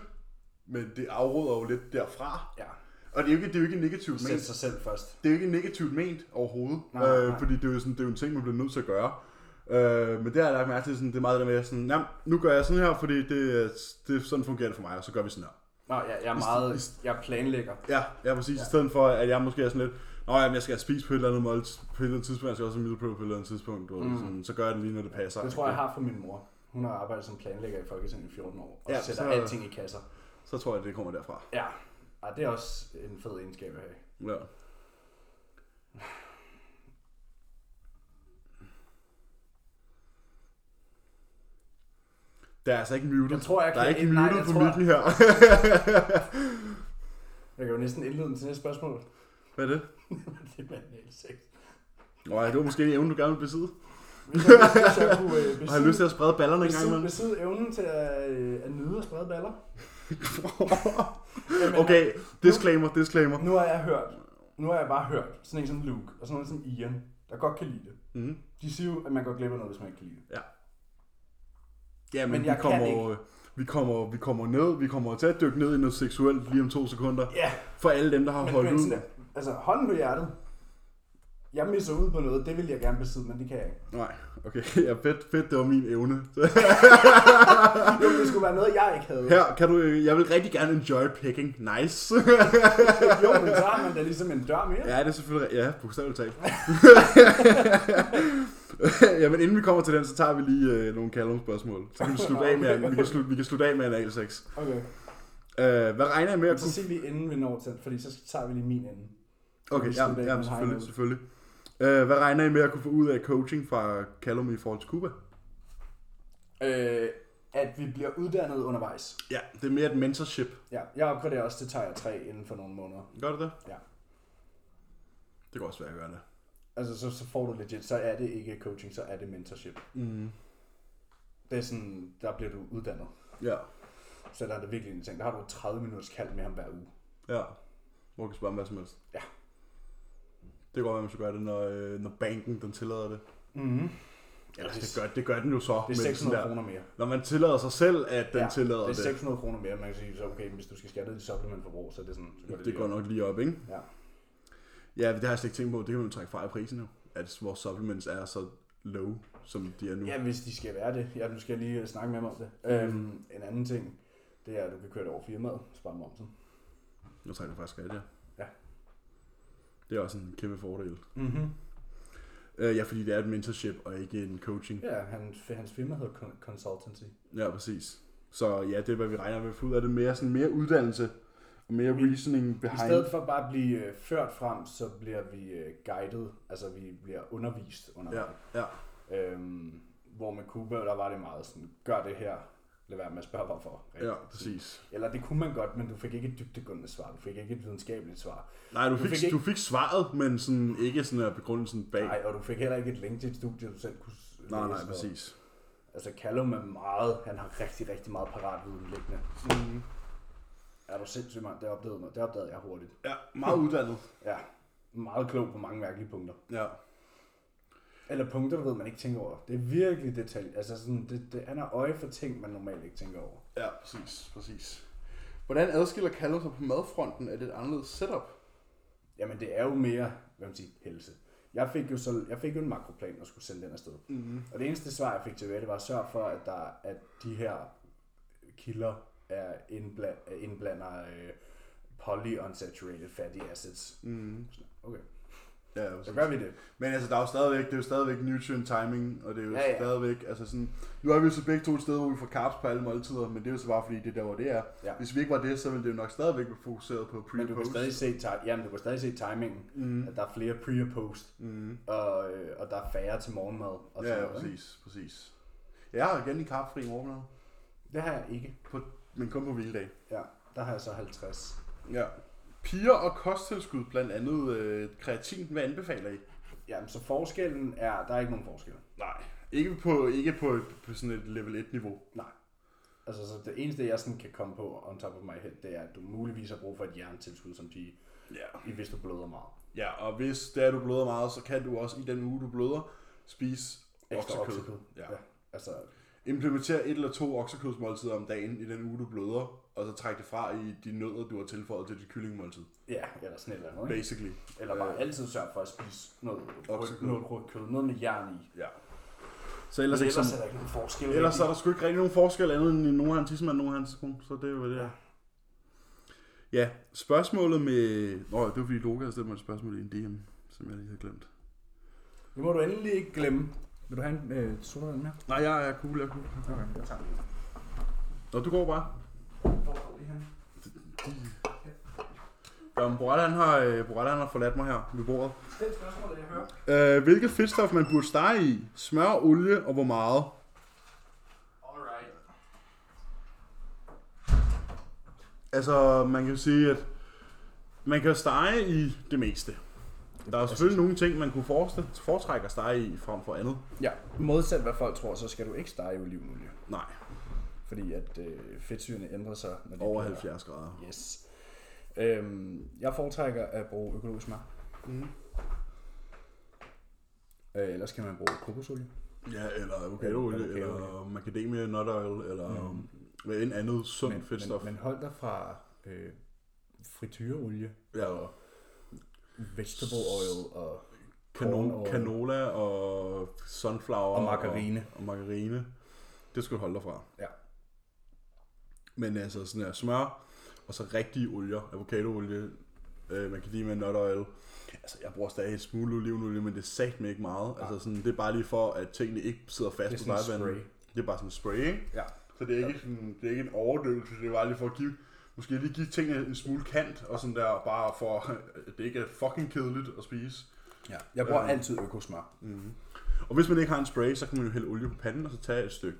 Speaker 2: men det afråder jo lidt derfra.
Speaker 1: Ja.
Speaker 2: Og det er jo ikke, det er jo ikke negativt
Speaker 1: Sæt
Speaker 2: ment.
Speaker 1: sig selv først.
Speaker 2: Det er jo ikke negativt ment overhovedet,
Speaker 1: Nej,
Speaker 2: nej, øh,
Speaker 1: nej.
Speaker 2: fordi det er, jo sådan, det er jo en ting, man bliver nødt til at gøre. Øh, men det har jeg lagt mærke til, sådan, det er meget det der med, sådan, "Jamen, nu gør jeg sådan her, fordi det, er- det, er sådan fungerer det for mig, og så gør vi sådan her.
Speaker 1: Nå, jeg, jeg er meget... Jeg planlægger.
Speaker 2: Ja, ja præcis. Ja. I stedet for, at jeg måske er sådan lidt, Nå, jamen, jeg skal spise på et eller andet mål, på et eller andet tidspunkt, jeg skal også have middelprøve på et eller andet tidspunkt, og mm. sådan, så gør jeg den lige, når det passer.
Speaker 1: Det tror jeg, jeg har fra min mor. Hun har arbejdet som planlægger i Folketinget i 14 år, og
Speaker 2: Ja,
Speaker 1: ja, sætter
Speaker 2: så-
Speaker 1: så... alting i kasser.
Speaker 2: Så tror jeg, det kommer derfra.
Speaker 1: Ja, Ej, det er også en fed egenskab at have.
Speaker 2: Ja. Der er altså ikke muted.
Speaker 1: Jeg tror, jeg
Speaker 2: der er
Speaker 1: kan-
Speaker 2: ikke
Speaker 1: nej,
Speaker 2: muted
Speaker 1: jeg
Speaker 2: på
Speaker 1: tror-
Speaker 2: midten her.
Speaker 1: Jeg kan jo næsten indlede den til næste spørgsmål.
Speaker 2: Hvad er det?
Speaker 1: det er banal sex.
Speaker 2: Nå, ja, det var måske en evne, du gerne vil besidde.
Speaker 1: Hvis jeg, hvis jeg kunne øh,
Speaker 2: Og har lyst til at sprede ballerne en gang
Speaker 1: besidde,
Speaker 2: imellem.
Speaker 1: besidde evnen til at, øh, at nyde og sprede baller. Jamen, øh,
Speaker 2: Okay, disclaimer, disclaimer.
Speaker 1: Nu har jeg hørt, nu har jeg bare hørt sådan en som Luke og sådan en som Ian, der godt kan lide det.
Speaker 2: Mm.
Speaker 1: De siger jo, at man går glip af noget, hvis man ikke kan lide det.
Speaker 2: Ja, men,
Speaker 1: Men
Speaker 2: men
Speaker 1: jeg
Speaker 2: vi,
Speaker 1: kan
Speaker 2: kommer,
Speaker 1: ikke.
Speaker 2: vi, kommer, vi kommer ned, vi kommer til at dykke ned i noget seksuelt lige om to sekunder.
Speaker 1: Ja,
Speaker 2: For alle dem, der har
Speaker 1: men,
Speaker 2: holdt
Speaker 1: men
Speaker 2: ud.
Speaker 1: sådan, der- altså hånden på hjertet. Jeg misser ud på noget, det vil jeg gerne besidde, men det kan jeg ikke.
Speaker 2: Nej, okay. Ja, fedt, fedt, det var min evne.
Speaker 1: Jo, det skulle være noget, jeg ikke havde.
Speaker 2: Her kan du, øh, jeg vil rigtig gerne enjoy picking. Nice.
Speaker 1: Jo, men så har man da ligesom en dør mere.
Speaker 2: ja, det er selvfølgelig, ja, bogstaveligt talt. ja, men inden vi kommer til den, så tager vi lige øh, nogle Callum spørgsmål. Så kan vi slutte af med, vi kan slutte, vi kan slutte af med anal sex.
Speaker 1: Okay.
Speaker 2: Øh, hvad regner jeg med at
Speaker 1: Så
Speaker 2: kunne...
Speaker 1: sig lige inden vi når til, fordi så tager vi lige min ende.
Speaker 2: Okay,
Speaker 1: vi
Speaker 2: ja,
Speaker 1: slutte af
Speaker 2: ja,
Speaker 1: med
Speaker 2: selvfølgelig,
Speaker 1: high
Speaker 2: selvfølgelig. Øh, hvad regner I med at kunne få ud af coaching fra Callum i forhold til Cuba?
Speaker 1: Øh, at vi bliver uddannet undervejs.
Speaker 2: Ja, det er mere et mentorship.
Speaker 1: Ja, jeg opgraderer også til Tier 3 inden for nogle måneder.
Speaker 2: Gør du det?
Speaker 1: Ja.
Speaker 2: Det går også svært at gøre det.
Speaker 1: Altså, så, så får du legit, så er det ikke coaching, så er det mentorship.
Speaker 2: Mm.
Speaker 1: Det er sådan, der bliver du uddannet.
Speaker 2: Ja,
Speaker 1: Så der er det virkelig en ting. Der har du 30 minutters kald med ham hver uge.
Speaker 2: ja. Hvor du kan spørge om hvad som helst.
Speaker 1: Ja.
Speaker 2: Det går godt, at man skal gøre det, når, øh, når banken den tillader det.
Speaker 1: Mm-hmm.
Speaker 2: Eller det gør, det gør den jo så.
Speaker 1: Det er
Speaker 2: Mhm. men
Speaker 1: 600
Speaker 2: sådan der,
Speaker 1: kroner mere.
Speaker 2: Når man tillader sig selv, at den ja, tillader
Speaker 1: det
Speaker 2: det.
Speaker 1: er 600 kroner mere, man kan sige, så okay, hvis du skal skære ned i supplementforbrug, så er det sådan, så går det,
Speaker 2: det går nok lige op, ikke?
Speaker 1: Ja.
Speaker 2: Ja, det har jeg slet ikke tænkt på. Det kan man jo trække fra i prisen jo. At vores supplements er så low, som de er nu.
Speaker 1: Ja, hvis de skal være det. Ja, nu skal jeg lige øh, snakke med ham om det. Øhm, en anden ting, det er, at du kan køre det over firmaet, spare momsen.
Speaker 2: Nu trækker jeg faktisk ret, ja.
Speaker 1: Ja.
Speaker 2: Det er også en kæmpe fordel.
Speaker 1: Mm-hmm.
Speaker 2: Øh, ja, fordi det er et mentorship og ikke en coaching.
Speaker 1: Ja, han, hans firma hedder Con- Consultancy.
Speaker 2: Ja, præcis. Så ja, det er, hvad vi regner med at få ud af det. Mere, sådan, mere uddannelse og mere
Speaker 1: Men-
Speaker 2: reasoning
Speaker 1: I
Speaker 2: behind.
Speaker 1: stedet for bare at blive øh, ført frem, så bliver vi øh, guidet, altså vi bliver undervist under.
Speaker 2: Ja, ja.
Speaker 1: Øhm, hvor med Cuba, der var det meget sådan, gør det her, lad være med at spørge hvorfor. ikke?
Speaker 2: Ja, præcis.
Speaker 1: Eller det kunne man godt, men du fik ikke et dybtegående svar, du fik ikke et videnskabeligt svar.
Speaker 2: Nej, du
Speaker 1: Du
Speaker 2: fik, du
Speaker 1: fik
Speaker 2: fik,
Speaker 1: ikke-
Speaker 2: du fik svaret, men sådan, ikke sådan er begrundelsen bag.
Speaker 1: Nej, og du fik heller ikke et link til et studie, du selv kunne s-
Speaker 2: nej, nej
Speaker 1: læse, og-
Speaker 2: præcis.
Speaker 1: Altså Callum er meget, han har rigtig, rigtig meget parat viden liggende.
Speaker 2: Mm.
Speaker 1: Er du sindssygt mand, det opdagede, mig. det opdagede jeg hurtigt.
Speaker 2: Ja, meget uddannet.
Speaker 1: Ja, meget klog på mange mærkelige punkter.
Speaker 2: Ja.
Speaker 1: Eller punkter, du ved, man ikke tænker over. Det er virkelig detalj. Altså sådan, det, det, han har øje for ting, man normalt ikke tænker over.
Speaker 2: Ja, præcis, præcis. Hvordan adskiller Callum sig på madfronten? Er det et anderledes setup?
Speaker 1: Jamen det er jo mere, hvad man siger, helse. Jeg fik jo, så, jeg fik jo en makroplan og skulle sende den afsted.
Speaker 2: Mm.
Speaker 1: Og det eneste svar, jeg fik tilbage, det var sørg for, at, der, at de her kilder er indbland, er indblander øh, polyunsaturated fatty acids.
Speaker 2: Mm.
Speaker 1: Okay,
Speaker 2: Ja, præcis.
Speaker 1: så gør vi det.
Speaker 2: Men altså, der er jo stadigvæk, det er jo stadigvæk nutrient timing, og det er jo ja,
Speaker 1: Ja,
Speaker 2: ja.
Speaker 1: ja.
Speaker 2: stadigvæk, altså sådan, nu er vi jo så begge to et sted, hvor vi får carbs på alle måltider, men det er jo så bare fordi, det er der, hvor det er.
Speaker 1: Ja.
Speaker 2: Hvis vi ikke var det, så ville det jo nok stadigvæk være fokuseret på pre
Speaker 1: Men du
Speaker 2: og
Speaker 1: kan
Speaker 2: post.
Speaker 1: stadig se, ti- jamen, du kan stadig se timingen,
Speaker 2: Mm.
Speaker 1: at der er flere pre og post,
Speaker 2: Mm.
Speaker 1: og, øh, og der er færre til morgenmad. Og sådan
Speaker 2: Ja, ja,
Speaker 1: noget, ikke?
Speaker 2: præcis, præcis. Jeg har igen en carbfri morgenmad,
Speaker 1: Det har jeg ikke.
Speaker 2: på- men kun på hviledag.
Speaker 1: Ja, der har jeg så 50.
Speaker 2: Ja. Piger og kosttilskud, blandt andet øh, kreatin, hvad anbefaler I?
Speaker 1: Jamen, så forskellen er, der er ikke nogen forskel.
Speaker 2: Nej. Ikke på, ikke på, på sådan et level 1 niveau.
Speaker 1: Nej. Altså, så det eneste, jeg sådan kan komme på on top of my head, det er, at du muligvis har brug for et jerntilskud, som de,
Speaker 2: Ja.
Speaker 1: i hvis du bløder meget.
Speaker 2: ja, og hvis det er, du bløder meget, så kan du også i den uge, du bløder, spise
Speaker 1: Ekstra
Speaker 2: oksekød.
Speaker 1: oksekød.
Speaker 2: Ja.
Speaker 1: Altså,
Speaker 2: Implementer et eller to oksekødsmåltider om dagen i den uge, du bløder, og så træk det fra i de nødder, du har tilføjet til dit kyllingemåltid.
Speaker 1: ja, eller sådan et eller andet, ikke?
Speaker 2: Basically.
Speaker 1: Eller bare
Speaker 2: Øh.
Speaker 1: altid sørg for at spise noget, rødt,
Speaker 2: Oksekød.
Speaker 1: noget rødt kød, noget med jern i.
Speaker 2: Ja.
Speaker 3: Så ellers,
Speaker 1: Men
Speaker 3: ikke som...
Speaker 1: ellers er der ikke nogen forskel.
Speaker 2: Ellers er
Speaker 1: rigtig.
Speaker 2: der sgu ikke rigtig nogen forskel andet end i nogen har en tidsmand, nogen har en tidskone, så det er jo hvad det er. Ja, spørgsmålet med... Nå, det var fordi Loke havde stillet mig et spørgsmål i en DM, som jeg lige havde glemt.
Speaker 1: Det må du endelig ikke glemme. Vil du have en øh, sodavand mere?
Speaker 2: Nej, jeg er cool, jeg er cool.
Speaker 1: Okay, jeg tager den.
Speaker 2: Nå, du går bare. Jamen, Borat, han har, øh, Borat, han har forladt mig her ved bordet.
Speaker 1: Det spørgsmål, jeg hører.
Speaker 2: Øh, hvilket fedtstof man burde stege i? Smør, olie og hvor meget?
Speaker 1: Alright.
Speaker 2: Altså, man kan jo sige, at man kan jo stege i det meste. Der er jo selvfølgelig nogle ting, man kunne foreste- foretrække at stege i frem for andet.
Speaker 1: Ja, modsat hvad folk tror, så skal du ikke stege i olivenolie.
Speaker 2: Nej,
Speaker 1: Fordi at øh, fedtsyrene ændrer sig, når de
Speaker 2: over
Speaker 1: bliver-
Speaker 2: 70 grader.
Speaker 1: Yes. Øhm, jeg foretrækker at bruge økologisk smør.
Speaker 2: Mhm.
Speaker 1: Øh, ellers kan man bruge kokosolie.
Speaker 2: Ja, eller avocadoolie,
Speaker 1: Eller
Speaker 2: okay,
Speaker 1: avocadoeolie.
Speaker 2: eller macadamia nut oil, eller mm.
Speaker 1: Mm.
Speaker 2: hvad end andet sundt
Speaker 1: men,
Speaker 2: fedtstof.
Speaker 1: Men, men hold dig fra øh, frityreolie,
Speaker 2: ja,
Speaker 1: vegetable oil og, corn
Speaker 2: kanon,
Speaker 1: oil.
Speaker 2: canola og sunflower
Speaker 1: og margarine.
Speaker 2: Og, og margarine. Det skulle du holde dig fra.
Speaker 1: Ja.
Speaker 2: Men altså sådan her smør, og så rigtige olier, avocadoolie, øh, macadamia nut oil. Altså, jeg bruger stadig et smule olivenolie, men det er sagt ikke meget. Altså, sådan, det er bare lige for, at tingene ikke sidder fast
Speaker 1: Ah. Det er sådan
Speaker 2: på
Speaker 1: en
Speaker 2: stegevandet.
Speaker 1: spray.
Speaker 2: Det er bare sådan en spray, ikke?
Speaker 1: Ja.
Speaker 2: Så det er ikke, sådan, det er ikke en overdøvelse, det er bare lige for at give, måske lige give tingene en smule kant, og sådan der, bare for, at det ikke er fucking kedeligt at spise.
Speaker 1: ja. Jeg bruger
Speaker 2: Øhm.
Speaker 1: altid økosmør.
Speaker 2: Og hvis man ikke har en spray, så kan man jo hælde olie på panden, og så tage et stykke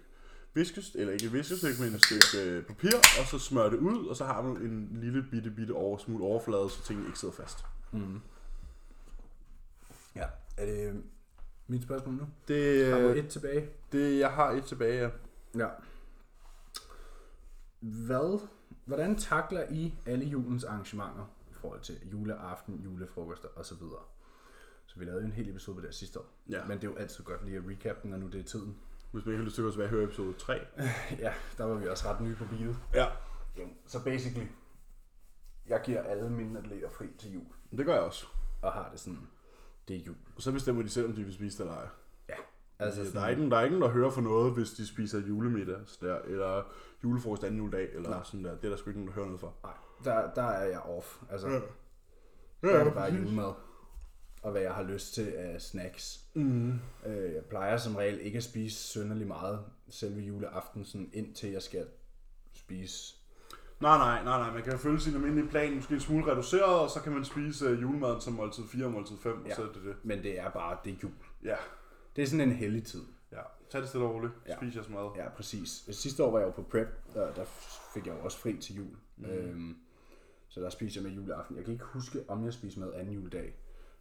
Speaker 2: viskes, eller ikke et viskestykke, men et stykke øh, papir, og så smøre det ud, og så har man en lille bitte, bitte over, smule overflade, så tingene ikke sidder fast.
Speaker 1: Mm. Ja. Er det øh, mit spørgsmål nu?
Speaker 2: Det, øh,
Speaker 1: Har du et tilbage?
Speaker 2: det, jeg har et tilbage, ja.
Speaker 1: Ja. Hvad, hvordan takler I alle julens arrangementer i forhold til juleaften, julefrokoster osv.? Så vi lavede jo en hel episode på det her sidste år.
Speaker 2: Ja.
Speaker 1: Men det er jo altid godt lige at recap den, når nu det er tiden.
Speaker 2: Hvis man ikke har lyst til at gå tilbage og høre episode 3.
Speaker 1: ja, der var vi også ret nye på bilet.
Speaker 2: Ja.
Speaker 1: Så basically, jeg giver alle mine atleter fri til jul,
Speaker 2: Det gør jeg også.
Speaker 1: og har det sådan, det er jul.
Speaker 2: Og så bestemmer de selv, om de vil spise det eller ej.
Speaker 1: Ja,
Speaker 2: Altså, der, er ikke, nogen- der er ikke nogen, der hører for noget, hvis de spiser julemiddag, sådan der, eller julefrokost anden juledag, eller Nej. sådan der. Det er der sgu ikke nogen, der hører noget for.
Speaker 1: Nej, der, der er jeg off. Altså, ja.
Speaker 2: Ja,
Speaker 1: der er det bare julemad. Og hvad jeg har lyst til af snacks.
Speaker 2: Mm.
Speaker 1: Øh, jeg plejer som regel ikke at spise sønderlig meget selve juleaften, sådan indtil jeg skal spise.
Speaker 2: Nej, nej, nej, nej. Man kan jo følge sin almindelige plan måske en smule reduceret, og så kan man spise øh, julemaden som måltid 4 og måltid 5, ja. og
Speaker 1: Ja.
Speaker 2: så er det det.
Speaker 1: Men det er bare, det er jul.
Speaker 2: Ja,
Speaker 1: Det er sådan en hellig tid.
Speaker 2: ja. Tag det stille og roligt. Ja.
Speaker 1: Ja.
Speaker 2: Spis jeres mad. Ja.
Speaker 1: Ja, præcis. Sidste år var jeg jo på prep, og der fik jeg jo også fri til jul. Mm. Øhm, så der spiste jeg med juleaften. Jeg kan ikke huske, om jeg spiste med anden juledag.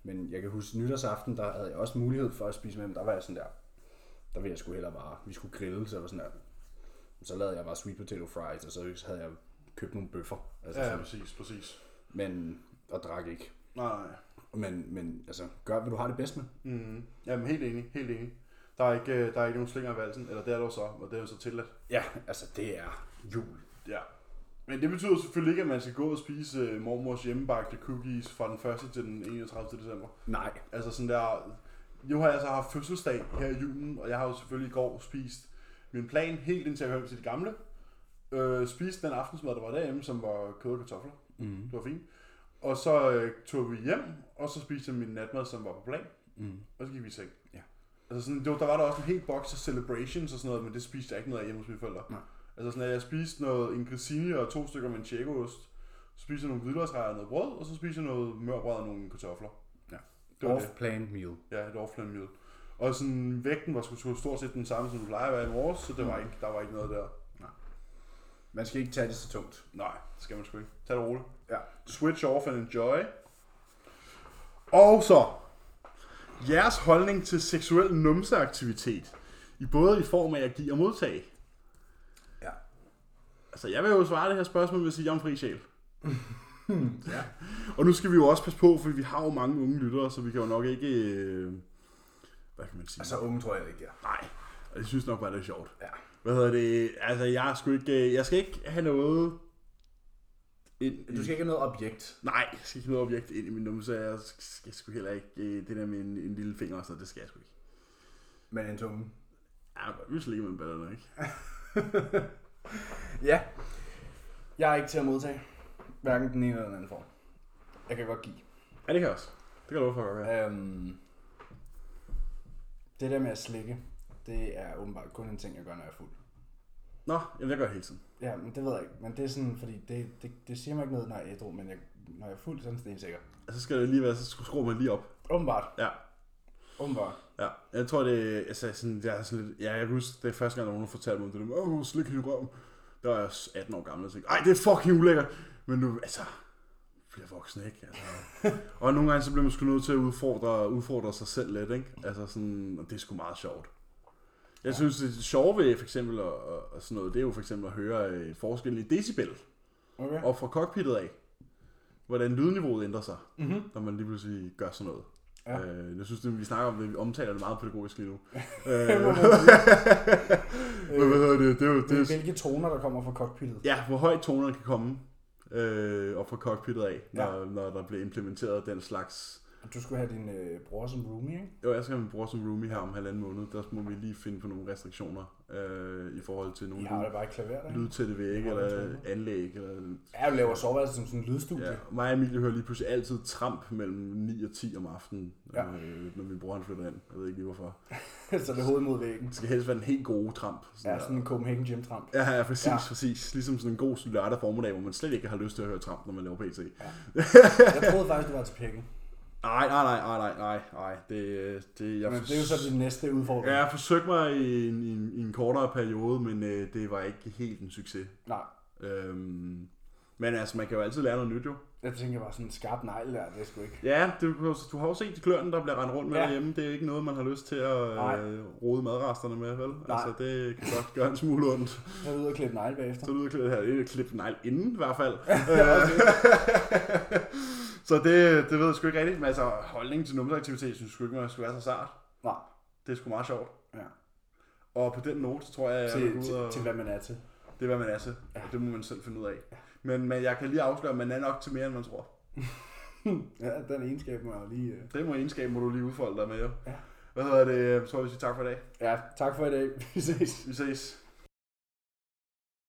Speaker 1: Men jeg kan huske nytårsaften, der havde jeg også mulighed for at spise med, men der var jeg sådan der, der ville jeg sgu hellere bare, vi skulle grille, så jeg var sådan der, så lavede jeg bare sweet potato fries, og så havde jeg købt nogle bøffer. Altså
Speaker 2: Ja,
Speaker 1: sådan.
Speaker 2: præcis, præcis.
Speaker 1: men, og drak ikke.
Speaker 2: Nej, nej.
Speaker 1: Men, men altså, gør, hvad du har det bedst med.
Speaker 2: Mm. Jamen, helt enig, helt enig. Der er ikke, øh, der er ikke nogen slinger i valsen, eller det er der jo så, og det er jo så tilladt.
Speaker 1: Ja, altså, det er jul.
Speaker 2: Ja. Men det betyder selvfølgelig ikke, at man skal gå og spise øh, mormors hjemmebagte cookies fra den 1. til den 31. december.
Speaker 1: Nej.
Speaker 2: Altså sådan der... Nu har jeg så haft fødselsdag her i julen, og jeg har jo selvfølgelig i går spist min plan helt indtil jeg hørte til det gamle. Øh, spiste den aftensmad, der var derhjemme, som var kød og kartofler.
Speaker 1: Mm.
Speaker 2: Det var fint. Og så øh, tog vi hjem, og så spiste jeg min natmad, som var på plan,
Speaker 1: Mm.
Speaker 2: og så gik vi i seng.
Speaker 1: Ja.
Speaker 2: Altså sådan, det var, der var der også en hel boks af celebrations og sådan noget, men det spiste jeg ikke noget af hjemme hos mine forældre.
Speaker 1: Nej.
Speaker 2: Altså sådan, at jeg spiste noget ingresini og to stykker manchegoost, så spiste jeg nogle hvidløgsrejer og noget brød, og så spiste jeg noget mørbrød og nogle kartofler.
Speaker 1: Ja.
Speaker 2: Det var det.
Speaker 1: Off-plan meal.
Speaker 2: Ja, et offline meal. Og sådan, vægten var sgu- sgu stort set den samme, som den plejer at være i morges, så det var ikke, der var ikke noget der.
Speaker 1: Man skal ikke tage det så tungt.
Speaker 2: Nej, det skal man sgu ikke. Tag det roligt.
Speaker 1: Ja.
Speaker 2: Switch off and enjoy. Og så, jeres holdning til seksuel numseaktivitet. I både i form af at give og modtage.
Speaker 1: Ja.
Speaker 2: Altså, jeg vil jo svare det her spørgsmål med at sige, at jeg er en fri sjæl. ja. Og nu skal vi jo også passe på, for vi har jo mange unge lyttere, så vi kan jo nok ikke... Øh, hvad kan man sige?
Speaker 1: Altså, unge tror jeg ikke, jeg.
Speaker 2: Nej, og jeg synes nok bare, det er sjovt.
Speaker 1: Ja.
Speaker 2: Hvad hedder det? Altså, jeg, er sgu ikke, jeg skal ikke have noget... Ind, i-
Speaker 1: Du skal ikke have noget objekt.
Speaker 2: Nej, jeg skal ikke have noget objekt ind i min numse. Jeg skal sgu heller ikke... øh, Det der med en, en lille finger og sådan noget, det skal jeg sgu ikke.
Speaker 1: Men en tunge.
Speaker 2: Ja, vi skal ligge med en baller, ikke?
Speaker 1: Ja. Jeg er ikke til at modtage. Hverken den ene eller den anden form. Jeg kan godt give.
Speaker 2: Ja, det kan jeg også. Det kan du for godt være.
Speaker 1: Øhm, det der med at slikke, det er åbenbart kun en ting, jeg gør, når jeg er fuld.
Speaker 2: Nå, jamen, jeg gør det hele tiden.
Speaker 1: Ja, men det ved jeg ikke. Men det er sådan, fordi det, det, det siger mig ikke noget, når jeg er ædru, men jeg, når jeg er fuld, så er den stensikker.
Speaker 2: Og Altså, så skal det lige være, så skruer man lige op.
Speaker 1: Åbenbart.
Speaker 2: Ja,
Speaker 1: Åbenbart.
Speaker 2: ja. Jeg tror, det altså, sådan, jeg er sådan lidt... Ja, jeg kan huske, det er første gang, der var nogen der fortalte mig om det. der med, Åh, slik i røven. Der var jeg 18 år gammel, og tænkte, ej, det er fucking ulækkert. Men nu, altså, bliver voksen, ikke? Altså, og nogle gange, så bliver man sgu nødt til at udfordre, udfordre sig selv lidt, ikke? Altså sådan, og det er sgu meget sjovt. Jeg ja. synes, det sjove ved for eksempel og, og, og sådan noget, det er jo for eksempel at høre øh, forskellen i decibel.
Speaker 1: Okay.
Speaker 2: og fra cockpittet af, hvordan lydniveauet ændrer sig, mm-hmm. når man lige pludselig gør sådan noget.
Speaker 1: Ja.
Speaker 2: Ja. Øh, jeg synes, det, vi snakker om det, vi omtaler det meget pædagogisk lige nu. øh, men hvad hedder det? Det er jo, det er,
Speaker 1: Hvilke toner, der kommer fra cockpittet.
Speaker 2: ja, hvor højt tonerne kan komme, øh, og fra cockpittet af,
Speaker 1: Ja.
Speaker 2: når, når der bliver implementeret den slags.
Speaker 1: Du skulle have din øh, bror som roomie, ikke?
Speaker 2: Jo, jeg skal have min bror som roomie her om halvanden måned, der må vi lige finde på nogle restriktioner øh, i forhold til
Speaker 1: I
Speaker 2: nogle
Speaker 1: har
Speaker 2: lyd,
Speaker 1: da bare et klaver derinde.
Speaker 2: lydtætte vægge,
Speaker 1: Hvor er det
Speaker 2: eller anlæg, eller
Speaker 1: Ja, du laver soveværelset som sådan en lydstudie.
Speaker 2: Ja,
Speaker 1: Ja.
Speaker 2: og mig og Emilie hører lige pludselig altid tramp mellem 9 og 10 om aftenen,
Speaker 1: Ja.
Speaker 2: ja. øh, når min bror han flytter ind. Jeg ved ikke lige hvorfor.
Speaker 1: så det er hovedet mod væggen.
Speaker 2: Det skal helst være den helt gode tramp.
Speaker 1: Ja,
Speaker 2: der.
Speaker 1: sådan en Copenhagen Gym tramp.
Speaker 2: Ja, ja, præcis,
Speaker 1: Ja.
Speaker 2: ja. præcis. Ligesom sådan en god lørdag formiddag, hvor man slet ikke har lyst til at høre tramp, når man laver PC.
Speaker 1: Jeg troede faktisk, det var til pække.
Speaker 2: Nej, nej, nej, nej, nej, nej, nej. Det, øh, det, jeg
Speaker 1: Men det er jo så din næste udfordring.
Speaker 2: Ja, jeg forsøgte mig i en, i en, i en kortere periode, men øh, det var ikke helt en succes.
Speaker 1: Nej,
Speaker 2: Øhm, men altså, man kan jo altid lære noget nyt, jo.
Speaker 1: jeg tænker bare sådan en skarp negl der, det er sgu ikke.
Speaker 2: Ja, det, altså, du har jo set kløerne, der bliver rendt rundt med
Speaker 1: Ja.
Speaker 2: ja. derhjemme. Det er ikke noget, man har lyst til at
Speaker 1: Nej.
Speaker 2: øh, rode madresterne med, vel?
Speaker 1: Nej.
Speaker 2: Altså, det kan godt gøre en smule ondt. Så
Speaker 1: Jeg er ude og klippe negl bagefter.
Speaker 2: er du ude og klippe det her. Det er klippe negl inden, i hvert fald.
Speaker 1: okay.
Speaker 2: så det, det ved jeg sgu ikke rigtigt. Men altså, holdningen til numseraktivitet, jeg synes sgu ikke, man skal være så sart.
Speaker 1: Nej.
Speaker 2: Det er sgu meget sjovt.
Speaker 1: Ja.
Speaker 2: Og på den note, så tror jeg, jeg
Speaker 1: Til,
Speaker 2: vil gå ud
Speaker 1: til,
Speaker 2: og-
Speaker 1: til, hvad man er til.
Speaker 2: det er, hvad man er til.
Speaker 1: Ja.
Speaker 2: Ja. Det må man selv finde ud af. Men, men jeg kan lige afsløre, at man er nok til mere, end man tror.
Speaker 1: Ja, den egenskab må jeg lige... øh.
Speaker 2: Det må egenskab, må du lige udfolde dig med, jo.
Speaker 1: Ja.
Speaker 2: Hvad hedder det? Så vil jeg sige tak for i dag.
Speaker 1: Ja, tak for i dag. Vi ses.
Speaker 2: Vi ses.